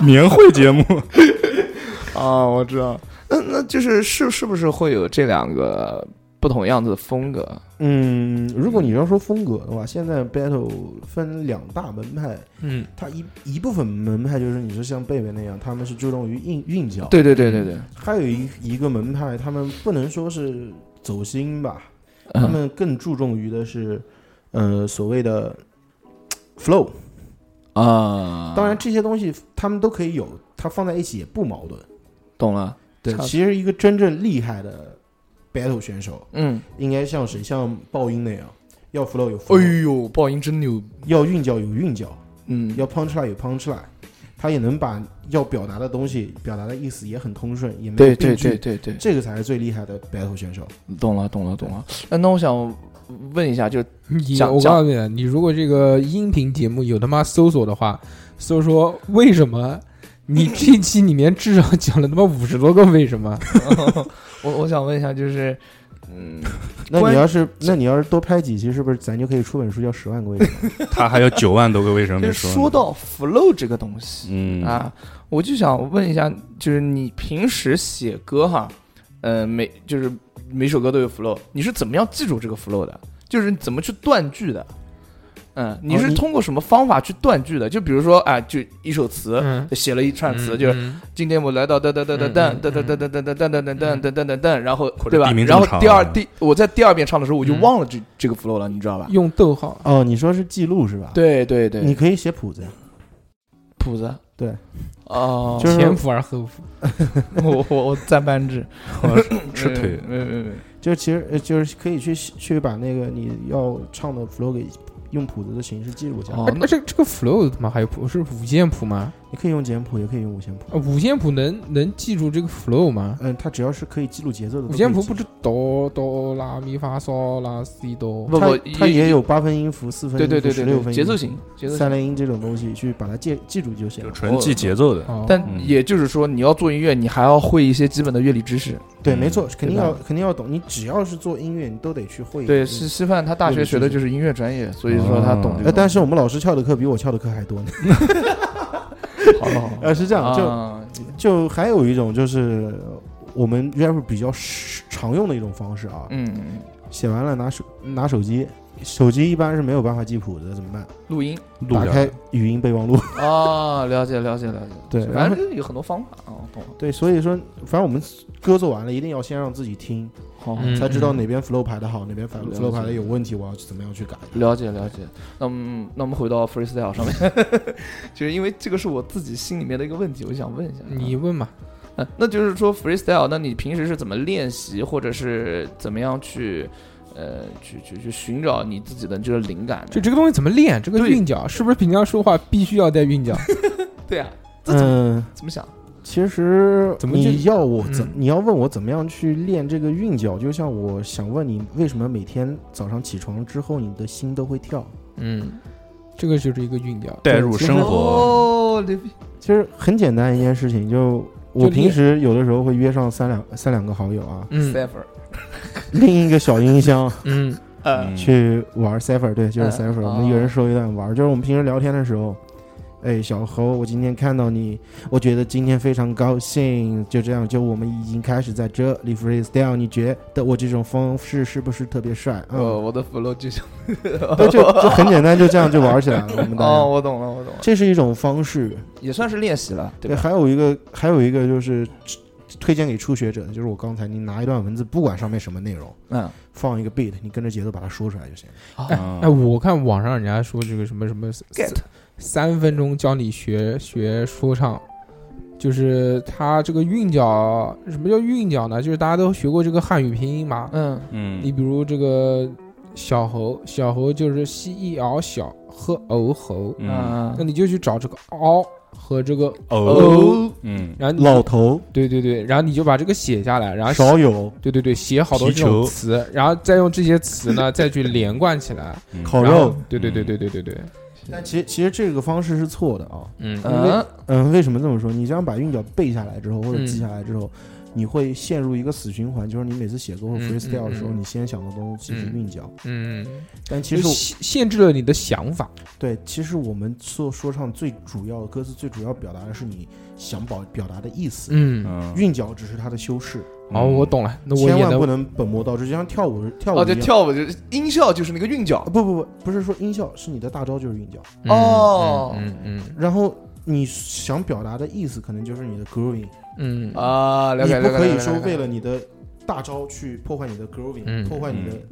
[SPEAKER 4] 年会节目，
[SPEAKER 5] 啊，我知道。 那那就是是是不是会有这两个不同样子的风格？
[SPEAKER 3] 嗯，如果你要说风格的话，现在 battle 分两大门派，
[SPEAKER 6] 嗯，
[SPEAKER 3] 它一一部分门派就是你说像贝贝那样，他们是注重于韵韵脚，
[SPEAKER 5] 对对对对对，
[SPEAKER 3] 还有一一个门派，他们不能说是走心吧，他
[SPEAKER 5] 嗯
[SPEAKER 3] 们更注重于的是，呃，所谓的 flow。
[SPEAKER 5] 啊，
[SPEAKER 3] 当然，这些东西他们都可以有，它放在一起也不矛盾。
[SPEAKER 5] 懂了。
[SPEAKER 3] 对，
[SPEAKER 5] 差不多
[SPEAKER 3] 其实一个真正厉害的 battle 选手，
[SPEAKER 5] 嗯，
[SPEAKER 3] 应该像谁？像爆音那样，要 flow 有 flow，、
[SPEAKER 5] 哎呦，爆音真牛。
[SPEAKER 3] 要韵脚有韵脚，
[SPEAKER 5] 嗯，
[SPEAKER 3] 要 punchline 有 punchline，他也能把要表达的东西、表达的意思也很通顺，也没有
[SPEAKER 5] 对
[SPEAKER 3] 病
[SPEAKER 5] 对
[SPEAKER 3] 句
[SPEAKER 5] 对对对，
[SPEAKER 3] 这个才是最厉害的 battle 选手。
[SPEAKER 5] 懂了懂了懂了。那那我想问一下，就
[SPEAKER 6] 你
[SPEAKER 5] 讲
[SPEAKER 6] 我
[SPEAKER 5] 讲
[SPEAKER 6] 告诉你，你如果这个音频节目有他妈搜索的话，搜说为什么你这期里面至少讲了他妈五十多个为什么？
[SPEAKER 5] 我我想问一下，就是嗯，
[SPEAKER 3] 那
[SPEAKER 5] 关
[SPEAKER 3] 你要是那你要是多拍几期，是不是咱就可以出本书叫《十万个为什 么》？
[SPEAKER 4] 他还有九万多个为什么
[SPEAKER 5] 就
[SPEAKER 4] 没
[SPEAKER 5] 是
[SPEAKER 4] 说呢？
[SPEAKER 5] 说到 flow 这个东西，
[SPEAKER 4] 嗯
[SPEAKER 5] 啊，我就想问一下，就是你平时写歌哈，呃，每就是每首歌都有 flow，你是怎么样记住这个 flow 的？就是你怎么去断句的？
[SPEAKER 4] 哦
[SPEAKER 5] 嗯，你是
[SPEAKER 3] 你
[SPEAKER 5] 通过什么方法去断句的？就比如说啊，就一首词。
[SPEAKER 6] 嗯，
[SPEAKER 5] 写了一串词，就是
[SPEAKER 6] 嗯
[SPEAKER 5] 今天我来到噔噔噔噔噔
[SPEAKER 6] 嗯
[SPEAKER 5] 噔噔噔噔噔噔噔噔噔噔噔噔噔，然后
[SPEAKER 4] 或者
[SPEAKER 5] 对吧
[SPEAKER 4] 地？名这
[SPEAKER 5] 然
[SPEAKER 4] 么
[SPEAKER 5] 后
[SPEAKER 4] 长
[SPEAKER 5] 第二
[SPEAKER 4] 啊
[SPEAKER 5] 第我在第二遍唱的时候，我就
[SPEAKER 6] 嗯
[SPEAKER 5] 忘了这这个 flow 了，你知道吧？
[SPEAKER 6] 用逗号。
[SPEAKER 3] 哦，你说是记录是吧？，
[SPEAKER 5] 对对对，
[SPEAKER 3] 你可以写谱子呀，
[SPEAKER 5] 谱子
[SPEAKER 3] 对
[SPEAKER 5] 哦，
[SPEAKER 3] 就是
[SPEAKER 6] 前俯而后俯，
[SPEAKER 5] 我我我占班制，嗯
[SPEAKER 4] 吃腿
[SPEAKER 5] 没有没有没有，
[SPEAKER 3] 就其实呃就是可以去去把那个你要唱的 flow 给用谱子的形式记录下来。
[SPEAKER 5] 哦
[SPEAKER 6] 而而且这个 flow 他妈还有谱是五线谱吗？
[SPEAKER 3] 你可以用简谱，也可以用五线谱。
[SPEAKER 6] 啊五线谱能能记住这个 flow 吗？
[SPEAKER 3] 嗯，它只要是可以记录节奏的，
[SPEAKER 6] 五线谱不
[SPEAKER 3] 止，
[SPEAKER 6] 是哆哆啦咪发嗦啦西哆，
[SPEAKER 5] 不不
[SPEAKER 3] 它，它也有八分音符、四分
[SPEAKER 5] 对
[SPEAKER 3] 音
[SPEAKER 5] 对
[SPEAKER 3] 符、
[SPEAKER 5] 对
[SPEAKER 3] 十
[SPEAKER 5] 对
[SPEAKER 3] 六
[SPEAKER 5] 对，
[SPEAKER 3] 分
[SPEAKER 5] 节
[SPEAKER 3] 音
[SPEAKER 5] 奏
[SPEAKER 3] 符、
[SPEAKER 5] 型节奏型
[SPEAKER 3] 三，连音这种东西，去把它记记住就行
[SPEAKER 4] 就
[SPEAKER 3] 了。
[SPEAKER 4] 纯记节奏的。
[SPEAKER 6] 哦
[SPEAKER 5] 但
[SPEAKER 4] 嗯
[SPEAKER 5] 也就是说你要做音乐，你还要会一些基本的乐理知识。
[SPEAKER 3] 对，
[SPEAKER 4] 嗯
[SPEAKER 3] 没错，肯定
[SPEAKER 5] 对吧
[SPEAKER 3] 要肯定要懂。你只要是做音乐，你都得去会。
[SPEAKER 5] 对，
[SPEAKER 3] 嗯
[SPEAKER 5] 是。师范，他大学学的就是音乐专业，所以说
[SPEAKER 4] 哦
[SPEAKER 5] 他懂这
[SPEAKER 3] 呃，
[SPEAKER 5] 个。
[SPEAKER 3] 但是 我们老师翘的课比我翘的课还多呢。
[SPEAKER 5] 好了好了，
[SPEAKER 3] 呃，是这样，就
[SPEAKER 5] 哦啊
[SPEAKER 3] 就还有一种就是我们 rap 比较常用的一种方式啊，
[SPEAKER 5] 嗯，
[SPEAKER 3] 写完了拿手拿手机，手机一般是没有办法记谱的，怎么办？
[SPEAKER 5] 录音
[SPEAKER 4] 录
[SPEAKER 3] 打
[SPEAKER 4] 下
[SPEAKER 3] 开
[SPEAKER 4] 来
[SPEAKER 3] 语音备忘录。
[SPEAKER 5] 啊，了解了解了解。
[SPEAKER 3] 对然
[SPEAKER 5] 反
[SPEAKER 3] 后
[SPEAKER 5] 正有很多方法啊，懂了。
[SPEAKER 3] 对，所以说，反正我们歌做完了，一定要先让自己听，
[SPEAKER 5] 好，
[SPEAKER 6] 嗯
[SPEAKER 3] 才知道哪边 flow 排的好，哪边 flow
[SPEAKER 5] 了解
[SPEAKER 3] flow 排的有问题，我要去怎么样去改。
[SPEAKER 5] 了解了解，那么那我们回到 freestyle 上面， 就是因为这个是我自己心里面的一个问题，我就想问一下啊
[SPEAKER 6] 你问嘛，
[SPEAKER 5] 呃那就是说 freestyle，那你平时是怎么练习，或者是怎么样去呃去去去寻找你自己的这个灵感呢？
[SPEAKER 6] 就这个东西怎么练？这个
[SPEAKER 5] 对
[SPEAKER 6] 韵脚是不是平常说话必须要带韵脚？
[SPEAKER 5] 对啊，这怎么、
[SPEAKER 3] 嗯，
[SPEAKER 5] 怎么想？
[SPEAKER 3] 其实
[SPEAKER 6] 怎么就
[SPEAKER 3] 你要我怎
[SPEAKER 6] 嗯
[SPEAKER 3] 你要问我怎么样去练这个韵脚，就像我想问你，为什么每天早上起床之后你的心都会跳？
[SPEAKER 6] 嗯，这个就是一个韵脚。
[SPEAKER 4] 带入生活，
[SPEAKER 5] 哦，牛逼
[SPEAKER 3] 其实很简单一件事情，就我
[SPEAKER 6] 就练
[SPEAKER 3] 平时有的时候会约上三两三两个好 友啊，
[SPEAKER 6] 嗯
[SPEAKER 5] cipher，
[SPEAKER 3] 另一个小音箱
[SPEAKER 6] 嗯，
[SPEAKER 5] 呃，
[SPEAKER 4] 嗯
[SPEAKER 3] 去玩 cipher，对，就是
[SPEAKER 5] 嗯
[SPEAKER 3] cipher，、
[SPEAKER 5] 哦
[SPEAKER 3] 我们一个人说一段玩，就是我们平时聊天的时候。哎，小何，我今天看到你，我觉得今天非常高兴。就这样，就我们已经开始在这里 freestyle，你觉得我这种方式是不是特别帅？
[SPEAKER 5] 我、
[SPEAKER 3] 嗯，
[SPEAKER 5] 哦我的 flow 就像，
[SPEAKER 3] 对， 就就很简单，就这样就玩起来了。我们大
[SPEAKER 5] 哦，
[SPEAKER 3] 家，
[SPEAKER 5] 我懂了，我懂了，
[SPEAKER 3] 这是一种方式，
[SPEAKER 5] 也算是练习了，对吧？
[SPEAKER 3] 还有一个，还有一个就是推荐给初学者的，就是我刚才你拿一段文字，不管上面什么内容，
[SPEAKER 5] 嗯，
[SPEAKER 3] 放一个 beat，你跟着节奏把它说出来就行。
[SPEAKER 6] 哎
[SPEAKER 4] 嗯
[SPEAKER 6] 哎，我看网上人家说这个什么什么
[SPEAKER 5] Get
[SPEAKER 6] 三分钟教你学学说唱，就是他这个韵脚，什么叫韵脚呢？就是大家都学过这个汉语拼音嘛。
[SPEAKER 5] 嗯
[SPEAKER 4] 嗯
[SPEAKER 6] 你比如这个小猴，小猴就是西一敖小和欧猴，
[SPEAKER 5] 啊
[SPEAKER 4] 嗯
[SPEAKER 6] 那你就去找这个凹和这个，
[SPEAKER 4] 哦
[SPEAKER 5] 哦，
[SPEAKER 4] 嗯
[SPEAKER 6] 然后你
[SPEAKER 3] 老头
[SPEAKER 6] 对对对，然后你就把这个写下来，
[SPEAKER 5] 啊
[SPEAKER 6] 然后
[SPEAKER 3] 少
[SPEAKER 5] 嗯
[SPEAKER 3] 有
[SPEAKER 6] 对对对，写好多这种
[SPEAKER 4] 皮球
[SPEAKER 6] 词，然后再用这些词呢再去连贯起来。
[SPEAKER 4] 嗯
[SPEAKER 3] 烤
[SPEAKER 6] 然后
[SPEAKER 3] 肉，
[SPEAKER 6] 对对对对对对对，
[SPEAKER 3] 但其实其实这个方式是错的啊。
[SPEAKER 6] 嗯
[SPEAKER 5] 嗯，
[SPEAKER 3] 嗯，为什么这么说？你这样把韵脚背下来之后，或者
[SPEAKER 6] 嗯
[SPEAKER 3] 记下来之后。你会陷入一个死循环，就是你每次写歌或者
[SPEAKER 6] 嗯
[SPEAKER 3] freestyle 的时候，
[SPEAKER 6] 嗯嗯
[SPEAKER 3] 你先想的东西是
[SPEAKER 6] 嗯
[SPEAKER 3] 韵脚，
[SPEAKER 6] 嗯，
[SPEAKER 3] 但其
[SPEAKER 6] 就
[SPEAKER 3] 实我
[SPEAKER 6] 限限制了你的想法。
[SPEAKER 3] 对，其实我们做说唱最主要的歌词最主要表达的是你想表表达的意思，
[SPEAKER 6] 嗯，
[SPEAKER 4] 嗯
[SPEAKER 3] 韵脚只是它的修饰。
[SPEAKER 6] 哦，我懂了，那我
[SPEAKER 3] 千
[SPEAKER 6] 也
[SPEAKER 3] 万不
[SPEAKER 6] 能
[SPEAKER 3] 能本末倒置，就像跳舞跳舞
[SPEAKER 5] 哦，就
[SPEAKER 3] 一样
[SPEAKER 5] 跳舞就是音效，就是那个韵脚
[SPEAKER 3] 啊，不不不，不是说音效，是你的大招就是韵脚，
[SPEAKER 6] 嗯
[SPEAKER 5] 哦
[SPEAKER 6] 嗯嗯
[SPEAKER 3] 然后你想表达的意思可能就是你的 grooving，
[SPEAKER 6] 嗯嗯
[SPEAKER 5] 啊，了
[SPEAKER 3] 你
[SPEAKER 5] 解了解。
[SPEAKER 3] 不可以
[SPEAKER 5] 了解
[SPEAKER 3] 说
[SPEAKER 5] 了解
[SPEAKER 3] 为了你的大招去破坏你的 grooving，、
[SPEAKER 6] 嗯
[SPEAKER 3] 破坏你的
[SPEAKER 4] 嗯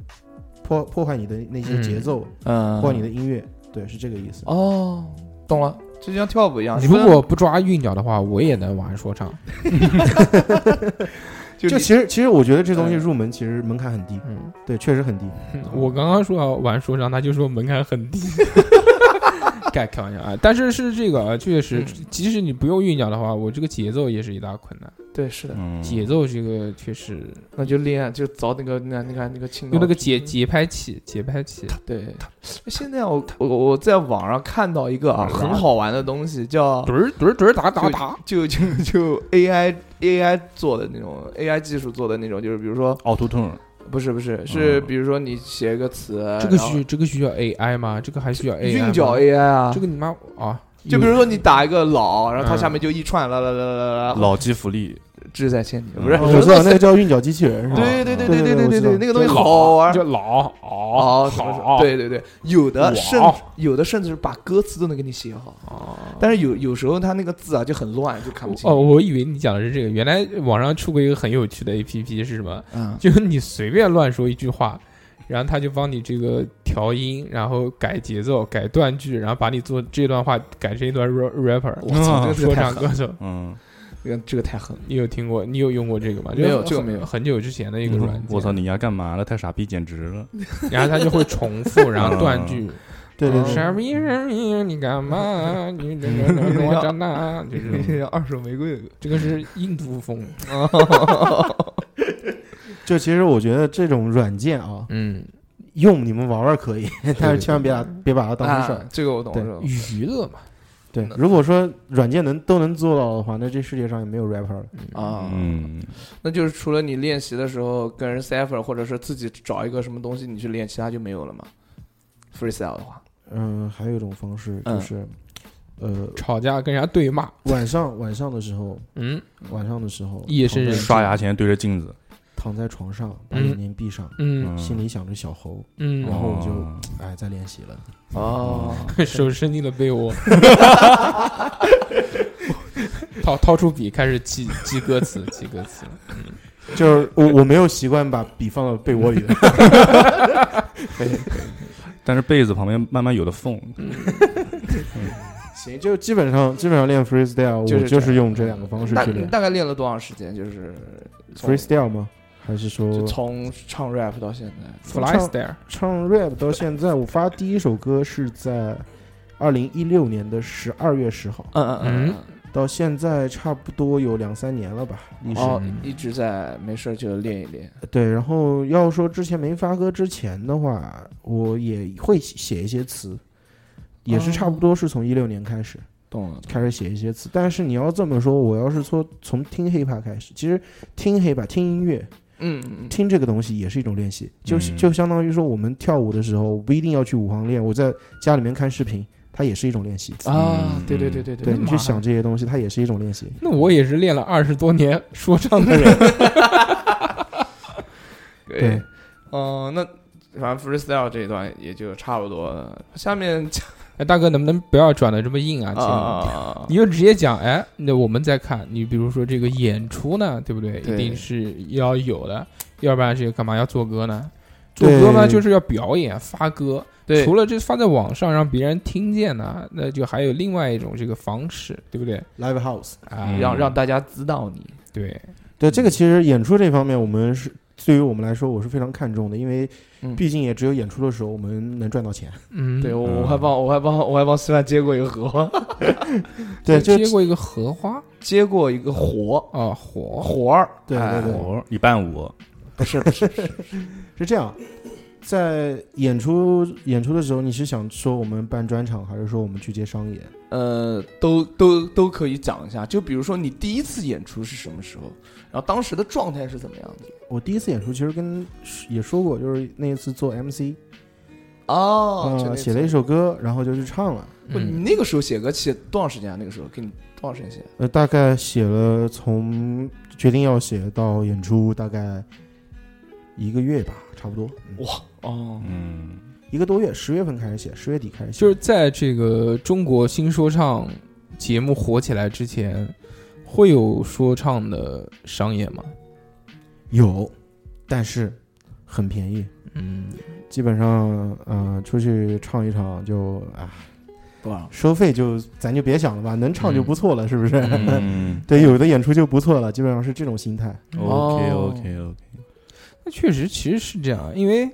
[SPEAKER 3] 破破坏你的那些节奏，
[SPEAKER 5] 嗯，
[SPEAKER 3] 破坏你的音乐，对，是这个意思。
[SPEAKER 5] 哦，懂了，就像跳舞一样。
[SPEAKER 6] 你
[SPEAKER 5] 你不
[SPEAKER 6] 如
[SPEAKER 5] 能
[SPEAKER 6] 果不抓韵脚的话，我也能玩说唱。
[SPEAKER 5] 就
[SPEAKER 3] 就
[SPEAKER 5] 你
[SPEAKER 3] 其实其实我觉得这东西
[SPEAKER 5] 嗯
[SPEAKER 3] 入门其实门槛很低，
[SPEAKER 6] 嗯，
[SPEAKER 3] 对，确实很低。
[SPEAKER 6] 我刚刚说要玩说唱，他就说门槛很低。 开开玩笑啊，但是是这个啊，确实，
[SPEAKER 5] 嗯
[SPEAKER 6] 即使你不用韵脚的话，我这个节奏也是一大困难。
[SPEAKER 5] 对，是的，
[SPEAKER 4] 嗯
[SPEAKER 6] 节奏这个确实
[SPEAKER 5] 那就练，就找那个那那个那个青岛
[SPEAKER 6] 用那个节
[SPEAKER 5] 姐
[SPEAKER 6] 节拍器，节拍器，
[SPEAKER 5] 对。现在我我我在网上看到一个啊很好玩的东西，叫
[SPEAKER 6] 墩儿墩儿墩儿打打打，
[SPEAKER 5] 就 就就 AI AI 做的那种 AI 技术做的那种，就是比如说
[SPEAKER 4] 凹凸痛，
[SPEAKER 5] 不是不是是
[SPEAKER 4] 嗯
[SPEAKER 5] 比如说你写一个词，
[SPEAKER 6] 这个
[SPEAKER 5] 然后哎
[SPEAKER 6] 需这个需要 AI 吗？这个还需要 AI？吗
[SPEAKER 5] 韵脚 AI 啊
[SPEAKER 6] 这，个你妈啊！
[SPEAKER 5] 就比如说你打一个老，然后它
[SPEAKER 6] 嗯
[SPEAKER 5] 下面就一串啦啦啦啦啦啦，
[SPEAKER 4] 老骥伏枥，
[SPEAKER 5] 志在千里，
[SPEAKER 4] 嗯
[SPEAKER 5] 不是
[SPEAKER 4] 哦
[SPEAKER 3] 我知道那个叫韵脚机器人，是吧？
[SPEAKER 5] 对嗯对对对
[SPEAKER 3] 对
[SPEAKER 5] 对对
[SPEAKER 3] 对我
[SPEAKER 5] 对，
[SPEAKER 3] 知道
[SPEAKER 5] 那个东西
[SPEAKER 6] 就
[SPEAKER 5] 好好玩
[SPEAKER 6] 就老哦
[SPEAKER 5] 哦，什么时候
[SPEAKER 6] 好，
[SPEAKER 5] 对对对，有的
[SPEAKER 6] 哇
[SPEAKER 5] 甚有的甚至是把歌词都能给你写好，
[SPEAKER 6] 哦
[SPEAKER 5] 但是有有时候他那个字啊就很乱，就看不清。
[SPEAKER 6] 哦，，我以为你讲的是这个。原来网上出过一个很有趣的 APP 是什么？
[SPEAKER 5] 嗯，
[SPEAKER 6] 就是你随便乱说一句话，然后他就帮你这个调音，然后改节奏、改断句，然后把你做这段话改成一段 ra- rapper
[SPEAKER 5] 我操，这
[SPEAKER 6] 说
[SPEAKER 5] 个太
[SPEAKER 6] 唱
[SPEAKER 5] 狠
[SPEAKER 6] 歌
[SPEAKER 5] 了，
[SPEAKER 6] 手。
[SPEAKER 4] 嗯，
[SPEAKER 5] 这个这个太狠了。
[SPEAKER 6] 你有听过？你有用过这个吗？
[SPEAKER 5] 没有
[SPEAKER 6] 就
[SPEAKER 5] 这个没有
[SPEAKER 6] 很久之前
[SPEAKER 4] 嗯
[SPEAKER 6] 的一个软件。
[SPEAKER 4] 我操，你丫干嘛了？太傻逼，简直了！
[SPEAKER 6] 然后他就会重复，然后断句，
[SPEAKER 3] 对
[SPEAKER 5] 嗯
[SPEAKER 3] 对对，
[SPEAKER 6] 傻逼傻逼，你干嘛？你这 个让我长大，就是这种
[SPEAKER 5] 二手玫瑰的歌，
[SPEAKER 6] 这个是印度风，
[SPEAKER 3] 就其实我觉得这种软件啊，
[SPEAKER 6] 嗯，
[SPEAKER 3] 用你们玩玩可以，但是千万别把别把它当成事儿
[SPEAKER 5] 啊。，这个我懂，
[SPEAKER 3] 对
[SPEAKER 5] 这个我懂
[SPEAKER 6] 娱乐嘛，
[SPEAKER 3] 对，如果说软件能都能做到的话，那这世界上也没有 rapper 了。
[SPEAKER 5] 啊，
[SPEAKER 4] 嗯，
[SPEAKER 5] 那就是除了你练习的时候跟人 cipher，或者是自己找一个什么东西你去练，其他就没有了嘛。freestyle 的话，
[SPEAKER 3] 嗯，还有一种方式
[SPEAKER 5] 嗯
[SPEAKER 3] 就是，呃，
[SPEAKER 6] 吵架跟人家对骂，
[SPEAKER 3] 晚上晚上的时候，
[SPEAKER 6] 嗯
[SPEAKER 3] 晚上的时候，
[SPEAKER 6] 夜深人静
[SPEAKER 4] 刷牙前对着镜子，
[SPEAKER 3] 躺在床上，把
[SPEAKER 6] 嗯
[SPEAKER 3] 眼睛闭上，
[SPEAKER 6] 嗯
[SPEAKER 3] 心里想着小猴，
[SPEAKER 6] 嗯
[SPEAKER 3] 然后我
[SPEAKER 4] 哦
[SPEAKER 3] 就哎在练习了。
[SPEAKER 5] 哦，
[SPEAKER 6] 手伸进了被窝，掏掏出笔开始记记歌词，记歌词。
[SPEAKER 3] 就是我我没有习惯把笔放到被窝 里的，
[SPEAKER 4] 但是被子旁边慢慢有的缝，
[SPEAKER 3] 行，就基本上基本上练 freestyle，我
[SPEAKER 5] 就是这样
[SPEAKER 3] 就是用这两个方式
[SPEAKER 5] 大
[SPEAKER 3] 去练
[SPEAKER 5] 大概练了多长时间？就是从
[SPEAKER 3] freestyle 吗？还是说
[SPEAKER 5] 就从唱 rap 到现在，
[SPEAKER 6] Flystyle，
[SPEAKER 3] 唱 rap 到现在，我发第一首歌是在二零一六年的十二月十号，
[SPEAKER 5] 嗯嗯
[SPEAKER 3] 到现在差不多有两三年了吧。历
[SPEAKER 5] 嗯，
[SPEAKER 3] 史、
[SPEAKER 5] 哦，一直在没事儿就练一练，
[SPEAKER 3] 对，然后要说之前没发歌之前的话，我也会写一些词，也是差不多是从一六年开始、
[SPEAKER 5] 懂了。
[SPEAKER 3] 开始写一些词。但是你要这么说，我要是说从听 hiphop 开始，其实听 hiphop 听音乐
[SPEAKER 5] 嗯嗯
[SPEAKER 3] 听这个东西也是一种练习，就是、
[SPEAKER 4] 嗯
[SPEAKER 3] 就相当于说我们跳舞的时候我不一定要去舞房练，我在家里面看视频，它也是一种练习。
[SPEAKER 5] 嗯啊
[SPEAKER 4] 嗯，
[SPEAKER 5] 对对对对对，
[SPEAKER 3] 对你去想这些东西，它也是一种练习。
[SPEAKER 6] 那我也是练了二十多年说唱的人，
[SPEAKER 3] 对，
[SPEAKER 5] 嗯，那反正 freestyle 这一段也就差不多了。下面讲
[SPEAKER 6] 哎，大哥能不能不要转的这么硬啊？
[SPEAKER 5] 啊
[SPEAKER 6] 亲爱的
[SPEAKER 5] 啊
[SPEAKER 6] 你就直接讲，哎，那我们再看。你比如说这个演出呢，对不对？
[SPEAKER 5] 对
[SPEAKER 6] 一定是要有的，要不然是干嘛要做歌呢？做
[SPEAKER 3] 对
[SPEAKER 6] 歌呢，就是要表演发歌。
[SPEAKER 5] 对
[SPEAKER 6] 除了这发在网上让别人听见呢，那就还有另外一种这个方式，对不对？
[SPEAKER 3] Live house，
[SPEAKER 6] 啊，
[SPEAKER 4] 嗯
[SPEAKER 5] 让让大家知道你，
[SPEAKER 6] 对，
[SPEAKER 3] 对
[SPEAKER 5] 嗯
[SPEAKER 3] 这个其实演出这方面，我们是对于我们来说，我是非常看重的，因为
[SPEAKER 5] 嗯
[SPEAKER 3] 毕竟也只有演出的时候我们能赚 到钱。
[SPEAKER 6] 嗯，
[SPEAKER 5] 对我
[SPEAKER 4] 嗯
[SPEAKER 5] 我还帮我还帮我还帮西范接过一个荷花，
[SPEAKER 3] 对，就
[SPEAKER 6] 接过一个荷花
[SPEAKER 5] 接过一个活
[SPEAKER 6] 啊，火
[SPEAKER 5] 活儿，
[SPEAKER 3] 对
[SPEAKER 5] 哎
[SPEAKER 3] 对对
[SPEAKER 4] 哦，一半五，
[SPEAKER 5] 不是不是，
[SPEAKER 3] 是这样，在演出演出的时候，你是想说我们办专场，还是说我们去接商演？
[SPEAKER 5] 呃，都都都可以讲一下。就比如说你第一次演出是什么时候，然后当时的状态是怎么样的？
[SPEAKER 3] 我第一次演出其实跟也说过，就是那一次做 MC，
[SPEAKER 5] 哦，就那
[SPEAKER 3] 呃，
[SPEAKER 5] 次
[SPEAKER 3] 写了一。首歌，然后就去唱了。
[SPEAKER 5] 不你
[SPEAKER 6] 嗯
[SPEAKER 5] 那个时候写歌写多长时间啊？那个时候给你多长时间写？
[SPEAKER 3] 呃，大概写了从决定要写到演出大概一个月吧，差不多，嗯
[SPEAKER 5] 哇哦，
[SPEAKER 4] 嗯，
[SPEAKER 3] 一个多月，十月份开始写，十月底开始写，
[SPEAKER 6] 就是在这个中国新说唱节目火起来之前，会有说唱的商演吗？
[SPEAKER 3] 有，但是很便宜，
[SPEAKER 6] 嗯，
[SPEAKER 3] 基本上呃出去唱一场就啊，
[SPEAKER 5] 多少？
[SPEAKER 3] 收费就咱就别想了吧，能唱就不错了，是不是？
[SPEAKER 4] 嗯
[SPEAKER 3] 对，有的演出就不错了，基本上是这种心态。
[SPEAKER 4] ，OK OK OK，
[SPEAKER 6] 那确实其实是这样，啊因为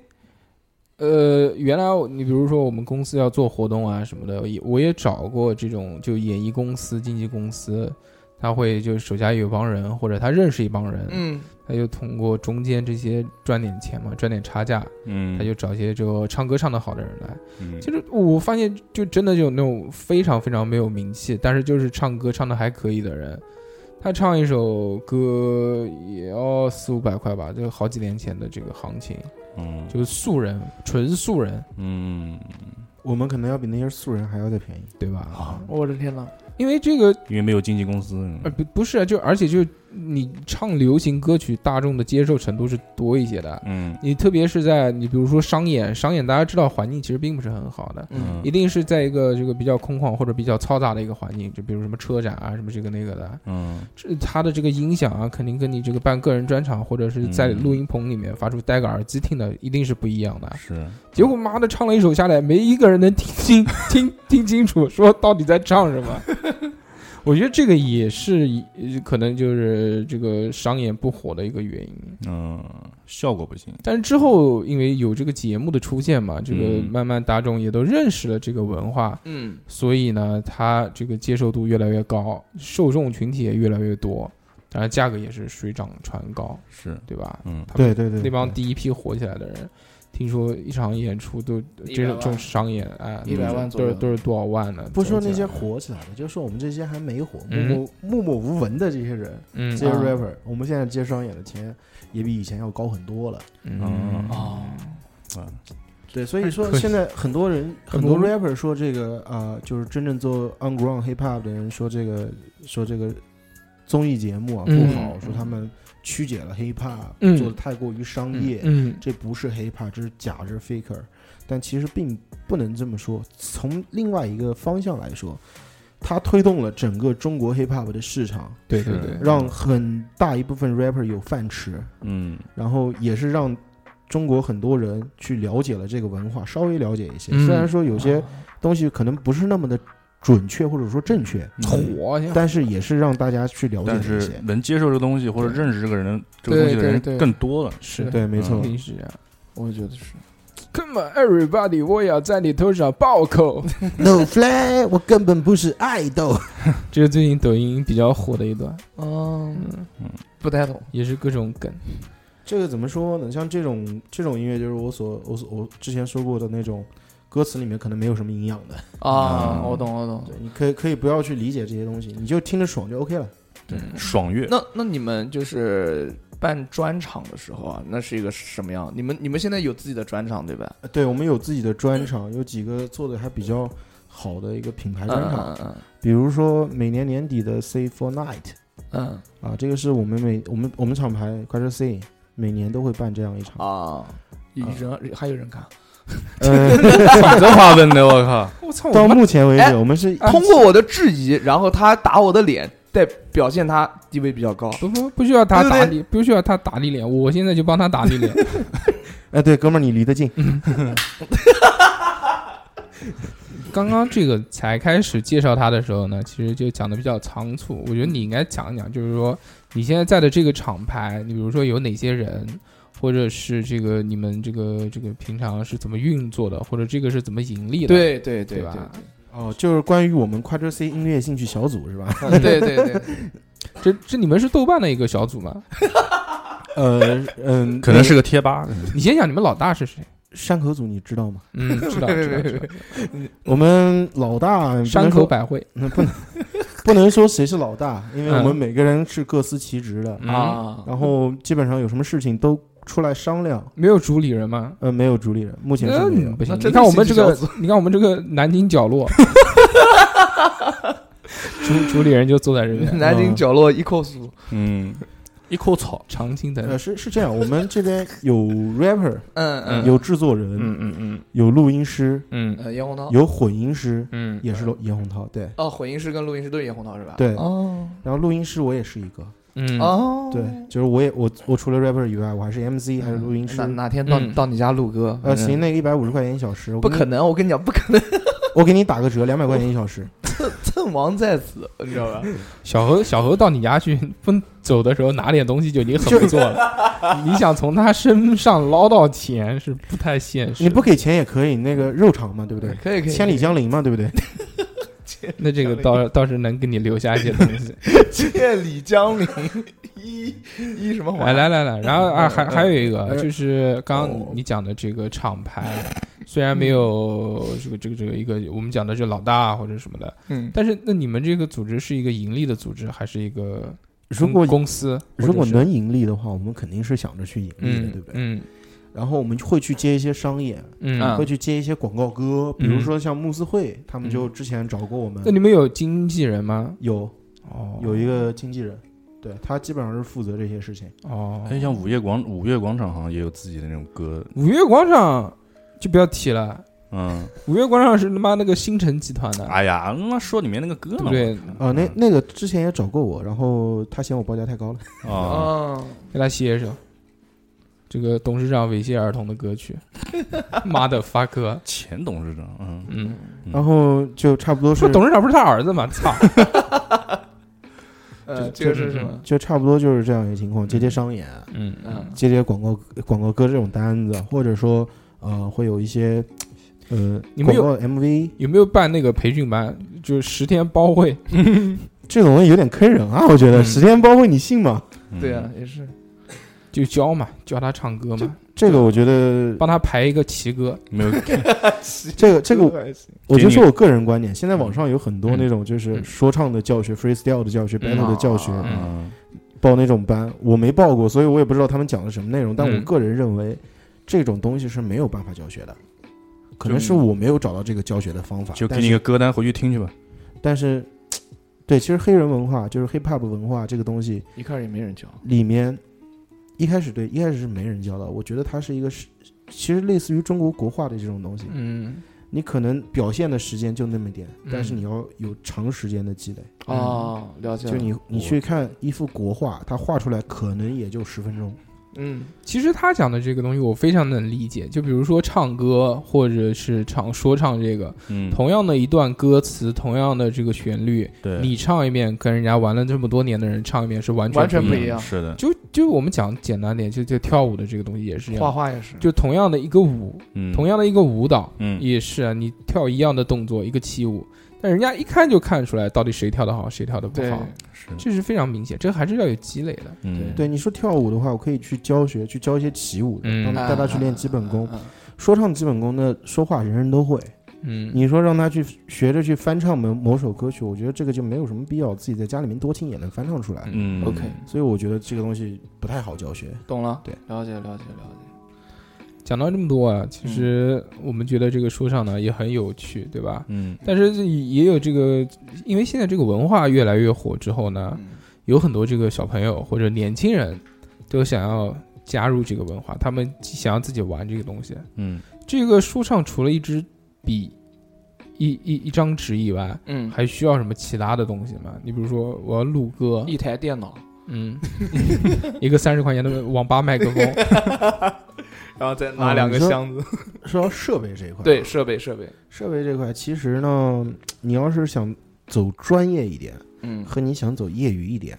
[SPEAKER 6] 呃，原来我你比如说我们公司要做活动啊什么的，我也我也找过这种就演艺公司、经纪公司，他会就手下有一帮人，或者他认识一帮人，
[SPEAKER 5] 嗯，
[SPEAKER 6] 他就通过中间这些赚点钱嘛，赚点差价，
[SPEAKER 4] 嗯，
[SPEAKER 6] 他就找一些就唱歌唱得好的人来。
[SPEAKER 4] 嗯
[SPEAKER 6] 其实我发现，就真的有那种非常非常没有名气，但是就是唱歌唱的还可以的人，他唱一首歌也要四五百块吧，就好几年前的这个行情，
[SPEAKER 4] 嗯
[SPEAKER 6] 就是素人，纯素人，
[SPEAKER 4] 嗯，
[SPEAKER 3] 我们可能要比那些素人还要再便宜。
[SPEAKER 6] 对吧？
[SPEAKER 5] 我的天呐，
[SPEAKER 6] 因为这个
[SPEAKER 4] 因为没有经纪公司，
[SPEAKER 6] 呃不不是啊，就而且就你唱流行歌曲，大众的接受程度是多一些的。
[SPEAKER 4] 嗯
[SPEAKER 6] 你特别是在你比如说商演，商演大家知道环境其实并不是很好的，
[SPEAKER 5] 嗯
[SPEAKER 6] 一定是在一个这个比较空旷或者比较嘈杂的一个环境，就比如什么车展啊，什么这个那个的，
[SPEAKER 4] 嗯
[SPEAKER 6] 这它的这个音响啊，肯定跟你这个办个人专场或者是在
[SPEAKER 4] 嗯
[SPEAKER 6] 录音棚里面发出戴个耳机听的，一定是不一样的。
[SPEAKER 4] 是，
[SPEAKER 6] 结果妈的唱了一首下来，没一个人能听清听听清楚，说到底在唱什么。 我觉得这个也是呃可能就是这个商演不火的一个原因。
[SPEAKER 4] 嗯，效果不行。
[SPEAKER 6] 但是之后因为有这个节目的出现嘛，这个
[SPEAKER 4] 嗯
[SPEAKER 6] 慢慢大众也都认识了这个文化，
[SPEAKER 5] 嗯，
[SPEAKER 6] 所以呢，它这个接受度越来越高，受众群体也越来越多，当然价格也是水涨船高，
[SPEAKER 4] 是，
[SPEAKER 6] 对吧？
[SPEAKER 4] 嗯，
[SPEAKER 6] 他们
[SPEAKER 3] 对对对，
[SPEAKER 6] 那帮第一批火起来的人，听说一场演出都这种
[SPEAKER 5] 100万
[SPEAKER 6] 这种商演啊，
[SPEAKER 5] 100万
[SPEAKER 6] 都
[SPEAKER 5] 左右
[SPEAKER 6] 是都是多少万呢？
[SPEAKER 3] 不
[SPEAKER 6] 走
[SPEAKER 3] 说
[SPEAKER 6] 起
[SPEAKER 3] 那
[SPEAKER 6] 来
[SPEAKER 3] 些，火起来的，就说我们这些还没火、
[SPEAKER 6] 嗯
[SPEAKER 3] 默默默默无闻的这些人，
[SPEAKER 6] 嗯
[SPEAKER 3] 这些
[SPEAKER 5] 啊
[SPEAKER 3] rapper，我们现在接商演的钱也比以前要高很多了。
[SPEAKER 6] 嗯
[SPEAKER 5] 哦，
[SPEAKER 3] 对，所以说
[SPEAKER 6] 可以
[SPEAKER 3] 现在很多人很多
[SPEAKER 6] 我们
[SPEAKER 3] rapper 说这个啊、就是真正做 underground hip hop 的人说这个说这个综艺节目啊不
[SPEAKER 6] 嗯
[SPEAKER 3] 好，说他们曲解了 hip hop，、
[SPEAKER 6] 嗯
[SPEAKER 3] 做的太过于商业，
[SPEAKER 6] 嗯，
[SPEAKER 3] 这不是 hip hop，这是假，这是 faker。但其实并不能这么说。从另外一个方向来说，它推动了整个中国 hip hop 的市场，
[SPEAKER 6] 对对对，
[SPEAKER 3] 让很大一部分 rapper 有饭吃，
[SPEAKER 4] 嗯
[SPEAKER 3] 然后也是让中国很多人去了解了这个文化，稍微了解一些。
[SPEAKER 6] 嗯
[SPEAKER 3] 虽然说有些东西可能不是那么的准确，或者说正确，
[SPEAKER 4] 嗯
[SPEAKER 6] 火，现在
[SPEAKER 3] 但是也是让大家去了解
[SPEAKER 4] 但
[SPEAKER 3] 了一
[SPEAKER 4] 是
[SPEAKER 3] 些。
[SPEAKER 4] 能接受这个东西或者认识这个人这个
[SPEAKER 5] 对
[SPEAKER 4] 东西的
[SPEAKER 5] 对对
[SPEAKER 4] 人更多了。
[SPEAKER 6] 是
[SPEAKER 3] 对，没错
[SPEAKER 6] 肯。定是这样。
[SPEAKER 5] 我觉得是。
[SPEAKER 6] 啊 Come on, everybody！我要在你头上暴 扣。
[SPEAKER 3] No fly，我根本不是爱豆。
[SPEAKER 6] 这是最近抖音比较火的一段，
[SPEAKER 5] 嗯，不太懂。
[SPEAKER 6] 也是各种梗。
[SPEAKER 3] 这个怎么说呢？像这种这种音乐，就是我所我所我之前说过的那种歌词里面可能没有什么营养的，
[SPEAKER 5] 啊，
[SPEAKER 4] 嗯
[SPEAKER 5] 我懂，我懂。
[SPEAKER 9] 哦
[SPEAKER 3] 对，你可以可以不要去理解这些东西，你就听着爽就 OK 了。
[SPEAKER 6] 嗯
[SPEAKER 4] 爽乐，
[SPEAKER 5] 那那你们就是办专场的时候啊，那是一个什么样？你们你们现在有自己的专场对吧？
[SPEAKER 3] 呃对我们有自己的专场，有几个做的还比较好的一个品牌
[SPEAKER 5] 嗯
[SPEAKER 3] 专
[SPEAKER 5] 嗯
[SPEAKER 3] 场，
[SPEAKER 5] 嗯
[SPEAKER 3] 比如说每年年底的 C for Night
[SPEAKER 5] 嗯
[SPEAKER 3] 啊，这个是我们每我们我们厂牌 q u a t r C 每年都会办这样一
[SPEAKER 5] 嗯
[SPEAKER 3] 场。
[SPEAKER 5] 啊，有人还有人看，
[SPEAKER 3] 呃，
[SPEAKER 4] 这话问的，我靠！
[SPEAKER 6] 我操！
[SPEAKER 3] 到目前为
[SPEAKER 5] 哎
[SPEAKER 3] 止，我们是
[SPEAKER 5] 通过我的质疑，然后他打我的脸，代表现他地位比较高。
[SPEAKER 6] 不不不需要他
[SPEAKER 5] 对不
[SPEAKER 6] 打
[SPEAKER 5] 对
[SPEAKER 6] 你，不需要他打你脸，我现在就帮他打你脸。
[SPEAKER 3] 哎，对，哥们儿你离得近，
[SPEAKER 6] 刚刚这个才开始介绍他的时候呢，其实就讲的比较仓促。我觉得你应该讲一讲，就是说你现在在的这个厂牌，你比如说有哪些人，或者是这个你们这个这个平常是怎么运作的，或者这个是怎么盈利的，
[SPEAKER 5] 对对对
[SPEAKER 6] 对吧？
[SPEAKER 3] 哦，就是关于我们 q u a t r C 音乐兴趣小组是吧？
[SPEAKER 5] 对 对对对对，
[SPEAKER 6] 这这你们是豆瓣的一个小组吗？
[SPEAKER 3] 呃嗯，
[SPEAKER 4] 可能是个贴吧，
[SPEAKER 6] 你先讲你们老大是谁？
[SPEAKER 3] 山口组，你知道吗？
[SPEAKER 6] 嗯，知 道知道知道，
[SPEAKER 3] 我们老大不能
[SPEAKER 6] 山口
[SPEAKER 3] 说
[SPEAKER 6] 百惠
[SPEAKER 3] 不能不能说谁是老大，因为
[SPEAKER 6] 嗯
[SPEAKER 3] 我们每个人是各司其职的，
[SPEAKER 6] 啊，
[SPEAKER 5] 啊，
[SPEAKER 3] 然后基本上有什么事情都出来商量。
[SPEAKER 6] 没有主理人吗？
[SPEAKER 3] 呃，没有主理人，目前
[SPEAKER 6] 那
[SPEAKER 3] 是没有。
[SPEAKER 6] 嗯不行
[SPEAKER 5] 那，真
[SPEAKER 6] 你
[SPEAKER 5] 的
[SPEAKER 6] 看我们
[SPEAKER 5] 兴
[SPEAKER 6] 这
[SPEAKER 5] 趣
[SPEAKER 6] 个
[SPEAKER 5] 小，
[SPEAKER 6] 你看我们这个南京角落，主主理人就坐在这边，
[SPEAKER 5] 南京角呃落一扣数，
[SPEAKER 4] 嗯，一棵草，
[SPEAKER 6] 常青藤
[SPEAKER 3] 呃，，是是这样，我们这边有 rapper，
[SPEAKER 5] 嗯嗯，
[SPEAKER 3] 有制作人，
[SPEAKER 6] 嗯嗯嗯
[SPEAKER 3] 有录音师，
[SPEAKER 6] 嗯
[SPEAKER 5] 呃，严洪
[SPEAKER 9] 哦
[SPEAKER 5] 涛，
[SPEAKER 3] 有混音师，
[SPEAKER 6] 嗯，
[SPEAKER 3] 也是罗严洪涛，对
[SPEAKER 5] 哦，混音师跟录音师都是严洪涛是吧？
[SPEAKER 3] 对
[SPEAKER 5] 哦
[SPEAKER 3] 然后录音师我也是一个，
[SPEAKER 6] 嗯，
[SPEAKER 5] 哦，
[SPEAKER 3] 对，就是我也我我除了 rapper 以外，我还是 MC，还是录音师
[SPEAKER 5] 哪。哪天到
[SPEAKER 6] 嗯
[SPEAKER 5] 到你家录歌？
[SPEAKER 3] 呃，
[SPEAKER 5] 嗯
[SPEAKER 3] 行，，那个一百五十块钱一小时，我
[SPEAKER 5] 不
[SPEAKER 3] 给你
[SPEAKER 5] 可能，我跟你讲，不可能，
[SPEAKER 3] 我给你打个折，两百块钱一小时。
[SPEAKER 5] 蹭王在此，你知道 吧？
[SPEAKER 6] 小何小何到你家去分走的时候拿点东西就已经很不错了，你想从他身上捞到钱是不太现实
[SPEAKER 3] 你
[SPEAKER 6] 的。
[SPEAKER 3] 不给钱也可以，那个肉偿嘛，对不对？
[SPEAKER 5] 可以可以，
[SPEAKER 3] 千里江陵嘛，对不对？
[SPEAKER 6] 那这个倒倒是能给你留下一些东西。
[SPEAKER 5] 千里江陵，一一什么
[SPEAKER 6] 哎，
[SPEAKER 5] 环？
[SPEAKER 6] 来来来，然后啊，还还有一个
[SPEAKER 3] 呃
[SPEAKER 6] 就是刚刚你你讲的这个厂牌，虽然没有这个这个这个一个我们讲的这老大或者什么的，
[SPEAKER 5] 嗯，
[SPEAKER 6] 但是那你们这个组织是一个盈利的组织，还是一个
[SPEAKER 3] 如
[SPEAKER 6] 公
[SPEAKER 3] 果
[SPEAKER 6] 公司？
[SPEAKER 3] 如
[SPEAKER 6] 或
[SPEAKER 3] 果
[SPEAKER 6] 者是
[SPEAKER 3] 能盈利的话，我们肯定是想着去盈利的，
[SPEAKER 6] 嗯，
[SPEAKER 3] 对不对？
[SPEAKER 6] 嗯
[SPEAKER 3] 然后我们会去接一些商演，
[SPEAKER 6] 嗯
[SPEAKER 5] 啊
[SPEAKER 3] 会去接一些广告歌，比如
[SPEAKER 6] 嗯
[SPEAKER 3] 说像慕斯会，他
[SPEAKER 6] 嗯
[SPEAKER 3] 们就之前找过我们
[SPEAKER 6] 那，你们有经纪人吗？
[SPEAKER 3] 有
[SPEAKER 6] 哦，
[SPEAKER 3] 有一个经纪人，对他基本上是负责这些事情。
[SPEAKER 6] 哦，
[SPEAKER 4] 哎，像午夜广午夜广场好像也有自己的那种歌，
[SPEAKER 6] 五月广场就不要提了，
[SPEAKER 4] 嗯，
[SPEAKER 6] 五月广场是他妈那个星辰集团的，
[SPEAKER 4] 哎呀，他妈说里面那个歌
[SPEAKER 6] 对
[SPEAKER 4] 呢，
[SPEAKER 6] 不嗯对？
[SPEAKER 3] 啊，那那个之前也找过我，然后他嫌我报价太高了，
[SPEAKER 4] 啊，
[SPEAKER 5] 哦，
[SPEAKER 6] 给他写一首，这个董事长猥亵儿童的歌曲，妈的发哥，
[SPEAKER 4] 前董事长，嗯，
[SPEAKER 6] 嗯，
[SPEAKER 3] 然后就差不多是
[SPEAKER 6] 说董事长不是他儿子吗？操，
[SPEAKER 5] 呃，这个是什么？
[SPEAKER 3] 就差不多就是这样一个情况，接接商演，
[SPEAKER 6] 嗯
[SPEAKER 5] 嗯，
[SPEAKER 3] 接接广告广告歌这种单子，或者说呃会有一些呃
[SPEAKER 6] 你们有
[SPEAKER 3] 广告 MV
[SPEAKER 6] 有没有办那个培训班？就是十天包会，
[SPEAKER 3] 这种东西有点坑人啊，我觉得
[SPEAKER 6] 嗯
[SPEAKER 3] 时间包会你信吗？
[SPEAKER 4] 嗯
[SPEAKER 5] 对啊，，也是
[SPEAKER 6] 就教嘛，教他唱歌嘛，
[SPEAKER 3] 这个我觉得，
[SPEAKER 6] 帮他排一个齐歌。
[SPEAKER 4] 没有，嗯
[SPEAKER 3] 这个这个
[SPEAKER 5] 还行
[SPEAKER 3] 我觉得
[SPEAKER 4] 给
[SPEAKER 3] 是
[SPEAKER 4] 你
[SPEAKER 3] 我个人观点。现在网上有很多
[SPEAKER 6] 嗯
[SPEAKER 3] 那种就是说唱的教学、freestyle 的教学、
[SPEAKER 6] 嗯
[SPEAKER 3] battle 的教学，
[SPEAKER 5] 啊
[SPEAKER 4] 嗯，
[SPEAKER 3] 报那种班，我没报过，所以我也不知道他们讲的什么内容。但我
[SPEAKER 6] 嗯
[SPEAKER 3] 个人认为，这种东西是没有办法教学的，可能
[SPEAKER 4] 就是
[SPEAKER 3] 我没有找到这个教学的方法。
[SPEAKER 4] 就给
[SPEAKER 3] 但
[SPEAKER 4] 你一
[SPEAKER 3] 是
[SPEAKER 4] 个歌单回去听去吧。
[SPEAKER 3] 但是，对，其实黑人文化就是 hip hop 文化这个东西
[SPEAKER 5] 一开始也没人教，
[SPEAKER 3] 里面，一开始对一开始是没人教的，我觉得它是一个是。其实类似于中国国画的这种东西，
[SPEAKER 6] 嗯，
[SPEAKER 3] 你可能表现的时间就那么点，但是
[SPEAKER 6] 嗯
[SPEAKER 3] 你要有长时间的积累。
[SPEAKER 5] 哦，了解了。
[SPEAKER 4] 啊
[SPEAKER 3] 就你你去看一幅国画，它画出来可能也就十分钟。
[SPEAKER 5] 嗯，
[SPEAKER 6] 其实他讲的这个东西我非常能理解，就比如说唱歌或者是唱说唱这个，
[SPEAKER 4] 嗯，
[SPEAKER 6] 同样的一段歌词，同样的这个旋律，
[SPEAKER 4] 对，
[SPEAKER 6] 你唱一遍跟人家玩了这么多年的人唱一遍是完全
[SPEAKER 5] 完全
[SPEAKER 6] 不
[SPEAKER 5] 不
[SPEAKER 6] 一
[SPEAKER 5] 一
[SPEAKER 6] 样。
[SPEAKER 5] 样
[SPEAKER 4] 嗯是的，
[SPEAKER 6] 就就我们讲简单点，就就跳舞的这个东西也是一
[SPEAKER 5] 画
[SPEAKER 6] 样，
[SPEAKER 5] 画也是，
[SPEAKER 6] 就同样的一个舞，
[SPEAKER 4] 嗯，
[SPEAKER 6] 同样的一个舞蹈
[SPEAKER 4] 嗯，
[SPEAKER 6] 也是啊，你跳一样的动作，一个起舞，但人家一看就看出来到底谁跳得好，谁跳得不
[SPEAKER 5] 对
[SPEAKER 6] 好，
[SPEAKER 4] 是的，
[SPEAKER 6] 这是非常明显，这还是要有积累的。
[SPEAKER 4] 嗯，
[SPEAKER 3] 对，你说跳舞的话，我可以去教学，去教一些起舞的，
[SPEAKER 6] 嗯
[SPEAKER 3] 让他带他去练基本功。
[SPEAKER 5] 啊啊啊
[SPEAKER 3] 说唱基本功的说话人人都会，
[SPEAKER 6] 嗯，
[SPEAKER 3] 你说让他去学着去翻唱某某首歌曲，我觉得这个就没有什么必要，自己在家里面多听也能翻唱出来。
[SPEAKER 4] 嗯
[SPEAKER 5] OK
[SPEAKER 3] 所以我觉得这个东西不太好教学。
[SPEAKER 5] 懂了，
[SPEAKER 3] 对，
[SPEAKER 5] 了解了解了解。
[SPEAKER 6] 讲到这么多啊，
[SPEAKER 4] 嗯
[SPEAKER 6] 其实我们觉得这个说唱呢也很有趣，对吧？
[SPEAKER 4] 嗯，
[SPEAKER 6] 但是这也有这个，因为现在这个文化越来越火之后呢，
[SPEAKER 5] 嗯
[SPEAKER 6] 有很多这个小朋友或者年轻人都想要加入这个文化，他们想要自己玩这个东西。
[SPEAKER 4] 嗯，
[SPEAKER 6] 这个书上除了一支笔、一一一张纸以外，
[SPEAKER 5] 嗯，
[SPEAKER 6] 还需要什么其他的东西吗？你比如说，我要录歌，
[SPEAKER 5] 一台电脑，
[SPEAKER 6] 嗯， 一个三十块钱的网吧麦克风，
[SPEAKER 5] 然后再
[SPEAKER 3] 啊
[SPEAKER 5] 拿两个
[SPEAKER 3] 你说
[SPEAKER 5] 箱子，
[SPEAKER 3] 说到设备这一块，
[SPEAKER 5] 对，设备设备，
[SPEAKER 3] 设备这块，其实呢，你要是想走专业一点，
[SPEAKER 5] 嗯
[SPEAKER 3] 和你想走业余一点，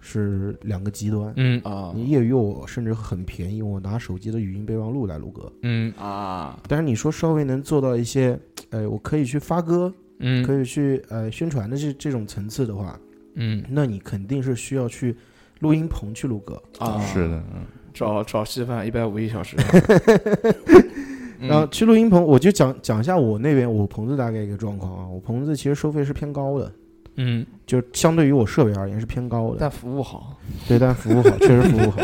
[SPEAKER 3] 是两个极端。
[SPEAKER 6] 嗯
[SPEAKER 5] 啊
[SPEAKER 3] 你业余我甚至很便宜，我拿手机的语音备忘录来录歌。
[SPEAKER 6] 嗯
[SPEAKER 5] 啊，
[SPEAKER 3] 但是你说稍微能做到一些，呃，我可以去发歌，
[SPEAKER 6] 嗯
[SPEAKER 3] 可以去呃宣传的这这种层次的话，
[SPEAKER 6] 嗯，
[SPEAKER 3] 那你肯定是需要去录音棚去录歌。
[SPEAKER 5] 啊，
[SPEAKER 4] 是的，嗯
[SPEAKER 5] 找找稀饭一百五一小时，嗯
[SPEAKER 3] 然后去录音棚，我就讲讲一下我那边我棚子大概一个状况啊。我棚子其实收费是偏高的，
[SPEAKER 6] 嗯，
[SPEAKER 3] 就相对于我设备而言是偏高的。
[SPEAKER 5] 但服务好，
[SPEAKER 3] 对，但服 务好，确实服务好。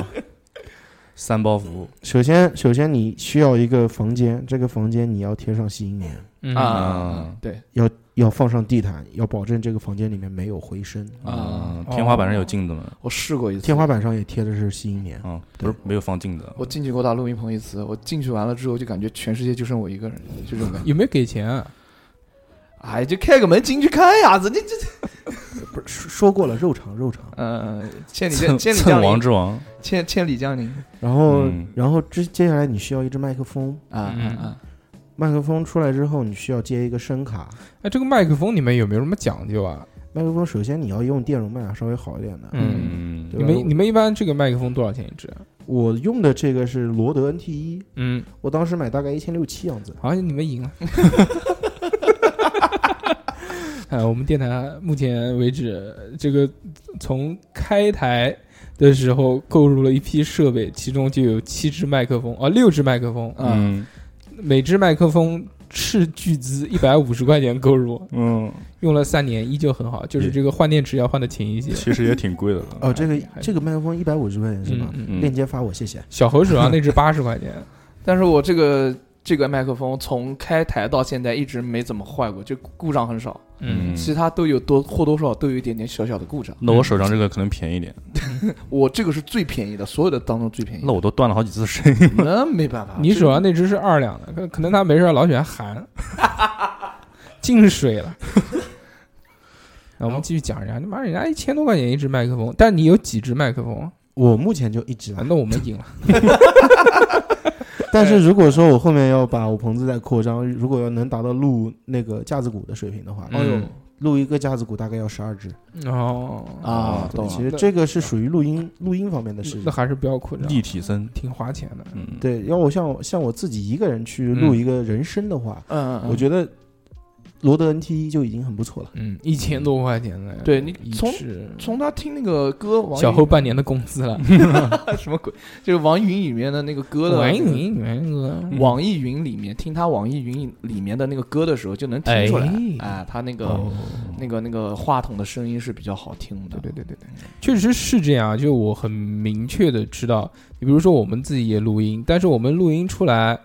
[SPEAKER 4] 三包服务
[SPEAKER 3] 首先，首先你需要一个房间，这个房间你要贴上吸音棉，
[SPEAKER 6] 嗯
[SPEAKER 4] 啊
[SPEAKER 5] 对
[SPEAKER 3] 要要放上地毯，要保证这个房间里面没有回声。
[SPEAKER 5] 啊
[SPEAKER 4] 啊，天花板上有镜子吗？
[SPEAKER 5] 我试过一次，
[SPEAKER 3] 天花板上也贴的是吸音棉。
[SPEAKER 4] 啊，不是没有放镜子，
[SPEAKER 5] 我进去过打录音棚一次，我进去完了之后就感觉全世界就剩我一个人，就这种感觉。
[SPEAKER 6] 有没有给钱啊？
[SPEAKER 5] 哎，就开个门进去看呀子，你这
[SPEAKER 3] 不是说说过了，肉偿肉偿。
[SPEAKER 5] 嗯，千里
[SPEAKER 4] 蹭
[SPEAKER 5] 江千里
[SPEAKER 4] 蹭
[SPEAKER 5] 江
[SPEAKER 4] 王
[SPEAKER 5] 陵，
[SPEAKER 4] 之王，
[SPEAKER 5] 千千里江陵
[SPEAKER 3] 然后，
[SPEAKER 4] 嗯
[SPEAKER 3] 然后接接下来你需要一支麦克风，
[SPEAKER 5] 啊
[SPEAKER 6] 嗯
[SPEAKER 5] 啊
[SPEAKER 3] 麦克风出来之后，你需要接一个声卡。
[SPEAKER 6] 哎，这个麦克风你们有没有什么讲究啊？
[SPEAKER 3] 麦克风首先你要用电容麦啊，稍微好一点的。
[SPEAKER 6] 嗯
[SPEAKER 4] 嗯，
[SPEAKER 3] 对
[SPEAKER 6] 你
[SPEAKER 3] 吧
[SPEAKER 6] 们你们一般这个麦克风多少钱一支？
[SPEAKER 3] 我用的这个是罗德 NT 一，
[SPEAKER 6] 嗯，
[SPEAKER 3] 我当时买大概一千六七样子。
[SPEAKER 6] 好像你们赢了。啊 哎，我们电台目前为止，这个从开台的时候购入了一批设备，其中就有七支麦克风，哦，六支麦克风，
[SPEAKER 5] 啊！
[SPEAKER 4] 嗯
[SPEAKER 6] 每支麦克风斥巨资一百五十块钱购入，
[SPEAKER 4] 嗯，
[SPEAKER 6] 用了三年，依旧很好，就是这个换电池要换的勤一些。
[SPEAKER 4] 其实也挺贵的，
[SPEAKER 3] 哦，这个
[SPEAKER 6] 还还
[SPEAKER 3] 这个麦克风一百五十块钱是吗？
[SPEAKER 6] 嗯
[SPEAKER 4] 嗯
[SPEAKER 3] 链接发我，谢谢。
[SPEAKER 6] 小何手上那只八十块钱，
[SPEAKER 5] 但是我这个这个麦克风从开台到现在一直没怎么坏过，就故障很少，
[SPEAKER 6] 嗯，
[SPEAKER 5] 其他都有多或多或少都有一点点小小的故障。
[SPEAKER 4] 那
[SPEAKER 3] 嗯
[SPEAKER 4] 我手上这个可能便宜点，
[SPEAKER 5] 我这个是最便宜的，所有的当中最便宜
[SPEAKER 4] 那
[SPEAKER 5] 的。
[SPEAKER 4] 我都断了好几次声音，
[SPEAKER 5] 那没办法，
[SPEAKER 6] 啊你
[SPEAKER 5] 这个
[SPEAKER 6] 手上那只是二两的，可可能他没事儿老喜欢 含，进水了。那我们继续讲人家，你妈人家一千多块钱一只麦克风，但你有几只麦克风？
[SPEAKER 3] 我目前就一直
[SPEAKER 6] 啊
[SPEAKER 3] 吧，
[SPEAKER 6] 那我们赢了。
[SPEAKER 3] 但是如果说我后面要把我棚子再扩张，如果要能达到录那个架子鼓的水平的话，
[SPEAKER 6] 哎呦
[SPEAKER 3] 录一个架子鼓大概要十二支
[SPEAKER 6] 哦，
[SPEAKER 5] 啊
[SPEAKER 3] 对，其
[SPEAKER 5] 了。
[SPEAKER 3] 实这个是属于录音录音方面的事
[SPEAKER 6] 那
[SPEAKER 3] 情。
[SPEAKER 6] 还是不要扩张，
[SPEAKER 4] 立体声，
[SPEAKER 6] 挺花钱的。
[SPEAKER 4] 嗯，
[SPEAKER 3] 啊对，要我像像我自己一个人去录
[SPEAKER 6] 嗯
[SPEAKER 3] 一个人声的话，
[SPEAKER 5] 嗯，嗯
[SPEAKER 3] 我觉得罗德 NT 一就已经很不错了。
[SPEAKER 6] 嗯，一千多块钱的，
[SPEAKER 5] 对你
[SPEAKER 6] 一
[SPEAKER 5] 从
[SPEAKER 6] 是
[SPEAKER 5] 从他听那个歌，网易
[SPEAKER 6] 小后半年的工资了。
[SPEAKER 5] 什么鬼？就是网易云里面的那个歌的
[SPEAKER 6] 网易云，你们
[SPEAKER 5] 网易云里面听他网易云里面的那个歌的时候，就能听出来，
[SPEAKER 6] 哎
[SPEAKER 5] 哎，他那个、
[SPEAKER 6] 哦，
[SPEAKER 5] 那个那个话筒的声音是比较好听的。
[SPEAKER 6] 对对对对对，确实是这样。啊就我很明确的知道，你比如说我们自己也录音，但是我们录音出来，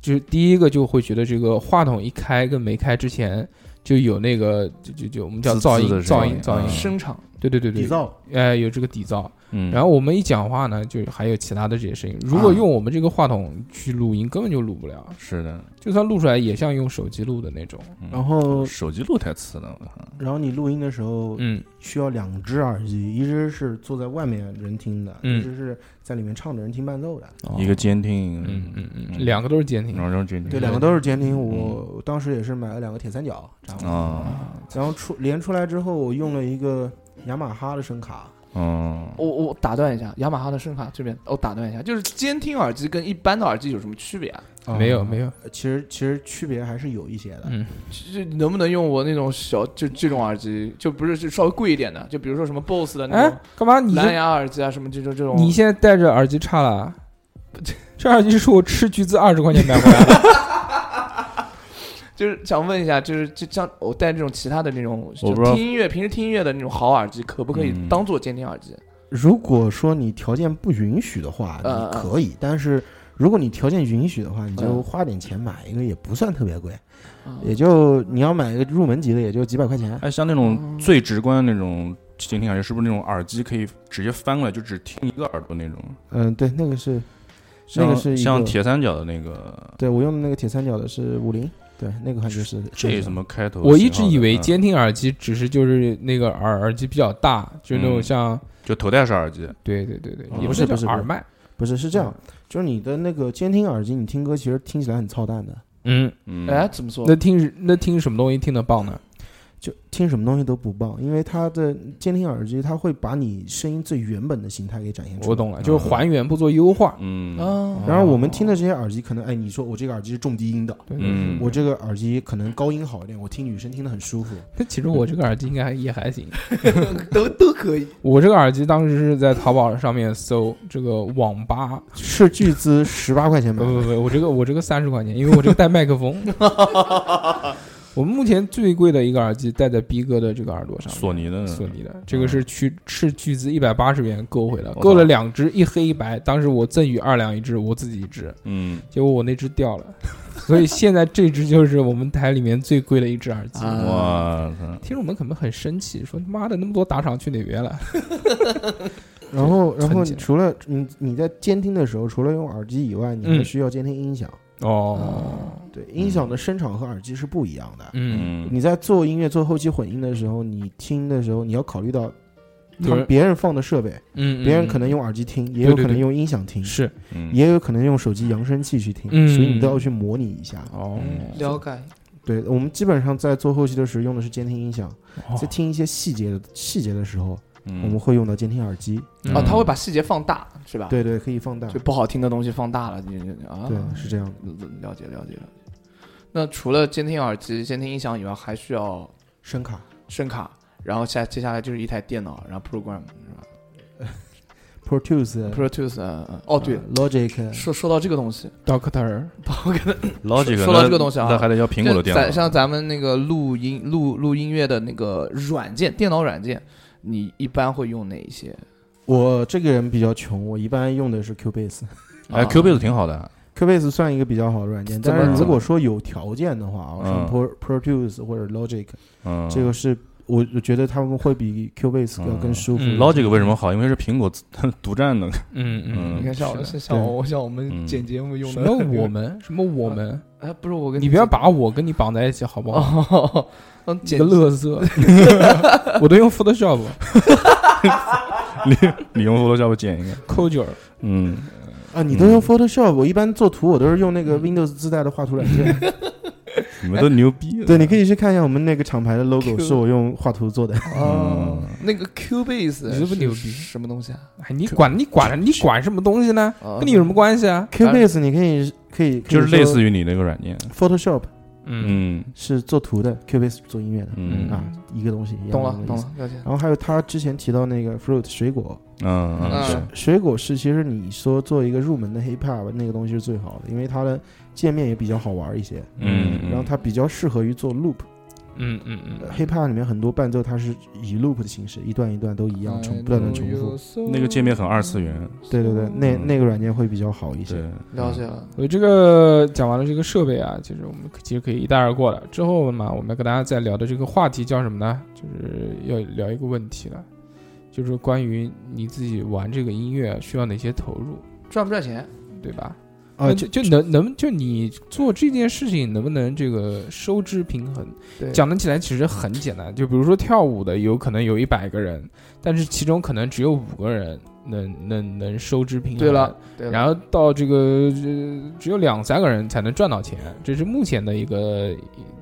[SPEAKER 6] 就是第一个就会觉得这个话筒一开跟没开之前。就有那个，就就就我们叫
[SPEAKER 4] 滋滋
[SPEAKER 6] 噪音
[SPEAKER 4] 的，声
[SPEAKER 6] 噪
[SPEAKER 4] 音
[SPEAKER 6] 音，噪
[SPEAKER 4] 嗯，
[SPEAKER 6] 音
[SPEAKER 5] 呃声场
[SPEAKER 6] 对对对对，
[SPEAKER 3] 底噪，
[SPEAKER 6] 哎，有这个底噪，
[SPEAKER 4] 嗯，啊
[SPEAKER 6] 然后我们一讲话呢，就还有其他的这些声音。如果用我们这个话筒去录音，根本就录不了，
[SPEAKER 4] 是的，
[SPEAKER 6] 就算录出来，也像用手机录的那种。
[SPEAKER 3] 然后
[SPEAKER 4] 手机录太次了，我靠
[SPEAKER 3] 然后你录音的时候
[SPEAKER 6] 嗯，
[SPEAKER 3] 需要两只耳机，一只是坐在外面人听的，
[SPEAKER 6] 嗯
[SPEAKER 3] 一只是在里面唱的人听伴奏的。
[SPEAKER 4] 一个监听，
[SPEAKER 6] 嗯嗯嗯，
[SPEAKER 4] 嗯
[SPEAKER 6] 两个都是监听
[SPEAKER 4] 然。后让
[SPEAKER 6] 嗯
[SPEAKER 4] 监听，
[SPEAKER 3] 对，两个都是监听。我当时也是买了两个铁三角，然后
[SPEAKER 4] 啊，
[SPEAKER 3] 然后出连出来之后，我用了一个雅马哈的声卡，
[SPEAKER 4] 嗯，
[SPEAKER 5] 我我打断一下，雅马哈的声卡这边，我打断一下，就是监听耳机跟一般的耳机有什么区别啊？
[SPEAKER 4] 嗯
[SPEAKER 6] 没
[SPEAKER 4] 哦
[SPEAKER 6] 有没有，
[SPEAKER 3] 呃其实其实区别还是有一些的。
[SPEAKER 6] 嗯
[SPEAKER 5] 就能不能用我那种小就这种耳机，就不是就稍微贵一点的，就比如说什么 BOSS 的那
[SPEAKER 6] 哎
[SPEAKER 5] 种，
[SPEAKER 6] 干嘛你
[SPEAKER 5] 蓝牙耳机啊，什么这种这种。
[SPEAKER 6] 你现在戴着耳机差了？啊 这耳机是我吃橘子二十块钱买回来的。
[SPEAKER 5] 就是想问一下，就是就像我戴这种其他的那种，
[SPEAKER 4] 我
[SPEAKER 5] 就
[SPEAKER 4] 不知道
[SPEAKER 5] 听音乐平时听音乐的那种好耳机，可不可以
[SPEAKER 4] 嗯
[SPEAKER 5] 当做监听耳机？
[SPEAKER 3] 如果说你条件不允许的话，
[SPEAKER 5] 嗯
[SPEAKER 3] 你可以，但是。如果你条件允许的话，你就
[SPEAKER 5] 嗯
[SPEAKER 3] 花点钱买一个，也不算特别贵，
[SPEAKER 5] 啊
[SPEAKER 3] 也就你要买一个入门级的，也就几百块钱。
[SPEAKER 4] 哎，像那
[SPEAKER 3] 哦
[SPEAKER 4] 种最直观的那种监听耳机，是不是那种耳机可以直接翻过来就只听一个耳朵那种？
[SPEAKER 3] 嗯，对，那个是，那
[SPEAKER 4] 像
[SPEAKER 3] 个是一
[SPEAKER 4] 像
[SPEAKER 3] 个
[SPEAKER 4] 铁三角的那个，
[SPEAKER 3] 对我用的那个铁三角的是五零，对，那个还就是
[SPEAKER 4] 这什么开头？
[SPEAKER 6] 我一直以为
[SPEAKER 3] 嗯
[SPEAKER 4] 监
[SPEAKER 6] 监听耳机只是就是那个耳耳机比较大，就那种
[SPEAKER 4] 嗯
[SPEAKER 6] 像
[SPEAKER 4] 就头戴式耳机，
[SPEAKER 6] 对对对对，
[SPEAKER 3] 哦
[SPEAKER 6] 也
[SPEAKER 3] 不是
[SPEAKER 6] 叫
[SPEAKER 3] 不是
[SPEAKER 6] 耳麦。
[SPEAKER 3] 不是是这样，就是你的那个监听耳机，你听歌其实听起来很操蛋的，
[SPEAKER 6] 嗯，
[SPEAKER 4] 嗯，
[SPEAKER 5] 哎，怎么说？
[SPEAKER 6] 那听那听什么东西听得棒呢？
[SPEAKER 3] 就听什么东西都不棒，因为它的监听耳机它会把你声音最原本的形态给展现出来。
[SPEAKER 6] 我。懂了，就是还原不做优化。哦
[SPEAKER 4] 嗯，
[SPEAKER 5] 啊，
[SPEAKER 3] 然后我们听的这些耳机，可能哎，你说我这个耳机是重低音的，
[SPEAKER 6] 对
[SPEAKER 4] 嗯
[SPEAKER 3] 我这个耳机可能高音好一点，我听女生听得很舒服。
[SPEAKER 6] 那其实我这个耳机应该也还行。
[SPEAKER 5] 都都可以。
[SPEAKER 6] 我这个耳机当时是在淘宝上面搜这个网吧，
[SPEAKER 3] 斥巨资十八块钱买
[SPEAKER 6] 不
[SPEAKER 3] 的，
[SPEAKER 6] 不不，我这个我这个三十块钱，因为我这个带麦克风。我们目前最贵的一个耳机戴在逼哥的这个耳朵上面，
[SPEAKER 4] 索尼的
[SPEAKER 6] 索尼的，这个是去斥巨资一百八十元购回来，购了两只，一黑一白。当时我赠予二两一只，我自己一只，
[SPEAKER 4] 嗯，
[SPEAKER 6] 结果我那只掉了， 所以现在这只就是我们台里面最贵的一只耳机。
[SPEAKER 5] 啊
[SPEAKER 4] 我操，
[SPEAKER 6] 听众们可能很生气，说他妈的那么多打赏去哪边了？
[SPEAKER 3] 然后然后
[SPEAKER 6] 存起来
[SPEAKER 3] 除了你你在监听的时候，除了用耳机以外，你
[SPEAKER 6] 嗯
[SPEAKER 3] 还需要监听音响。
[SPEAKER 6] 哦，
[SPEAKER 3] 对，音响的声场和耳机是不一样的。
[SPEAKER 6] 嗯，
[SPEAKER 4] 嗯，
[SPEAKER 3] 你在做音乐、做后期混音的时候，你听的时候，你要考虑到
[SPEAKER 6] 就
[SPEAKER 3] 他
[SPEAKER 6] 是
[SPEAKER 3] 别人放的设备，
[SPEAKER 6] 嗯，
[SPEAKER 3] 别人可能
[SPEAKER 6] 用
[SPEAKER 3] 用耳机听，也有可
[SPEAKER 6] 对对
[SPEAKER 3] 能
[SPEAKER 6] 对
[SPEAKER 3] 用音响听，
[SPEAKER 6] 是
[SPEAKER 4] 嗯
[SPEAKER 3] 也有可能用手机扬声器去听，
[SPEAKER 6] 嗯
[SPEAKER 3] 所以你都要去模拟一下。
[SPEAKER 6] 哦
[SPEAKER 4] 嗯
[SPEAKER 5] 了解，
[SPEAKER 3] 对我们基本上在做后期的时候用的是监听音响，
[SPEAKER 6] 哦
[SPEAKER 3] 在听一些细节的细节的时候，我们
[SPEAKER 4] 嗯，
[SPEAKER 3] 会用到监听耳机。
[SPEAKER 6] 嗯
[SPEAKER 5] 啊，他会把细节放大，是吧？，
[SPEAKER 3] 对对，可以放大
[SPEAKER 5] 就。不好听的东西放大了，你你啊，
[SPEAKER 3] 对，是这样的。
[SPEAKER 5] 了解了解了解。那除了监听耳机、监听音响以外，还需要
[SPEAKER 3] 声卡
[SPEAKER 5] 声卡，然后下接下来就是一台电脑，然后 program 是吧
[SPEAKER 3] Pro Tools。
[SPEAKER 5] ？Pro Tools，嗯嗯哦对
[SPEAKER 3] 呃，Logic，
[SPEAKER 5] 说说到这个东西，
[SPEAKER 6] Doctor，
[SPEAKER 5] 我给他
[SPEAKER 4] 老几个
[SPEAKER 5] 说到这个东西啊
[SPEAKER 4] 那还得要苹果的电
[SPEAKER 5] 就
[SPEAKER 4] 脑，
[SPEAKER 5] 咱像咱们那个录音录录音乐的那个软件，电脑软件，你一般会用哪一些？
[SPEAKER 3] 我这个人比较穷，我一般用的是 Cubase。
[SPEAKER 4] 哎
[SPEAKER 5] 啊
[SPEAKER 4] ，Cubase 挺好的，
[SPEAKER 3] Cubase 算一个比较好的软件，
[SPEAKER 5] 怎
[SPEAKER 3] 但
[SPEAKER 5] 么
[SPEAKER 3] 是如
[SPEAKER 5] 怎么
[SPEAKER 3] 果说有条件的话啊，像
[SPEAKER 4] 嗯
[SPEAKER 3] Pro Pro Tools 或者 Logic，
[SPEAKER 4] 嗯，
[SPEAKER 3] 这个是我我觉得他们会比 Cubase 要更舒服。
[SPEAKER 6] 嗯
[SPEAKER 4] Logic 为什么好？因为是苹果自 独占的，
[SPEAKER 6] 嗯嗯，
[SPEAKER 4] 嗯
[SPEAKER 5] 你看像我
[SPEAKER 6] 是的
[SPEAKER 5] 像像哦我像我们
[SPEAKER 4] 嗯
[SPEAKER 5] 剪节目用
[SPEAKER 6] 什
[SPEAKER 5] 的
[SPEAKER 6] 么我们 啊什么我们，
[SPEAKER 5] 哎不是我跟
[SPEAKER 6] 你不要把我跟你绑在一起好不好？
[SPEAKER 5] 哦，嗯
[SPEAKER 6] 你
[SPEAKER 5] 剪
[SPEAKER 6] 个乐色，我都用 Photoshop，
[SPEAKER 4] 你你用 Photoshop 剪一个，
[SPEAKER 6] 抠脚儿，
[SPEAKER 4] 嗯，
[SPEAKER 3] 啊，你都用 Photoshop，我一般做图我都是用那个 Windows 自带的画图软件。
[SPEAKER 4] 你们都牛逼。
[SPEAKER 3] 对，你可以去看一下我们那个 厂牌的 logo，是我用画图做的。
[SPEAKER 4] 嗯
[SPEAKER 5] 哦，那个 Cubase
[SPEAKER 6] 你这不牛逼
[SPEAKER 5] 是什么东西啊？
[SPEAKER 6] 哎，你管你管你管什么东西呢？
[SPEAKER 5] 啊
[SPEAKER 6] 跟你有什么关系啊？
[SPEAKER 3] Cubase 你可以可以
[SPEAKER 4] 就是类似
[SPEAKER 3] 于
[SPEAKER 4] 于你那个软件，
[SPEAKER 3] Photoshop
[SPEAKER 6] 嗯，
[SPEAKER 4] 嗯
[SPEAKER 3] 是做图的，Cubase 做音乐的、
[SPEAKER 4] 嗯
[SPEAKER 3] 啊，一个东西。一样的
[SPEAKER 5] 懂了
[SPEAKER 3] 意思
[SPEAKER 5] 懂。了，了解。
[SPEAKER 3] 然后还有他之前提到那个 fruit 水果，
[SPEAKER 4] 嗯嗯，
[SPEAKER 5] 嗯
[SPEAKER 4] 是，
[SPEAKER 3] 水果是其实你说做一个入门的 hip hop 那个东西是最好的，因为它的界面也比较好玩一些，
[SPEAKER 4] 嗯，嗯
[SPEAKER 3] 然后它比较适合于做 loop。
[SPEAKER 6] 嗯嗯嗯，
[SPEAKER 3] hip hop 里面很多伴奏它是以 loop 的形式，一段一段都
[SPEAKER 5] 哎
[SPEAKER 3] 一样，重不断的重复。
[SPEAKER 5] 复
[SPEAKER 4] 那个界面很二次元，
[SPEAKER 3] 对对对，那
[SPEAKER 4] 嗯
[SPEAKER 3] 那个软件会比较好一
[SPEAKER 4] 对
[SPEAKER 3] 些。，
[SPEAKER 5] 了解了。
[SPEAKER 6] 所以这个讲完了这个设备啊，其实我们其实可以一带而过了。之后嘛，我们要跟大家再聊的这个话题叫什么呢？就是要聊一个问题了，就是关于你自己玩这个音乐需要哪些投入，
[SPEAKER 5] 赚不赚钱？
[SPEAKER 6] 对吧？
[SPEAKER 3] 啊，
[SPEAKER 5] 呃
[SPEAKER 6] 那
[SPEAKER 3] 就
[SPEAKER 6] 就就能能就你做这件事情能不能这个收支平衡？
[SPEAKER 5] 对，
[SPEAKER 6] 讲得起来其实很简单，就比如说跳舞的，有可能有一百个人，但是其中可能只有五个人能能能收支平衡。
[SPEAKER 5] 对了，，对了。
[SPEAKER 6] 然后到这个、呃只有两三个人才能赚到钱，这是目前的一个，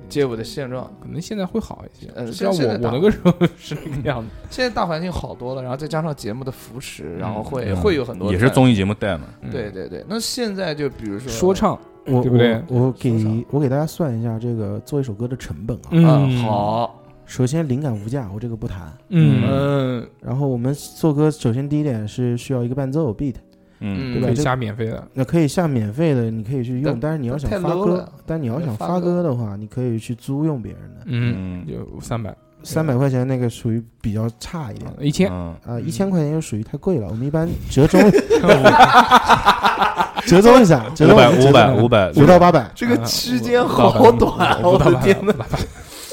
[SPEAKER 5] 街舞的现状，
[SPEAKER 6] 可能现在会好一些。
[SPEAKER 5] 呃
[SPEAKER 6] 至少我
[SPEAKER 5] 现在
[SPEAKER 6] 我
[SPEAKER 5] 打嗯
[SPEAKER 6] 那个时候是那个样子。
[SPEAKER 5] 现在大环境好多了，然后再加上节目的扶持，然后会
[SPEAKER 4] 嗯
[SPEAKER 5] 会有很多
[SPEAKER 4] 也是
[SPEAKER 5] 赚
[SPEAKER 4] 综艺节目带嘛，
[SPEAKER 6] 嗯
[SPEAKER 5] 对对对，那现在就比如说
[SPEAKER 6] 说，唱，
[SPEAKER 3] 我
[SPEAKER 6] 对不对
[SPEAKER 3] 我我
[SPEAKER 5] 说啥
[SPEAKER 3] 给我给大家算一下这个做一首歌的成本啊。
[SPEAKER 5] 嗯，，好，
[SPEAKER 3] 首先灵感无价，我这个不谈。
[SPEAKER 6] 嗯，
[SPEAKER 3] 然后我们做歌，首先第一点是需要一个伴奏 beat，
[SPEAKER 4] 嗯
[SPEAKER 5] 嗯，
[SPEAKER 3] 对吧
[SPEAKER 6] 可以下免费的，
[SPEAKER 3] 那可以下免费的，你可以去用。
[SPEAKER 5] 但
[SPEAKER 3] 但是你要想
[SPEAKER 5] 太
[SPEAKER 3] 发
[SPEAKER 5] low
[SPEAKER 3] 歌
[SPEAKER 5] 了，
[SPEAKER 3] 但你要想发
[SPEAKER 5] 发歌
[SPEAKER 3] 歌的话，你可以去租用别人的。
[SPEAKER 6] 嗯，
[SPEAKER 4] 嗯，
[SPEAKER 6] 就三百，
[SPEAKER 3] 三百块钱那个属于比较差一点
[SPEAKER 6] 一千，
[SPEAKER 4] 嗯
[SPEAKER 3] 啊，一千块钱又属于太贵了。我们一般折中， 折中一下，折
[SPEAKER 4] 五
[SPEAKER 3] 中
[SPEAKER 4] 百
[SPEAKER 3] 一下
[SPEAKER 4] 五百五百
[SPEAKER 3] 五到八百，
[SPEAKER 5] 这
[SPEAKER 6] 个区间好短啊我的天呐，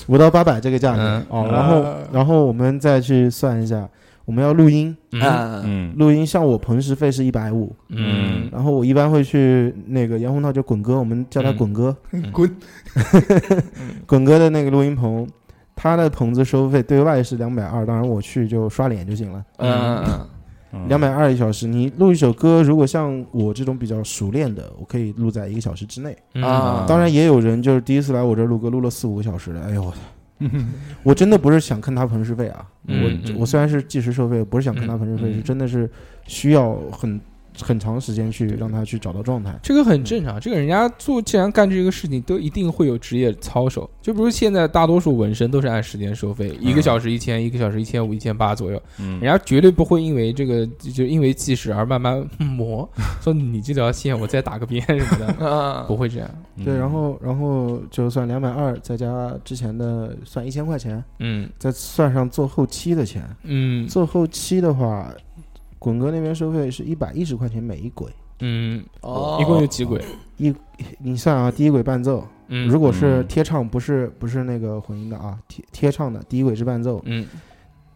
[SPEAKER 3] 五到八百这个价格
[SPEAKER 6] 嗯
[SPEAKER 3] 哦。然后，然后我们再去算一下，我们要录音，
[SPEAKER 6] 嗯
[SPEAKER 5] 嗯，
[SPEAKER 4] 嗯
[SPEAKER 3] 录音像我平时费是一百五，
[SPEAKER 6] 嗯，
[SPEAKER 3] 然后我一般会去那个杨洪涛就滚哥，我们叫他
[SPEAKER 6] 嗯
[SPEAKER 3] 滚哥，
[SPEAKER 5] 滚，
[SPEAKER 3] 滚哥的那个录音棚，他的棚子收费对外是两百二，当然我去就刷脸就行了，
[SPEAKER 5] 嗯嗯
[SPEAKER 4] 嗯
[SPEAKER 3] 两百二一小时。你录一首歌，如果像我这种比较熟练的，我可以录在一个小时之内。
[SPEAKER 5] 嗯
[SPEAKER 6] 嗯
[SPEAKER 5] 啊，
[SPEAKER 3] 当然也有人就是第一次来我这儿录歌，录了四五个小时的，哎 呦我。我真的不是想坑他棚时费啊！
[SPEAKER 6] 嗯
[SPEAKER 3] 我我虽然是计时收费，不是想坑他棚时费，
[SPEAKER 6] 嗯嗯
[SPEAKER 3] 是真的是需要很很长时间去让他去找到状态。
[SPEAKER 6] 这个很正常，这个人家做既然干这个事情，都一定会有职业操守。就比如现在大多数纹身都是按时间收费，一个小时一千，一个小时一千五、一千八左右，
[SPEAKER 4] 嗯
[SPEAKER 6] 人家绝对不会因为这个就就因为计时而慢 慢磨，说你这条线我再打个边什么 的，
[SPEAKER 5] 嗯
[SPEAKER 6] 不会这样。
[SPEAKER 4] 嗯
[SPEAKER 3] 对，然后然后就算两百二，再加之前的算一千块钱，
[SPEAKER 6] 嗯
[SPEAKER 3] 再算上做后期的钱。
[SPEAKER 6] 嗯
[SPEAKER 3] 做后期的话，滚哥那边收费是一百一十块钱每一轨，
[SPEAKER 6] 嗯，
[SPEAKER 5] 哦，
[SPEAKER 6] 一共有几轨？
[SPEAKER 3] 你算啊，第一轨伴奏，
[SPEAKER 6] 嗯，
[SPEAKER 3] 如果是
[SPEAKER 4] 嗯
[SPEAKER 3] 贴唱，不是不是那个混音的啊，贴贴唱的，第一轨是伴奏
[SPEAKER 6] 嗯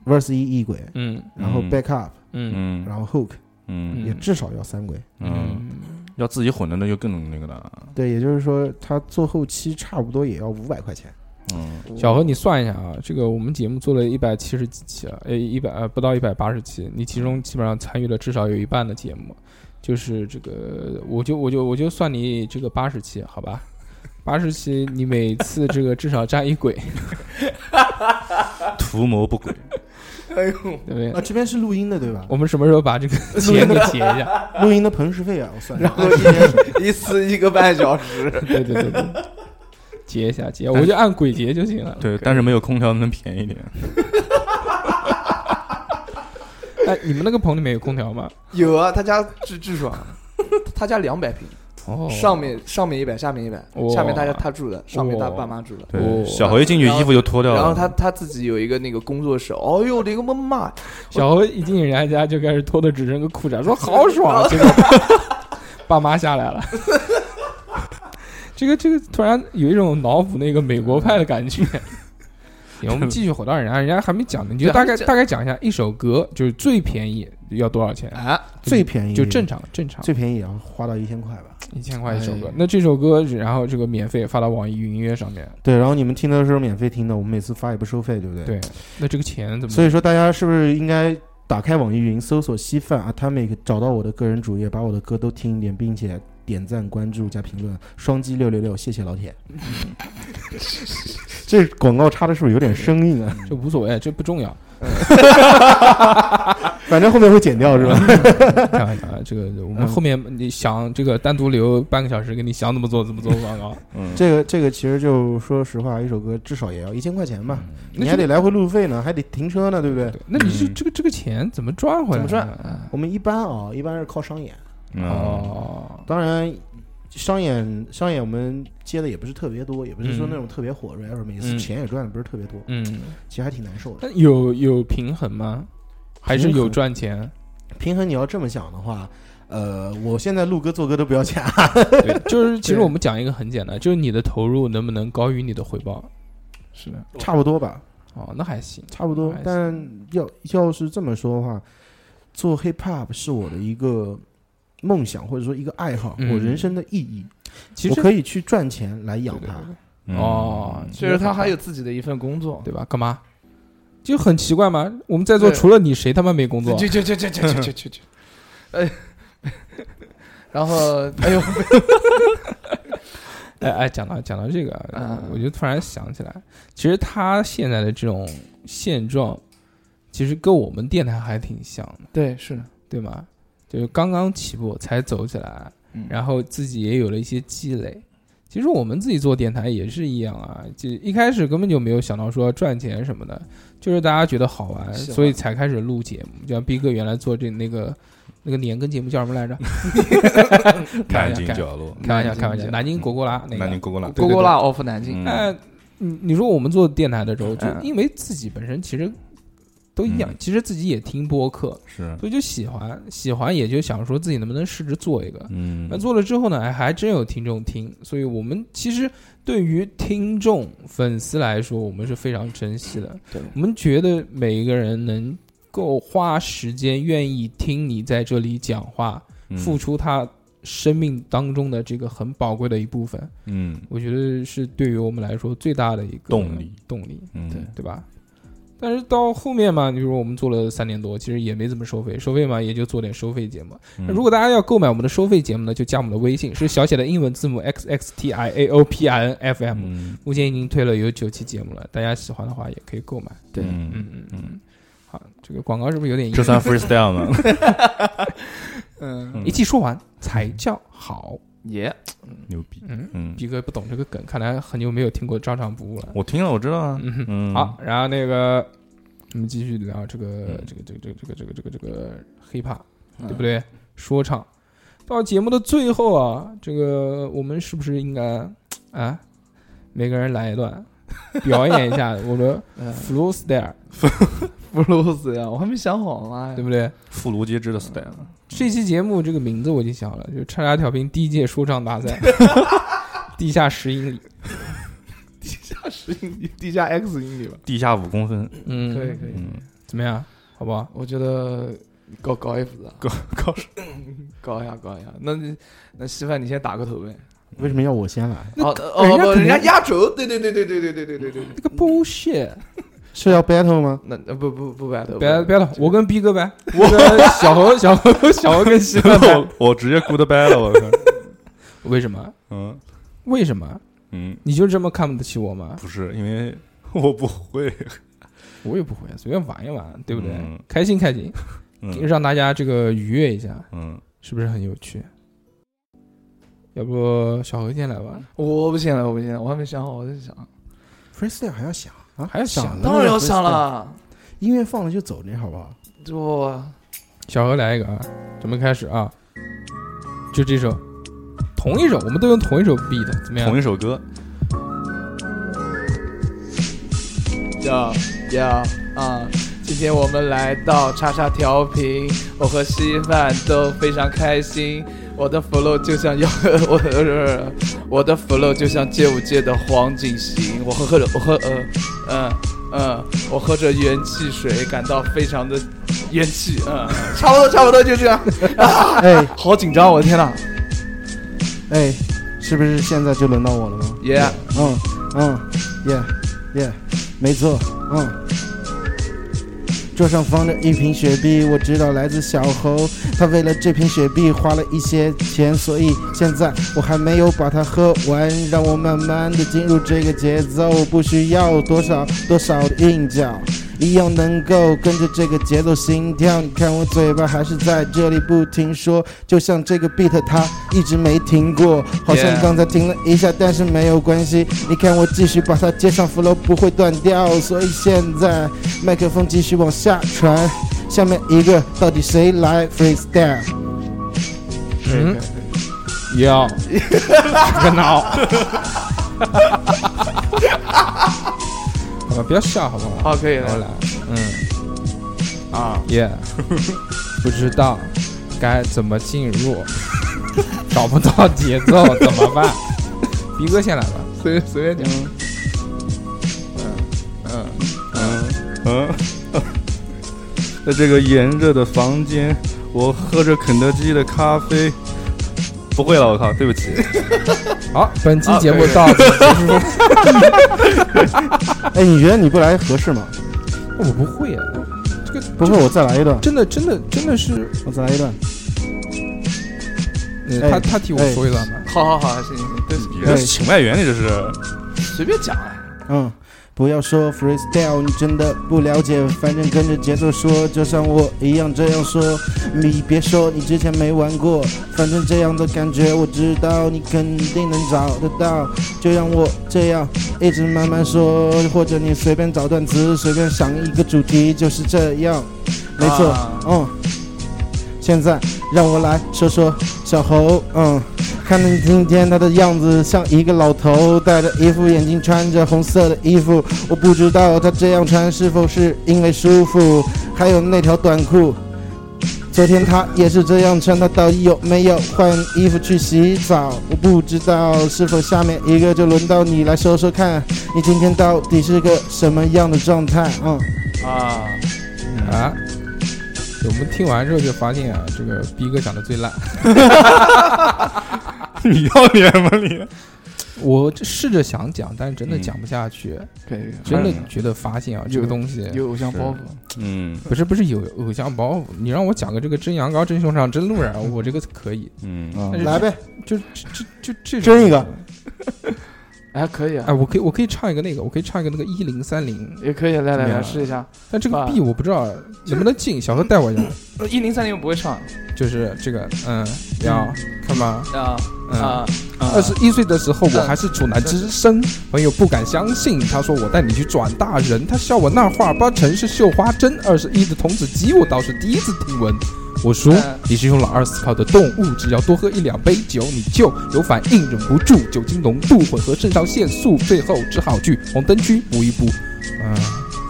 [SPEAKER 3] ，verse 一一轨，
[SPEAKER 6] 嗯
[SPEAKER 3] 然后
[SPEAKER 4] 嗯
[SPEAKER 3] back up，
[SPEAKER 6] 嗯
[SPEAKER 4] 嗯
[SPEAKER 3] 然后 hook
[SPEAKER 4] 嗯
[SPEAKER 3] 也至少要三轨。
[SPEAKER 4] 嗯，要自己混的那就更那个了，
[SPEAKER 3] 对，也就是说他做后期差不多也要五百块钱。
[SPEAKER 4] 嗯
[SPEAKER 6] 小何，你算一下啊，这个我们节目做了一百七十几期了，呃，一百呃不到一百八十期，你其中基本上参与了至少有一半的节目，就是这个，我就我就我就算你这个八十期，好吧？八十期你每次这个至少占一轨，
[SPEAKER 4] 图谋不轨，
[SPEAKER 5] 哎呦，
[SPEAKER 6] 对不对
[SPEAKER 3] 啊，？这边是录音的对吧？
[SPEAKER 6] 我们什么时候 把这个钱给结一下？
[SPEAKER 3] 录音的棚时费啊，我算一下
[SPEAKER 5] 然后一一次一个半小时，
[SPEAKER 6] 对对对对，结一下结，我就按轨结就行了。
[SPEAKER 4] 对，但是没有空调能便宜点，
[SPEAKER 6] 哎，你们那个棚里面有空调吗？
[SPEAKER 5] 有啊，他家至至爽。 他家两百平，
[SPEAKER 6] 哦，
[SPEAKER 5] 上面上面一百，下面一百，
[SPEAKER 6] 哇
[SPEAKER 5] 下面他家他住的，上面他
[SPEAKER 6] 哇
[SPEAKER 5] 爸妈住的。
[SPEAKER 6] 哦
[SPEAKER 4] 对，小何一进去衣服就脱掉了，
[SPEAKER 5] 然后他他自己有一个那个工作室，哦呦，我的个妈呀！
[SPEAKER 6] 小欧一进人家家就开始脱的只剩个裤衩，说好爽啊！结果 爸妈下来了， 这个这个突然有一种脑补那个美国派的感觉。行 我们继续回到人家，人家还没讲呢，你就大概
[SPEAKER 5] 这
[SPEAKER 6] 大概讲一下一首歌就是最便宜要多少钱？
[SPEAKER 5] 啊，
[SPEAKER 3] 最便宜
[SPEAKER 6] 就正常正常
[SPEAKER 3] 最便宜也要花到一千块吧。
[SPEAKER 6] 一千块一首歌
[SPEAKER 5] 哎。
[SPEAKER 6] 那这首歌然后这个免费发到网易云音乐上面，
[SPEAKER 3] 对，然后你们听的时候免费听的，我们每次发也不收费，对不对？
[SPEAKER 6] 嗯对，那这个钱怎么？
[SPEAKER 3] 所以说大家是不是应该打开网易云搜索“稀饭啊 atomic”，找到我的个人主页，把我的歌都听一遍，并且点赞、关注加评论，双击六六六，谢谢 老铁。这广告插的是不是有点生硬啊？
[SPEAKER 6] 这无所谓，这不重要。
[SPEAKER 3] 反正后面会剪掉是吧？
[SPEAKER 6] 嗯开玩笑，啊，这个我
[SPEAKER 5] 嗯
[SPEAKER 6] 们后面你想这个单独留半个小时，给你想怎么做怎么做广 告。
[SPEAKER 4] 嗯，
[SPEAKER 3] 这个这个其实就说实话，一首歌至少也要一千块钱吧，
[SPEAKER 6] 那
[SPEAKER 3] 你还
[SPEAKER 6] 这
[SPEAKER 3] 得来回路费呢，还得停车呢，对不对？
[SPEAKER 6] 嗯对那你这这个这个钱怎么赚回来？
[SPEAKER 5] 嗯怎么赚？嗯
[SPEAKER 3] 我们一般啊、一般是靠商演，
[SPEAKER 4] 哦，
[SPEAKER 6] 哦，
[SPEAKER 3] 当然商演商演我们接的也不是特别多，也不是说
[SPEAKER 6] 嗯
[SPEAKER 3] 那种特别火热，每次
[SPEAKER 6] 嗯
[SPEAKER 3] 钱也赚的不是特别多，
[SPEAKER 6] 嗯，
[SPEAKER 3] 其实还挺难受的。
[SPEAKER 6] 那有有平衡吗？还是有赚钱？
[SPEAKER 3] 平衡你要这么想的话，呃，我现在录歌做歌都不要 钱，啊
[SPEAKER 6] 对，就是其实
[SPEAKER 5] 对
[SPEAKER 6] 我们讲一个很简单，就是你的投入能不能高于你的回报？
[SPEAKER 5] 是的，
[SPEAKER 3] 差不多吧，
[SPEAKER 6] 哦，那还行。
[SPEAKER 3] 差不多
[SPEAKER 6] 还。
[SPEAKER 3] 但要要是这么说的话，做 hip hop 是我的一个梦想，或者说一个爱好，
[SPEAKER 6] 嗯
[SPEAKER 3] 我人生的意义。
[SPEAKER 6] 其
[SPEAKER 3] 我
[SPEAKER 6] 实
[SPEAKER 3] 可以去赚钱来养
[SPEAKER 6] 对
[SPEAKER 3] 它。
[SPEAKER 4] 嗯
[SPEAKER 6] 哦，
[SPEAKER 5] 所以说他还有自己的一份工作，
[SPEAKER 6] 对吧？干嘛？就很奇怪嘛。我们在座
[SPEAKER 5] 对
[SPEAKER 6] 除了你，谁他妈没工作？
[SPEAKER 5] 就就就就就就就就就，哎，然 后哎呦，
[SPEAKER 6] 哎哎，讲到讲到这个啊，
[SPEAKER 5] 嗯
[SPEAKER 6] 我就突然想起来，其实他现在的这种现状，其实跟我们电台还挺像的，
[SPEAKER 5] 对，是的，
[SPEAKER 6] 对吗？就是刚刚起步才走起来，
[SPEAKER 5] 嗯
[SPEAKER 6] 然后自己也有了一些积累。其实我们自己做电台也是一样啊，就一开始根本就没有想到说赚钱什么的，就是大家觉得好玩，
[SPEAKER 5] 喜欢
[SPEAKER 6] 所以才开始录节目。就像逼哥原来做这那个那个年更节目叫什么来着？
[SPEAKER 4] 南京角落，
[SPEAKER 6] 开玩笑，开玩笑，
[SPEAKER 5] 南京
[SPEAKER 6] 南京果果拉那个
[SPEAKER 4] 南京勾勾拉，
[SPEAKER 5] 勾勾拉 off 南
[SPEAKER 4] 嗯
[SPEAKER 5] 京，
[SPEAKER 6] 哎，你你说我们做电台的时候，就
[SPEAKER 5] 嗯
[SPEAKER 6] 因为自己本身其实都一样，
[SPEAKER 4] 嗯
[SPEAKER 6] 其实自己也听播客，
[SPEAKER 4] 是，
[SPEAKER 6] 所以就喜欢，喜欢也就想说自己能不能试着做一个。
[SPEAKER 4] 嗯
[SPEAKER 6] 那，做了之后呢，哎，还真有听众听，所以我们其实对于听众粉丝来说，我们是非常珍惜
[SPEAKER 4] 嗯
[SPEAKER 6] 的。
[SPEAKER 5] 对
[SPEAKER 6] 我们觉得每一个人能够花时间，愿意听你在这里讲话，
[SPEAKER 4] 嗯
[SPEAKER 6] 付，出他生命当中的这个很宝贵的一部分，
[SPEAKER 4] 嗯
[SPEAKER 6] 我觉得是对于我们来说最大的一个
[SPEAKER 4] 动力，
[SPEAKER 6] 动力，
[SPEAKER 4] 嗯，
[SPEAKER 5] 对
[SPEAKER 6] 对吧？但是到后面嘛，你比如说我们做了三年多，其实也没怎么收费，收费嘛也就做点收费节目。
[SPEAKER 4] 嗯
[SPEAKER 6] 那如果大家要购买我们的收费节目呢，就加我们的微信，是小写的英文字母 x x t i a o p i n f m。
[SPEAKER 4] 嗯
[SPEAKER 6] 目前已经推了有九期节目了，大家喜欢的话也可以购买。
[SPEAKER 5] 对
[SPEAKER 4] 嗯，
[SPEAKER 6] 嗯嗯嗯。好，这个广告是不是有点硬
[SPEAKER 4] 这算 freestyle 吗？
[SPEAKER 5] 嗯，
[SPEAKER 6] 一气说完才
[SPEAKER 4] 嗯
[SPEAKER 6] 叫好？
[SPEAKER 5] 也
[SPEAKER 4] 牛逼，
[SPEAKER 6] 嗯，
[SPEAKER 4] 嗯，
[SPEAKER 6] 逼哥不懂这个梗，看来很久没有听过照常不误了。
[SPEAKER 4] 我听了，我知道啊，
[SPEAKER 6] 嗯哼
[SPEAKER 4] 嗯，
[SPEAKER 6] 好，，然后那个我们继续聊这个
[SPEAKER 4] 嗯
[SPEAKER 6] 这个这个这个这个这个这个这个 hiphop，对不对？说唱。到节目的最后啊，这个我们是不是应该啊，每个人来一段，表演一下我的
[SPEAKER 5] 嗯
[SPEAKER 6] flow style，
[SPEAKER 5] 布鲁斯呀，我还没想好嘛
[SPEAKER 6] 对，不对？
[SPEAKER 4] 妇孺皆知的 style，
[SPEAKER 6] 这期节目这个名字我已经想了，就叉叉调频第一届说唱大赛，地下十英里，
[SPEAKER 5] 地下十英里，地下 X 英里吧，
[SPEAKER 4] 地下五公分，
[SPEAKER 6] 嗯，
[SPEAKER 5] 可以可以，
[SPEAKER 4] 嗯，
[SPEAKER 6] 怎么样？好不好？
[SPEAKER 5] 我觉得搞搞一幅啊，
[SPEAKER 4] 高高，
[SPEAKER 5] 搞一下搞一下，那那稀饭你先打个头呗，
[SPEAKER 3] 为什么要我先来？
[SPEAKER 5] 哦
[SPEAKER 6] 人
[SPEAKER 5] 哦
[SPEAKER 6] 家
[SPEAKER 5] 不，
[SPEAKER 6] 肯定
[SPEAKER 5] 人家压轴，对对对对对对对对对对，
[SPEAKER 6] 这个 bullshit。
[SPEAKER 3] 是要 battle 吗？
[SPEAKER 5] 那那不不不白头，
[SPEAKER 6] 别别了，我跟逼哥掰，我 跟小猴小猴 小猴跟西哥掰。
[SPEAKER 4] 我我直接 goodbye 了，我靠，
[SPEAKER 6] 为什么？
[SPEAKER 4] 嗯
[SPEAKER 6] 为什么？
[SPEAKER 4] 嗯，
[SPEAKER 6] 你就这么看不起我吗？
[SPEAKER 4] 不是因为 我不会，
[SPEAKER 6] 我也不会，啊随便玩一玩，对不对？
[SPEAKER 4] 嗯
[SPEAKER 6] 开心开心，
[SPEAKER 4] 嗯
[SPEAKER 6] 让大家这个愉悦一下，
[SPEAKER 4] 嗯，
[SPEAKER 6] 是不是很有趣？要不小猴先来吧？
[SPEAKER 5] 我不行了，我不行了，我还没想好，我在想，
[SPEAKER 3] freestyle 还要想啊，
[SPEAKER 6] 还要想
[SPEAKER 3] 呢
[SPEAKER 5] 当然要想。了，
[SPEAKER 3] 音乐放了就走，你好不好？
[SPEAKER 5] 这不
[SPEAKER 6] 小何来一个啊，咱们开始啊，就这首，同一首，我们都用同一首 B 的，怎么样？
[SPEAKER 4] 同一首歌，
[SPEAKER 5] 呀呀啊！今天我们来到叉叉调频，我和稀饭都非常开心。我的 flow 就像要我的我 的 flow 就像街舞界的黄景行，我喝喝着我喝呃嗯嗯，我喝着元气水，感到非常的元气，嗯，差不多差不多就这样。啊
[SPEAKER 3] 哎
[SPEAKER 5] 好紧张，我的天呐
[SPEAKER 3] 哎，是不是现在就轮到我了吗？
[SPEAKER 5] 耶啊
[SPEAKER 3] 嗯嗯，耶耶，没错，嗯。桌上放着一瓶雪碧，我知道来自小猴，他为了这瓶雪碧花了一些钱，所以现在我还没有把它喝完。让我慢慢的进入这个节奏，不需要多少多少的韵脚。一样能够跟着这个节奏心跳。你看我嘴巴还是在这里不停说，就像这个 beat 它一直没停过，好像
[SPEAKER 5] Yeah
[SPEAKER 3] 刚才停了一下，但是没有关系。你看我继续把它接上 flow，不会断掉。所以现在麦克风继续往下传，下面一个到底谁来 freestyle？
[SPEAKER 6] 嗯， 要这个 脑，好吧，不要笑好不好？
[SPEAKER 5] 好，可以
[SPEAKER 6] 我
[SPEAKER 5] 了。
[SPEAKER 6] 来，嗯，啊 耶，不知道该怎么进入，找不到节奏怎么 办？逼哥先来吧，随随便讲。嗯
[SPEAKER 4] 嗯， 在这个炎热的房间，我喝着肯德基的咖啡。不会了，我靠，对不起。
[SPEAKER 6] 嗯，好，啊本期节目到此结束。
[SPEAKER 3] 哎，你觉得你不来合适吗？
[SPEAKER 6] 我不会啊，这个
[SPEAKER 3] 不会，我再来一段，
[SPEAKER 6] 真的真的真的是，
[SPEAKER 3] 我再来一段。
[SPEAKER 6] 呃
[SPEAKER 3] 哎
[SPEAKER 6] 他他替我说一段吧。
[SPEAKER 5] 好好好，行行，对，
[SPEAKER 4] 这是请外援，你这是
[SPEAKER 5] 随便讲啊。
[SPEAKER 3] 嗯，不要说 freestyle，你真的不了解，反正跟着节奏说，就像我一样这样说。你别说你之前没玩过，反正这样的感觉我知道，你肯定能找得到。就让我这样一直慢慢说，或者你随便找段词，随便想一个主题，就是这样。没错，
[SPEAKER 5] 啊
[SPEAKER 3] 嗯。现在让我来说说小猴，嗯。看着你今天他的样子像一个老头，戴着一副眼镜，穿着红色的衣服。我不知道他这样穿是否是因为舒服，还有那条短裤。昨天他也是这样穿，他到底有没有换衣服去洗澡？我不知道，是否下面一个就轮到你来说说看，你今天到底是个什么样的状态？嗯，
[SPEAKER 5] 啊，
[SPEAKER 6] 啊。我们听完之后就发现啊，这个逼哥讲的最烂。
[SPEAKER 4] 你要脸吗你？
[SPEAKER 6] 我这试着想讲，但是真的讲不下去，
[SPEAKER 5] 嗯可以，
[SPEAKER 6] 真的
[SPEAKER 4] 嗯
[SPEAKER 6] 觉得发现啊，
[SPEAKER 5] 有
[SPEAKER 6] 这个东西
[SPEAKER 5] 有偶像包袱。
[SPEAKER 4] 嗯
[SPEAKER 6] 不是不是有偶像包袱。你让我讲个这个真羊羔、真熊掌、真 路人啊，我这个可以，
[SPEAKER 4] 嗯，
[SPEAKER 5] 啊
[SPEAKER 6] 但是
[SPEAKER 3] 来呗，
[SPEAKER 6] 就这这这这种
[SPEAKER 3] 真一个。
[SPEAKER 5] 哎，可以
[SPEAKER 6] 哎，
[SPEAKER 5] 啊，
[SPEAKER 6] 我可以我可以唱一个那个，我可以唱一个那个一零三零，
[SPEAKER 5] 也可以，来来
[SPEAKER 6] 怎么
[SPEAKER 5] 来，
[SPEAKER 6] 样啊
[SPEAKER 5] 试一下。
[SPEAKER 6] 但这个
[SPEAKER 5] 哇
[SPEAKER 6] B 我不知道能不能进，小何带我一下。
[SPEAKER 5] 一零三零不会唱
[SPEAKER 6] 就是这个，嗯，要看吧，
[SPEAKER 5] 啊
[SPEAKER 6] 嗯。
[SPEAKER 5] 啊，
[SPEAKER 6] 二十一岁的时候，我
[SPEAKER 5] 嗯
[SPEAKER 6] 还是处男之身，朋友不敢相信，他说我带你去转大人，他笑我那话八成是绣花针。二十一的童子鸡，我倒是第一次听闻。我叔
[SPEAKER 5] 嗯，
[SPEAKER 6] 你是用老二思考的动物，只要多喝一两杯酒，你就有反应，忍不住酒精浓度混合肾上腺素，最后只好去红灯区补一补。 嗯，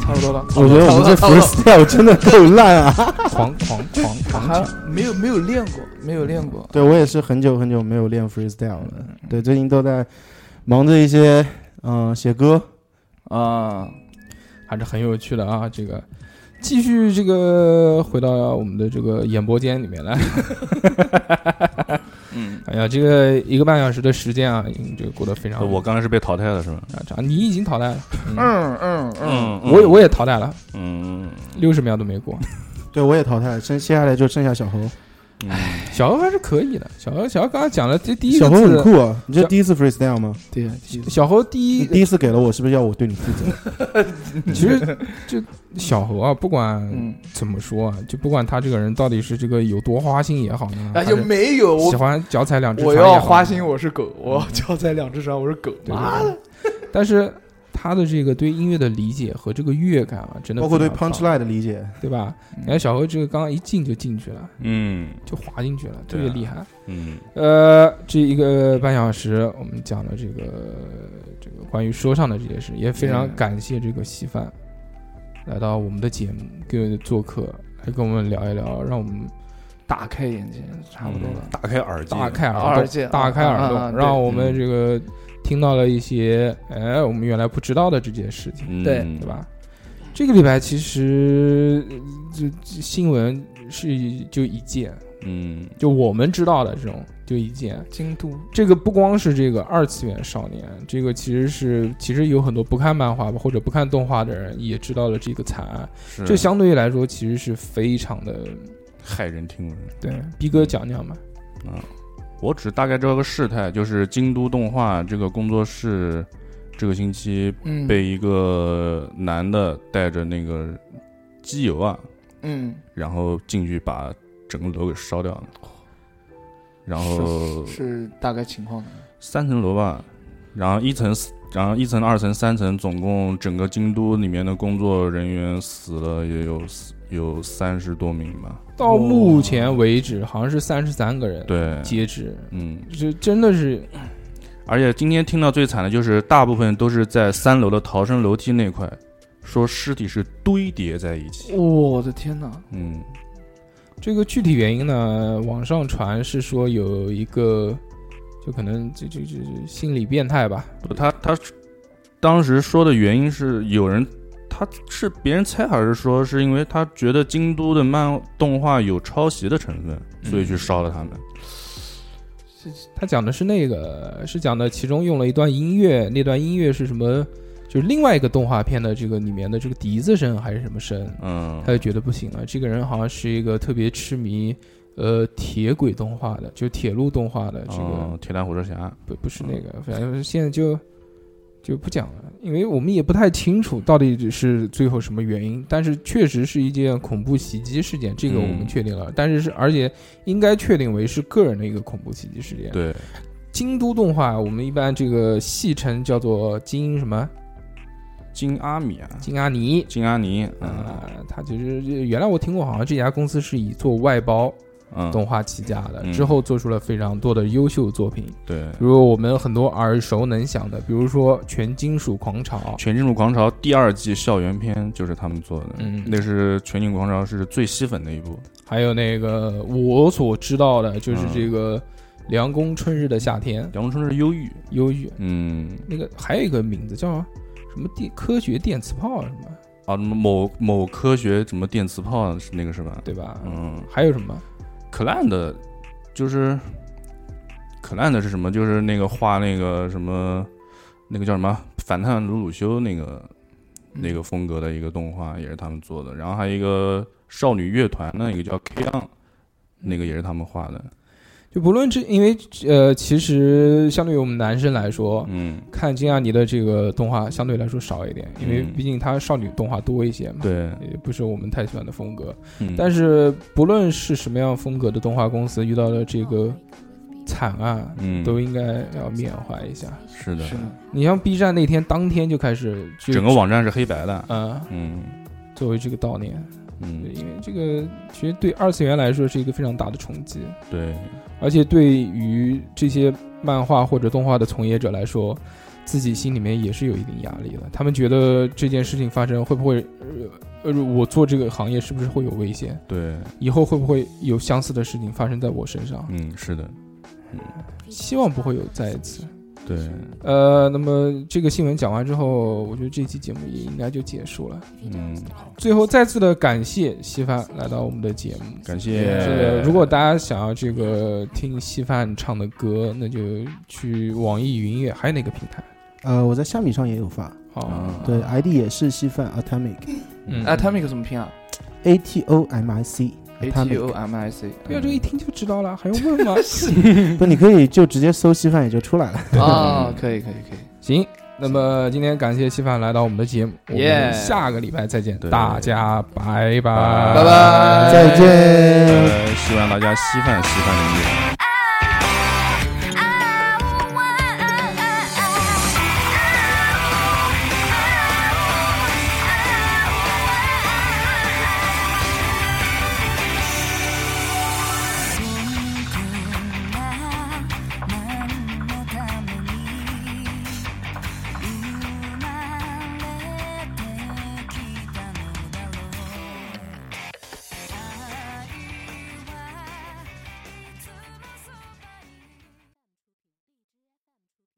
[SPEAKER 5] 差不多了。
[SPEAKER 3] 我觉得我们这
[SPEAKER 5] 差不多了
[SPEAKER 3] freestyle 真的够烂啊！
[SPEAKER 6] 狂狂狂
[SPEAKER 5] 我
[SPEAKER 6] 狂
[SPEAKER 5] 还
[SPEAKER 6] 抢！
[SPEAKER 5] 没有没有练过，没有练过。
[SPEAKER 3] 对我也是很久很久没有练 freestyle 了。对，最近都在忙着一些嗯、呃写歌。
[SPEAKER 5] 啊，
[SPEAKER 6] 还是很有趣的啊。这个继续这个回到我们的这个演播间里面来。嗯，哎呀，这个一个半小时的时间啊，嗯这个过得非常
[SPEAKER 4] 我刚才是被淘汰了是吗？
[SPEAKER 6] 啊，你已经淘汰了，
[SPEAKER 5] 嗯嗯嗯，
[SPEAKER 4] 嗯
[SPEAKER 6] 我也我也淘汰了，
[SPEAKER 4] 嗯
[SPEAKER 6] 六十秒都没过。
[SPEAKER 3] 对，我也淘汰了，剩接下来就剩下小猴。
[SPEAKER 6] 小何还是可以的，小何小何刚刚讲了这第一
[SPEAKER 3] 小
[SPEAKER 6] 个
[SPEAKER 3] 猴很
[SPEAKER 6] 字，
[SPEAKER 3] 酷啊！你这
[SPEAKER 6] 小
[SPEAKER 3] 第一次 freestyle 吗？
[SPEAKER 5] 对，第
[SPEAKER 6] 小何第
[SPEAKER 3] 你
[SPEAKER 6] 一
[SPEAKER 3] 第一次给了我，是不是要我对你负 责？
[SPEAKER 6] 其 实就小何啊，不管
[SPEAKER 5] 嗯，
[SPEAKER 6] 怎么说啊，就不管他这个人到底是这个有多花心也好呢，
[SPEAKER 5] 哎，
[SPEAKER 6] 还
[SPEAKER 5] 就是没有
[SPEAKER 6] 喜
[SPEAKER 5] 我，
[SPEAKER 6] 欢脚踩两只
[SPEAKER 5] 我
[SPEAKER 6] 船嗯也
[SPEAKER 5] 要
[SPEAKER 6] 好
[SPEAKER 5] 花
[SPEAKER 6] 呢
[SPEAKER 5] 心，我是狗，我要脚踩两只船，我是狗。
[SPEAKER 6] 对对对但是他的这个对音乐的理解和这个乐感啊，真的
[SPEAKER 3] 包括对
[SPEAKER 6] 非常棒
[SPEAKER 3] punchline 的理解。
[SPEAKER 6] 对吧？
[SPEAKER 5] 嗯
[SPEAKER 6] 你看小何这个刚刚一进就进去了，
[SPEAKER 4] 嗯
[SPEAKER 6] 就滑进去了，特
[SPEAKER 4] 对啊
[SPEAKER 6] 别厉害。
[SPEAKER 4] 嗯
[SPEAKER 6] 呃，这一个半小时我们讲了这个这个关于说唱的这些事，也非常
[SPEAKER 5] 嗯
[SPEAKER 6] 感谢这个稀饭来到我们的节目给做客，来跟我们聊一聊，让我们
[SPEAKER 5] 打开眼睛，差不多了。
[SPEAKER 4] 打开耳机，
[SPEAKER 6] 大开耳
[SPEAKER 5] 耳
[SPEAKER 6] 朵，
[SPEAKER 5] 界
[SPEAKER 6] 大开耳
[SPEAKER 5] 啊啊啊
[SPEAKER 6] 朵，
[SPEAKER 5] 对
[SPEAKER 6] 让我们
[SPEAKER 4] 嗯
[SPEAKER 6] 这个听到了一些哎我们原来不知道的这些事情。
[SPEAKER 4] 嗯
[SPEAKER 5] 对
[SPEAKER 6] 对？吧？嗯这个礼拜其实呃这这新闻是就一件，
[SPEAKER 4] 嗯
[SPEAKER 6] 就我们知道的这种，就就一件。
[SPEAKER 5] 京都
[SPEAKER 6] 这个不光是这个二次元少年，这个其实是其实有很多不看漫画或者不看动画的人也知道了这个惨案，
[SPEAKER 4] 是
[SPEAKER 6] 这相对于来说其实是非常的
[SPEAKER 4] 骇人听闻。
[SPEAKER 6] 对。逼哥讲讲吧，
[SPEAKER 4] 我只大概知道个事态，就是京都动画这个工作室，这个星期
[SPEAKER 5] 嗯
[SPEAKER 4] 被一个男的带着那个机油啊，
[SPEAKER 5] 嗯
[SPEAKER 4] 然后进去把整个楼给烧掉了，然后
[SPEAKER 5] 是大概情况呢？
[SPEAKER 4] 三层楼吧，然后一层四，然后一层、二层、三层，总共整个京都里面的工作人员死了也有四有三十多名吧，
[SPEAKER 6] 到目前为止好像是三十三个人
[SPEAKER 4] 对，
[SPEAKER 6] 截止，
[SPEAKER 4] 嗯，
[SPEAKER 6] 这真的是
[SPEAKER 4] 而且今天听到最惨的就是，大部分都是在三楼的逃生楼梯那块，说尸体是堆叠在一起。
[SPEAKER 5] 我的天哪！
[SPEAKER 4] 嗯，
[SPEAKER 6] 这个具体原因呢，网上传是说有一个，就可能就就就就心理变态吧，
[SPEAKER 4] 不他他当时说的原因是有人，他是别人猜还是说是因为他觉得京都的漫动画有抄袭的成分，所
[SPEAKER 6] 嗯
[SPEAKER 4] 以去烧了他们。
[SPEAKER 6] 他讲的是那个，是讲的其中用了一段音乐，那段音乐是什么？就是另外一个动画片的这个里面的这个笛子声还是什么声？
[SPEAKER 4] 嗯
[SPEAKER 6] 他，就觉得不行了。这个人好像是一个特别痴迷，呃，铁轨动画的，就铁路动画的这个，
[SPEAKER 4] 哦，铁胆火车侠，
[SPEAKER 6] 不不是那
[SPEAKER 4] 嗯
[SPEAKER 6] 个，反正现在就就不讲了，因为我们也不太清楚到底是最后什么原因，但是确实是一件恐怖袭击事件，这个我们
[SPEAKER 4] 嗯
[SPEAKER 6] 确定了，但是是而且应该确定为是个人的一个恐怖袭击事件。
[SPEAKER 4] 对，
[SPEAKER 6] 京都动画，我们一般这个戏称叫做金什么
[SPEAKER 4] 金阿米啊，
[SPEAKER 6] 金阿尼
[SPEAKER 4] 金阿尼，嗯
[SPEAKER 6] 啊，它其实原来我听过，好像这家公司是以做外包
[SPEAKER 4] 嗯，
[SPEAKER 6] 动画起家的，
[SPEAKER 4] 嗯
[SPEAKER 6] 之后做出了非常多的优秀作品，
[SPEAKER 4] 对，
[SPEAKER 6] 比如我们很多耳熟能详的，比如说《全金属狂潮》，
[SPEAKER 4] 《全金属狂潮》第二季校园片就是他们做的，
[SPEAKER 6] 嗯
[SPEAKER 4] 那是《全金属狂潮》是最吸粉的一部，
[SPEAKER 6] 还有那个我所知道的就是这个《凉宫春日的夏天》
[SPEAKER 4] 《阳春是忧郁》，
[SPEAKER 6] 忧郁，
[SPEAKER 4] 嗯，
[SPEAKER 6] 那个还有一个名字叫什么电科学电磁炮啊什么，
[SPEAKER 4] 啊，某某科学什么电磁炮啊是那个是吧？
[SPEAKER 6] 对吧？
[SPEAKER 4] 嗯，
[SPEAKER 6] 还有什么？
[SPEAKER 4] 可烂的，就是可烂的是什么？就是那个画那个什么，那个叫什么反叛鲁鲁修那个那个风格的一个动画，也是他们做的。然后还有一个少女乐团呢，一个叫 K on，那个也是他们画的。
[SPEAKER 6] 就不论这，因为呃，其实相对于我们男生来说，
[SPEAKER 4] 嗯，
[SPEAKER 6] 看金亚尼的这个动画相对来说少一点，因为
[SPEAKER 4] 嗯
[SPEAKER 6] 毕竟它少女动画多一些嘛，
[SPEAKER 4] 对，
[SPEAKER 6] 也不是我们太喜欢的风格。
[SPEAKER 4] 嗯
[SPEAKER 6] 但是不论是什么样风格的动画公司，遇到了这个惨案，
[SPEAKER 4] 嗯
[SPEAKER 6] 都应该要缅怀一下。
[SPEAKER 4] 是的，
[SPEAKER 6] 你像 B 站那天当天就开始就
[SPEAKER 4] 整个网站是黑白的。
[SPEAKER 6] 呃
[SPEAKER 4] 嗯
[SPEAKER 6] 作为这个悼念，对
[SPEAKER 4] 嗯，
[SPEAKER 6] 因为这个其实对二次元来说是一个非常大的冲击，
[SPEAKER 4] 对，
[SPEAKER 6] 而且对于这些漫画或者动画的从业者来说，自己心里面也是有一定压力的。他们觉得这件事情发生会不会，呃，呃我做这个行业是不是会有危险？
[SPEAKER 4] 对，
[SPEAKER 6] 以后会不会有相似的事情发生在我身上？
[SPEAKER 4] 嗯，是的，
[SPEAKER 6] 希望不会有再一次。
[SPEAKER 4] 对，
[SPEAKER 6] 呃，那么这个新闻讲完之后，我觉得这期节目也应该就结束了。
[SPEAKER 4] 嗯，
[SPEAKER 6] 最后再次的感谢稀饭来到我们的节目。
[SPEAKER 4] 感
[SPEAKER 6] 这个
[SPEAKER 4] 谢。呃
[SPEAKER 6] 如果大家想要这个听稀饭唱的歌，那就去网易云音乐，还有哪个平台？
[SPEAKER 3] 呃，我在虾米上也有发，
[SPEAKER 6] 好，
[SPEAKER 4] 啊
[SPEAKER 3] 对，ID 也是稀饭 Atomic
[SPEAKER 6] 嗯，
[SPEAKER 5] 哎，他们 c 怎么嗯拼啊
[SPEAKER 3] A T O M I C
[SPEAKER 5] ？A T O M I C。
[SPEAKER 6] 对啊，这个一听就知道了，还用问吗？
[SPEAKER 3] 不，你可以就直接搜稀饭也就出来了。
[SPEAKER 5] 啊，可以可以可以。
[SPEAKER 6] 行，那么今天感谢稀饭来到我们的节目，我们
[SPEAKER 5] Yeah
[SPEAKER 6] 下个礼拜再见，
[SPEAKER 4] 对
[SPEAKER 6] 大家拜拜，
[SPEAKER 4] 拜
[SPEAKER 5] 拜拜
[SPEAKER 3] 再见。
[SPEAKER 4] 呃，希望大家稀饭稀饭的。